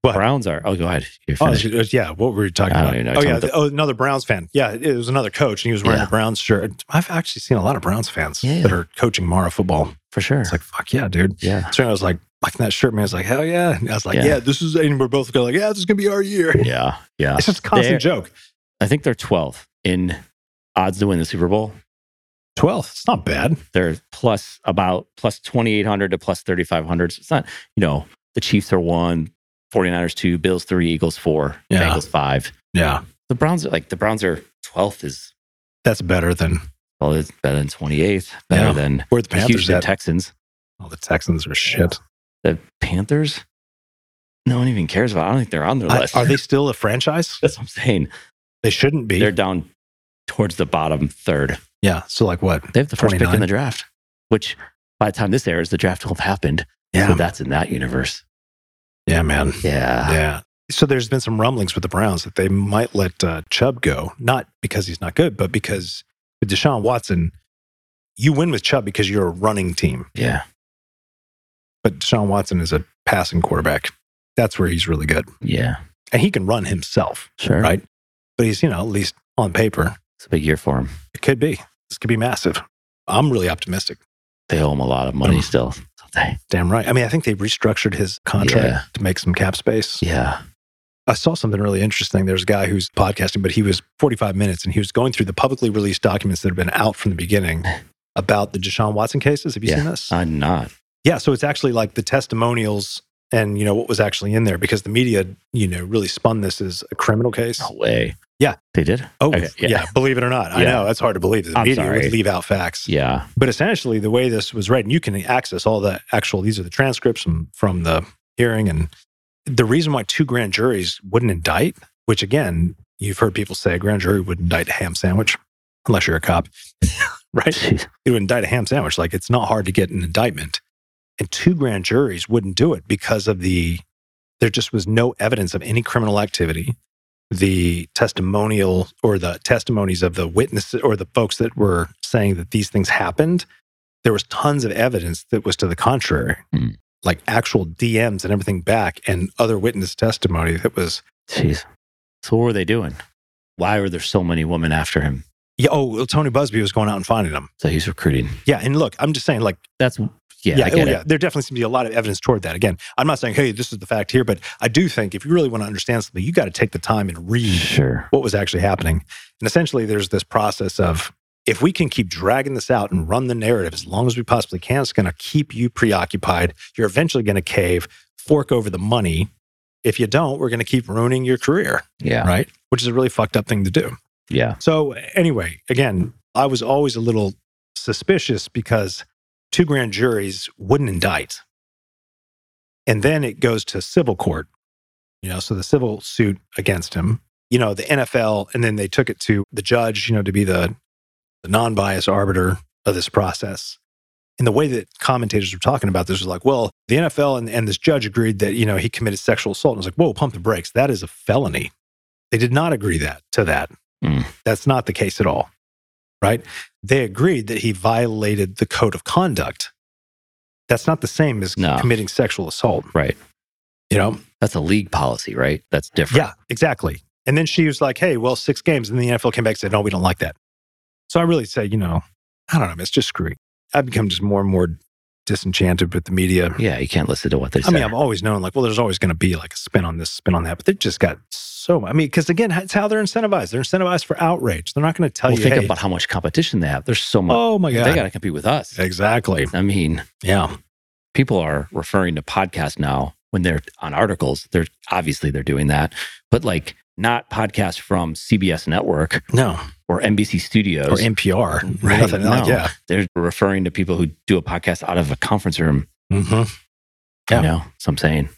Speaker 1: But-
Speaker 2: Browns are. Oh, go ahead. You're
Speaker 1: Oh,
Speaker 2: finished.
Speaker 1: it was- yeah. What were you talking
Speaker 2: I don't
Speaker 1: about?
Speaker 2: even know.
Speaker 1: Oh,
Speaker 2: Tell
Speaker 1: yeah.
Speaker 2: me the-
Speaker 1: oh, another Browns fan. Yeah. It was another coach, and he was wearing
Speaker 2: Yeah.
Speaker 1: a Browns shirt. I've actually seen a lot of Browns fans
Speaker 2: Yeah.
Speaker 1: that are coaching Mara football.
Speaker 2: for sure.
Speaker 1: It's like, fuck yeah, dude.
Speaker 2: yeah,
Speaker 1: So I was like, liking that shirt, man. I was like, hell yeah. And I was like,
Speaker 2: Yeah.
Speaker 1: yeah, this is, and we're both going, like, yeah, this is going to be our year.
Speaker 2: yeah, yeah.
Speaker 1: It's just a constant
Speaker 2: They're-
Speaker 1: joke.
Speaker 2: I think they're 12th in odds to win the Super Bowl.
Speaker 1: 12th. It's not bad.
Speaker 2: They're plus about plus 2,800 to plus 3,500. So it's not, you know, the Chiefs are one, 49ers two, Bills three, Eagles four,
Speaker 1: Yeah.
Speaker 2: Bengals five.
Speaker 1: Yeah.
Speaker 2: The Browns are like, the Browns are 12th is,
Speaker 1: That's better than
Speaker 2: well, it's better than 28th, better
Speaker 1: Yeah.
Speaker 2: than
Speaker 1: where the
Speaker 2: the
Speaker 1: Panthers
Speaker 2: Houston
Speaker 1: at.
Speaker 2: Texans.
Speaker 1: oh, the Texans are shit.
Speaker 2: The Panthers, no one even cares about. I don't think they're on their
Speaker 1: I-
Speaker 2: list.
Speaker 1: are they still a franchise?
Speaker 2: *laughs* That's what I'm saying.
Speaker 1: They shouldn't be.
Speaker 2: They're down towards the bottom third.
Speaker 1: yeah. So, like, what?
Speaker 2: They have the first pick in
Speaker 1: 29.
Speaker 2: the draft, which by the time this airs, the draft will have happened. So
Speaker 1: Yeah.
Speaker 2: that's in that universe.
Speaker 1: Yeah, man.
Speaker 2: Yeah.
Speaker 1: Yeah. Ah. So there's been some rumblings with the Browns that they might let uh, Chubb go, not because he's not good, but because with Deshaun Watson, you win with Chubb because you're a running team.
Speaker 2: Yeah.
Speaker 1: But Deshaun Watson is a passing quarterback. That's where he's really good.
Speaker 2: Yeah.
Speaker 1: And he can run himself,
Speaker 2: Sure.
Speaker 1: Right. but he's, you know, at least on paper,
Speaker 2: It's a big year for them.
Speaker 1: it could be. This could be massive. I'm really optimistic.
Speaker 2: They owe him a lot of money
Speaker 1: Um,
Speaker 2: still. don't they?
Speaker 1: Damn right. I mean, I think they restructured his contract
Speaker 2: Yeah.
Speaker 1: to make some cap space.
Speaker 2: Yeah.
Speaker 1: I saw something really interesting. There's a guy who's podcasting, but he was 45 minutes and he was going through the publicly released documents that have been out from the
Speaker 2: *laughs*
Speaker 1: beginning about the Deshaun Watson cases. Have you seen this?
Speaker 2: I'm Uh, not.
Speaker 1: yeah. So it's actually like the testimonials and, you know, what was actually in there because the media, you know, really spun this as a criminal case.
Speaker 2: No way.
Speaker 1: Yeah.
Speaker 2: They did?
Speaker 1: Oh,
Speaker 2: Oh, Okay,
Speaker 1: yeah.
Speaker 2: yeah.
Speaker 1: Believe it or not. I
Speaker 2: Yeah.
Speaker 1: know that's hard to believe. that The
Speaker 2: I'm
Speaker 1: media
Speaker 2: sorry.
Speaker 1: would leave out facts.
Speaker 2: Yeah.
Speaker 1: But essentially, the way this was read, and you can access all the actual, these are the transcripts from, from the hearing. And the reason why two grand juries wouldn't indict, which again, you've heard people say a grand jury would indict a ham sandwich, unless you're a cop, *laughs* right?
Speaker 2: Jeez.
Speaker 1: It would indict a ham sandwich. Like it's not hard to get an indictment. And two grand juries wouldn't do it because of the, there just was no evidence of any criminal activity. The testimonial or the testimonies of the witnesses or the folks that were saying that these things happened, there was tons of evidence that was to the contrary,
Speaker 2: Hmm.
Speaker 1: like actual DMs and everything back and other witness testimony that was,
Speaker 2: Jeez. So what were they doing? Why were there so many women after him?
Speaker 1: yeah, oh, well, Tony Busby was going out and finding them.
Speaker 2: So he's recruiting.
Speaker 1: Yeah. And look, I'm just saying, like,
Speaker 2: That's, yeah, I
Speaker 1: oh,
Speaker 2: get it.
Speaker 1: There definitely seems to be a lot of evidence toward that. Again, I'm not saying, hey, this is the fact here, but I do think if you really want to understand something, you got to take the time and read
Speaker 2: Sure.
Speaker 1: what was actually happening. And essentially, there's this process of if we can keep dragging this out and run the narrative as long as we possibly can, it's going to keep you preoccupied. You're eventually going to cave, fork over the money. If you don't, we're going to keep ruining your career,
Speaker 2: Yeah.
Speaker 1: right? Which is a really fucked up thing to do.
Speaker 2: Yeah.
Speaker 1: So, anyway, again, I was always a little suspicious because two grand juries wouldn't indict. And then it goes to civil court, you know, so the civil suit against him, you know, the NFL, and then they took it to the judge, you know, to be the, the non biased arbiter of this process. And the way that commentators were talking about this was like, well, the NFL and, and this judge agreed that, you know, he committed sexual assault. And I was like, whoa, pump the brakes. That is a felony. They did not agree that to that. That's not the case at all. Right? They agreed that he violated the code of conduct. That's not the same as
Speaker 2: No.
Speaker 1: committing sexual assault.
Speaker 2: Right.
Speaker 1: You know?
Speaker 2: That's a league policy, right? That's different.
Speaker 1: Yeah, exactly. And then she was like, hey, well, six games. And the NFL came back and said, no, we don't like that. So I really say, you know, I don't know. man, It's just screwy. I've become just more and more disenchanted with the media.
Speaker 2: Yeah, you can't listen to what they
Speaker 1: I
Speaker 2: say.
Speaker 1: mean, I've always known like, well, there's always going to be like a spin on this, spin on that, but they've just got so. mu- I mean, because again, it's how they're incentivized. They're incentivized for outrage. They're not going to tell
Speaker 2: well,
Speaker 1: you.
Speaker 2: think
Speaker 1: hey,
Speaker 2: about how much competition they have. There's so much.
Speaker 1: oh my
Speaker 2: they
Speaker 1: god,
Speaker 2: got to compete with us.
Speaker 1: exactly.
Speaker 2: I mean,
Speaker 1: Yeah,
Speaker 2: people are referring to podcasts now when they're on articles. They're obviously they're doing that, but like not podcasts from CBS Network
Speaker 1: no,
Speaker 2: or NBC Studios.
Speaker 1: or NPR, *laughs*
Speaker 2: Right,
Speaker 1: Nothing like-
Speaker 2: no.
Speaker 1: yeah,
Speaker 2: they're referring to people who do a podcast out of a conference room.
Speaker 1: hmm Yeah.
Speaker 2: You know, so I'm saying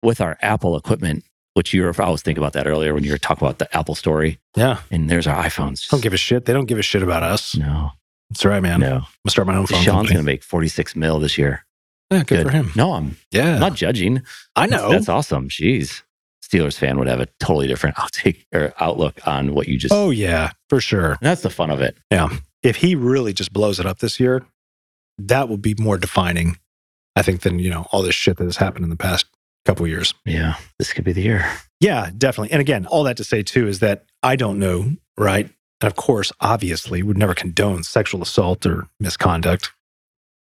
Speaker 2: with our Apple equipment, which you were, I was thinking about that earlier when you were talking about the Apple story,
Speaker 1: yeah.
Speaker 2: and there's our iPhones.
Speaker 1: Don't give a shit. They don't give a shit about us.
Speaker 2: no,
Speaker 1: That's right, man. I'm
Speaker 2: no.
Speaker 1: gonna start my own phone
Speaker 2: Sean's
Speaker 1: company.
Speaker 2: going to make 46 mil this year.
Speaker 1: yeah, good, for him.
Speaker 2: No, I'm
Speaker 1: Yeah,
Speaker 2: not judging.
Speaker 1: I
Speaker 2: That's-
Speaker 1: know.
Speaker 2: That's, awesome. Jeez. Steelers fan would have a totally different *laughs* outtake or outlook on what you just.
Speaker 1: oh yeah, for sure.
Speaker 2: And that's the fun of it.
Speaker 1: If he really just blows it up this year, that will be more defining, I think, than you know all this shit that has happened in the past couple years.
Speaker 2: Yeah. This could be the year.
Speaker 1: Yeah, definitely. And again, all that to say too is that I don't know, right? And of course, obviously, would never condone sexual assault or misconduct.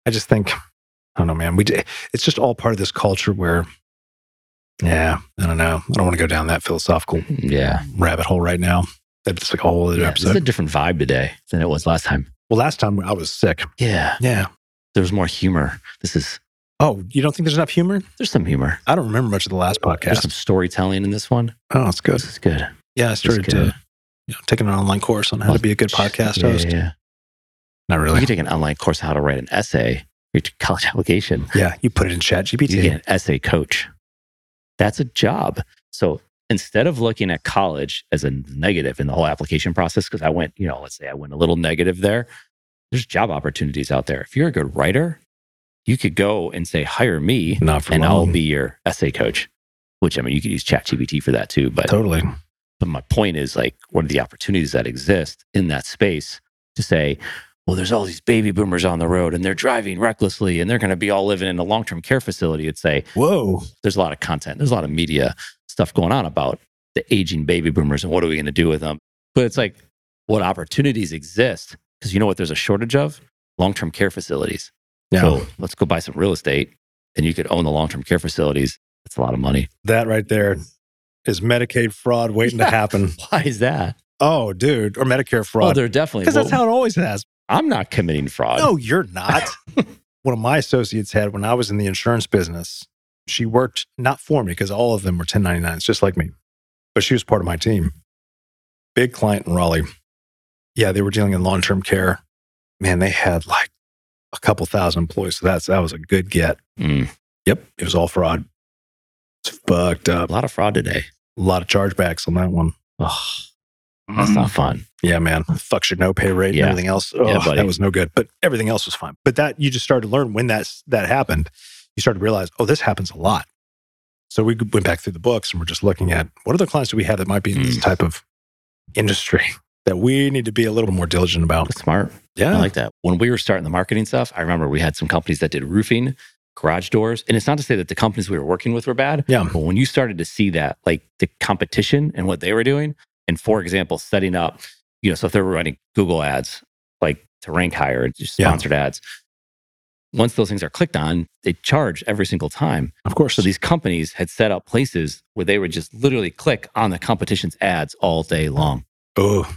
Speaker 1: I just think, I don't know, man. We d- it's just all part of this culture where, yeah, I don't know. I don't want to go down that philosophical
Speaker 2: Yeah.
Speaker 1: rabbit hole right now. That's like a whole other
Speaker 2: yeah this is
Speaker 1: episode.
Speaker 2: a different vibe today than it was last time.
Speaker 1: well, last time I was sick.
Speaker 2: Yeah.
Speaker 1: Yeah.
Speaker 2: There's more humor. This is,
Speaker 1: Oh, you don't think there's enough humor?
Speaker 2: there's some humor.
Speaker 1: I don't remember much of the last
Speaker 2: There's
Speaker 1: podcast.
Speaker 2: some storytelling in this one.
Speaker 1: Oh, it's good.
Speaker 2: This is good.
Speaker 1: Yeah, I started
Speaker 2: good.
Speaker 1: uh, you know, taking an online course on how to be a good podcast
Speaker 2: yeah,
Speaker 1: host.
Speaker 2: Yeah. yeah.
Speaker 1: Not
Speaker 2: You
Speaker 1: really.
Speaker 2: can take an online course on how to write an essay, your college *laughs* application.
Speaker 1: Yeah, you put it in chat
Speaker 2: you
Speaker 1: GPT.
Speaker 2: get an essay coach. That's a job. So instead of looking at college as a negative in the whole application process, because I went, you know, let's say I went a little negative there, there's job opportunities out there. If you're a good writer, you could go and say, hire me
Speaker 1: Not for
Speaker 2: and
Speaker 1: long.
Speaker 2: I'll be your essay coach, which I mean, you could use ChatGPT for that too. But,
Speaker 1: *laughs* totally.
Speaker 2: but my point is like, what are the opportunities that exist in that space to say, well, there's all these baby boomers on the road and they're driving recklessly and they're going to be all living in a long term care facility and say,
Speaker 1: Whoa.
Speaker 2: there's a lot of content, there's a lot of media stuff going on about the aging baby boomers and what are we going to do with them. But it's like, what opportunities exist? Because you know what there's a shortage of? Long term care facilities.
Speaker 1: Yeah.
Speaker 2: So let's go buy some real estate and you could own the long term care facilities. That's a lot of money. *laughs*
Speaker 1: that right there is Medicaid fraud *laughs* waiting to
Speaker 2: Yeah.
Speaker 1: happen.
Speaker 2: Why is that?
Speaker 1: Oh, dude, or Medicare
Speaker 2: Oh,
Speaker 1: fraud.
Speaker 2: they're definitely.
Speaker 1: Because that's
Speaker 2: well,
Speaker 1: how it always has.
Speaker 2: I'm not committing fraud.
Speaker 1: No, you're not. One of my associates had when I was in the insurance business, she worked not for me because all of them were 1099s, just like me, but she was part of my team. Big client in Raleigh. Yeah, they were dealing in long term care. Man, they had like a couple thousand employees. So that's, that was a good get.
Speaker 2: Mm,
Speaker 1: Yep. It was all fraud. It's fucked up.
Speaker 2: a lot of fraud today.
Speaker 1: A lot of chargebacks on that one.
Speaker 2: Oh, that's
Speaker 1: Mm-hmm.
Speaker 2: not fun.
Speaker 1: Yeah, man. Fucks your no pay rate
Speaker 2: Yeah.
Speaker 1: and everything else. Oh,
Speaker 2: Yeah, buddy.
Speaker 1: that was no good. But everything else was fine. But that you just started to learn when that's that happened. You started to realize, oh, this happens a lot. So we went back through the books and we're just looking at what other clients do we have that might be in
Speaker 2: Mm.
Speaker 1: this type of industry *laughs* that we need to be a little more diligent about.
Speaker 2: That's smart.
Speaker 1: Yeah.
Speaker 2: I like that. When we were starting the marketing stuff, I remember we had some companies that did roofing, garage doors. And it's not to say that the companies we were working with were bad,
Speaker 1: yeah.
Speaker 2: but when you started to see that, like the competition and what they were doing, and for example, setting up, you know, so if they were running Google ads, like to rank higher and just
Speaker 1: Yeah.
Speaker 2: sponsored ads, once those things are clicked on, they charge every single time.
Speaker 1: Of course.
Speaker 2: So these companies had set up places where they would just literally click on the competition's ads all day long
Speaker 1: oh,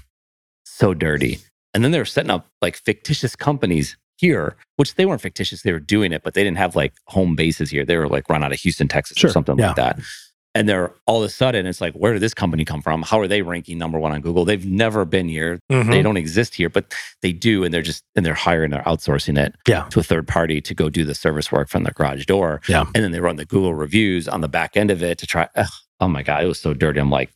Speaker 2: so dirty. And then they were setting up like fictitious companies here, which they weren't fictitious. They were doing it, but they didn't have like home bases here. They were like run out of Houston, Texas,
Speaker 1: Sure.
Speaker 2: or something
Speaker 1: Yeah.
Speaker 2: like that. And they're all of a sudden, it's like, where did this company come from? How are they ranking number one on Google? They've never been here.
Speaker 1: Mhm.
Speaker 2: They don't exist here, but they do. And they're just, and they're hiring, they're outsourcing it
Speaker 1: Yeah.
Speaker 2: to a third party to go do the service work from their garage door.
Speaker 1: Yeah.
Speaker 2: And then they run the Google reviews on the back end of it to try. Ugh, oh my God, it was so dirty. I'm like,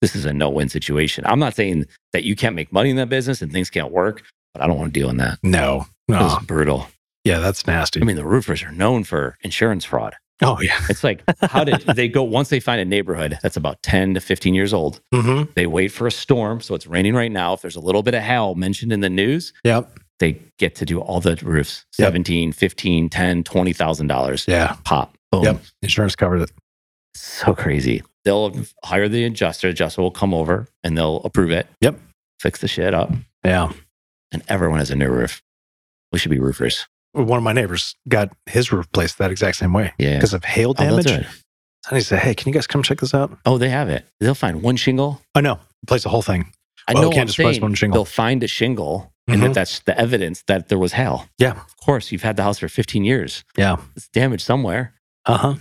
Speaker 2: this is a no win situation. I'm not saying that you can't make money in that business and things can't work, but I don't want to deal in that.
Speaker 1: no.
Speaker 2: It
Speaker 1: No.
Speaker 2: was brutal.
Speaker 1: Yeah, that's nasty.
Speaker 2: I mean, the roofers are known for insurance fraud.
Speaker 1: oh, yeah.
Speaker 2: It's like, how
Speaker 1: *laughs*
Speaker 2: did they go? Once they find a neighborhood that's about 10 to 15 years old,
Speaker 1: hmm
Speaker 2: they wait for a storm. So it's raining right now. If there's a little bit of hail mentioned in the news,
Speaker 1: Yep.
Speaker 2: they get to do all the roofs
Speaker 1: Yep.
Speaker 2: 17, 15, 10, $20,000
Speaker 1: Yeah.
Speaker 2: pop. Boom.
Speaker 1: Yep. Insurance covered it.
Speaker 2: So crazy. They'll hire the adjuster. Adjuster will come over and they'll approve it.
Speaker 1: Yep.
Speaker 2: Fix the shit up.
Speaker 1: Yeah.
Speaker 2: And everyone has a new roof. We should be roofers.
Speaker 1: One of my neighbors got his roof placed that exact same way
Speaker 2: Yeah.
Speaker 1: because of hail
Speaker 2: Oh, that's
Speaker 1: damage.
Speaker 2: right.
Speaker 1: and he said, "Hey, can you guys come check this out?"
Speaker 2: Oh, they have it. They'll find one shingle.
Speaker 1: I know. Place the whole thing.
Speaker 2: I
Speaker 1: Well,
Speaker 2: know.
Speaker 1: you can't
Speaker 2: I'm
Speaker 1: just place
Speaker 2: saying
Speaker 1: one shingle. Mm-hmm.
Speaker 2: They'll find a shingle, and that that's the evidence that there was hail.
Speaker 1: Yeah.
Speaker 2: Of course, you've had the house for 15 years.
Speaker 1: Yeah.
Speaker 2: It's damaged somewhere.
Speaker 1: Uh huh.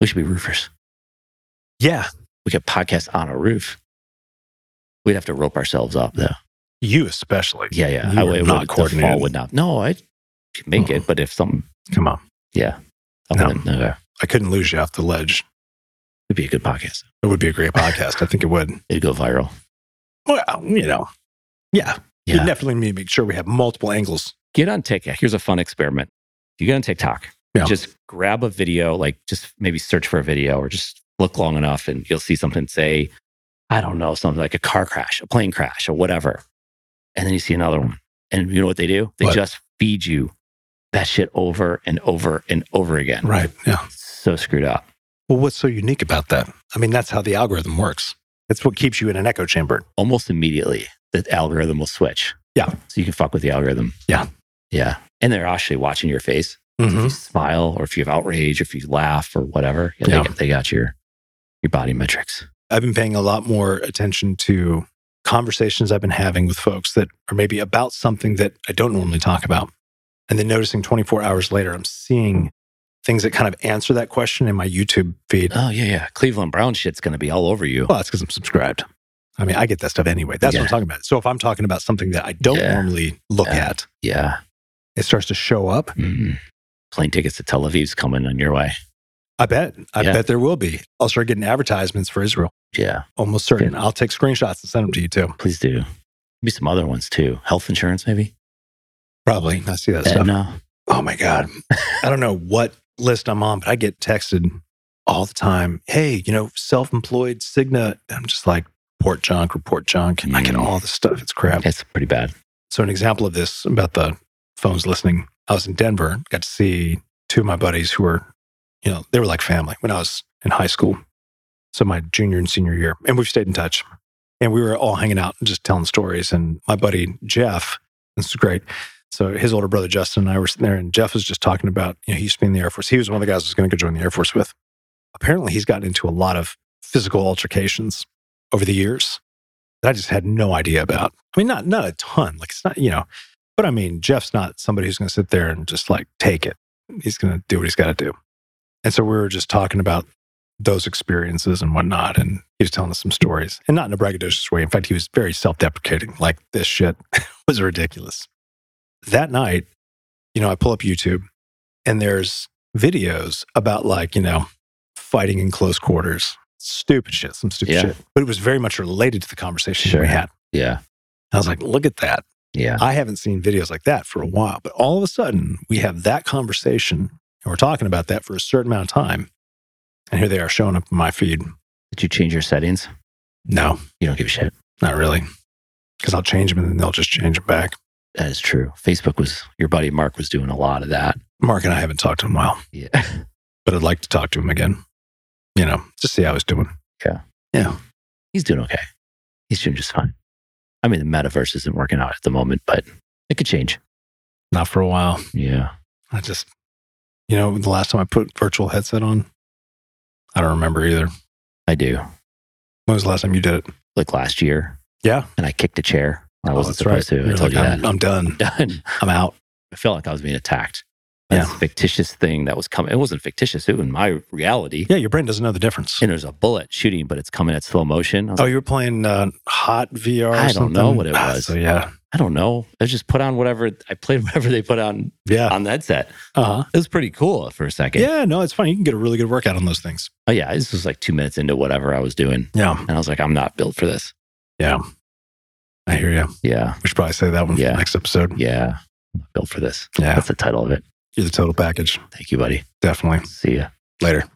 Speaker 2: We should be roofers.
Speaker 1: Yeah.
Speaker 2: We could podcast on a roof. We'd have to rope ourselves up, though.
Speaker 1: You especially.
Speaker 2: Yeah, yeah.
Speaker 1: You
Speaker 2: I
Speaker 1: are
Speaker 2: would
Speaker 1: not
Speaker 2: would- The fall
Speaker 1: coordinated.
Speaker 2: would not. No, I could make it, but if something,
Speaker 1: Come on.
Speaker 2: yeah, I
Speaker 1: No.
Speaker 2: wouldn't. Okay.
Speaker 1: I couldn't lose you off the ledge.
Speaker 2: It'd be a good podcast.
Speaker 1: It would be a great podcast. I think it would.
Speaker 2: It'd go viral.
Speaker 1: *laughs* Well, uh, you know. Yeah. You
Speaker 2: Yeah.
Speaker 1: definitely need to make sure we have multiple angles.
Speaker 2: get on TikTok. Here's a fun experiment. You get on TikTok,
Speaker 1: Yeah.
Speaker 2: just grab a video, like just maybe search for a video or just look long enough and you'll see something say, I don't know, something like a car crash, a plane crash, or whatever. And then you see another one. And you know what they do? They
Speaker 1: What?
Speaker 2: just feed you that shit over and over and over again.
Speaker 1: Right. Yeah.
Speaker 2: So screwed up.
Speaker 1: Well, what's so unique about that? I mean, that's how the algorithm works. That's what keeps you in an echo chamber.
Speaker 2: Almost immediately, the algorithm will switch.
Speaker 1: Yeah.
Speaker 2: So you can fuck with the algorithm.
Speaker 1: Yeah.
Speaker 2: Yeah. And they're actually watching your face.
Speaker 1: Mm-hmm.
Speaker 2: if you smile or if you have outrage, if you laugh or whatever, yeah,
Speaker 1: Yeah.
Speaker 2: They, they got your your body metrics.
Speaker 1: I've been paying a lot more attention to conversations I've been having with folks that are maybe about something that I don't normally talk about. And then noticing 24 hours later, I'm seeing things that kind of answer that question in my YouTube feed.
Speaker 2: Oh yeah, yeah. Cleveland Brown shit's gonna be all over you.
Speaker 1: *laughs* Well, that's because I'm subscribed. I mean, I get that stuff anyway. That's what I'm
Speaker 2: Yeah.
Speaker 1: talking about. So if I'm talking about something that I don't
Speaker 2: Yeah.
Speaker 1: normally look
Speaker 2: Yeah.
Speaker 1: at,
Speaker 2: Yeah.
Speaker 1: it starts to show up.
Speaker 2: Mm. Plane tickets to Tel Aviv's coming on your way.
Speaker 1: I bet. I
Speaker 2: Yeah.
Speaker 1: bet there will be. I'll start getting advertisements for Israel.
Speaker 2: Yeah.
Speaker 1: Almost certain. I'll take screenshots and send them to you too.
Speaker 2: Please do. Maybe some other ones too. Health insurance, maybe. Uh,
Speaker 1: Probably. I see that stuff.
Speaker 2: Aetna.
Speaker 1: Oh my God. I don't know what list I'm on, but I get texted all the time. Hey, you know, self employed Cigna. I'm just like, report junk, report junk. I get
Speaker 2: Mm.
Speaker 1: all this stuff. It's crap.
Speaker 2: It's pretty bad.
Speaker 1: So, an example of this about the phones listening, I was in Denver, got to see two of my buddies who were, you know, they were like family when I was in high school. So, my junior and senior year, and we've stayed in touch. And we were all hanging out and just telling stories. And my buddy Jeff, this is great. So, his older brother Justin and I were sitting there, and Jeff was just talking about, you know, he used to be in the Air Force. He was one of the guys I was going to go join the Air Force with. Apparently, he's gotten into a lot of physical altercations over the years that I just had no idea about. I mean, not not a ton. Like it's not, you know, but I mean, Jeff's not somebody who's going to sit there and just like take it. He's going to do what he's got to do. And so we were just talking about those experiences and whatnot, and he was telling us some stories, and not in a braggadocious way. In fact, he was very self-deprecating. Like this shit *laughs* was ridiculous. That night, you know, I pull up YouTube, and there's videos about like you know fighting in close quarters, stupid shit, some stupid
Speaker 2: Yeah.
Speaker 1: shit. But it was very much related to the conversation that we
Speaker 2: Sure.
Speaker 1: had.
Speaker 2: Yeah.
Speaker 1: I was like, look at that.
Speaker 2: Yeah.
Speaker 1: I haven't seen videos like that for a while. But all of a sudden, we have that conversation and we're talking about that for a certain amount of time. And here they are showing up in my feed.
Speaker 2: Did you change your settings?
Speaker 1: No,
Speaker 2: You don't give a shit.
Speaker 1: not really. Because I'll change them and then they'll just change them back.
Speaker 2: That is true. Facebook was your buddy Mark was doing a lot of that.
Speaker 1: Mark and I haven't talked to him in a while,
Speaker 2: Yeah. *laughs*
Speaker 1: but I'd like to talk to him again. You know, just see how he's doing.
Speaker 2: he's doing okay. He's doing just fine. I mean, the metaverse isn't working out at the moment, but it could change.
Speaker 1: Not for a while.
Speaker 2: Yeah.
Speaker 1: I just, you know, the last time I put virtual headset on, I don't remember either.
Speaker 2: I do.
Speaker 1: When was the last time you did it?
Speaker 2: Like last year.
Speaker 1: Yeah.
Speaker 2: And I kicked a chair. I wasn't
Speaker 1: Oh, that's
Speaker 2: supposed to. I
Speaker 1: You're like,
Speaker 2: told you
Speaker 1: I'm,
Speaker 2: that.
Speaker 1: I'm done.
Speaker 2: *laughs* Done.
Speaker 1: I'm out.
Speaker 2: I felt like I was being attacked. Yeah. This fictitious thing that was coming. It wasn't fictitious. It was my reality.
Speaker 1: Yeah, your brain doesn't know the difference.
Speaker 2: And there's a bullet shooting, but it's coming at slow motion. I, was
Speaker 1: Oh,
Speaker 2: like,
Speaker 1: you were playing uh, Hot VR. Or
Speaker 2: I don't know
Speaker 1: something?
Speaker 2: what it
Speaker 1: Ah,
Speaker 2: was.
Speaker 1: So yeah,
Speaker 2: I don't know. I just put on whatever I played, *laughs* whatever they put on
Speaker 1: yeah,
Speaker 2: on the headset.
Speaker 1: uh-huh.
Speaker 2: It was pretty cool for a second.
Speaker 1: yeah. No, it's fine. You can get a really good workout on those things.
Speaker 2: Oh yeah. This was like two minutes into whatever I was doing,
Speaker 1: Yeah,
Speaker 2: and I was like, I'm not built for this.
Speaker 1: I hear you.
Speaker 2: Yeah.
Speaker 1: We should probably say that one for
Speaker 2: Yeah.
Speaker 1: the next episode.
Speaker 2: Yeah. I'm not built for this.
Speaker 1: Yeah,
Speaker 2: That's the title of it.
Speaker 1: you're the total package,
Speaker 2: Thank you, buddy.
Speaker 1: definitely.
Speaker 2: See ya.
Speaker 1: Later.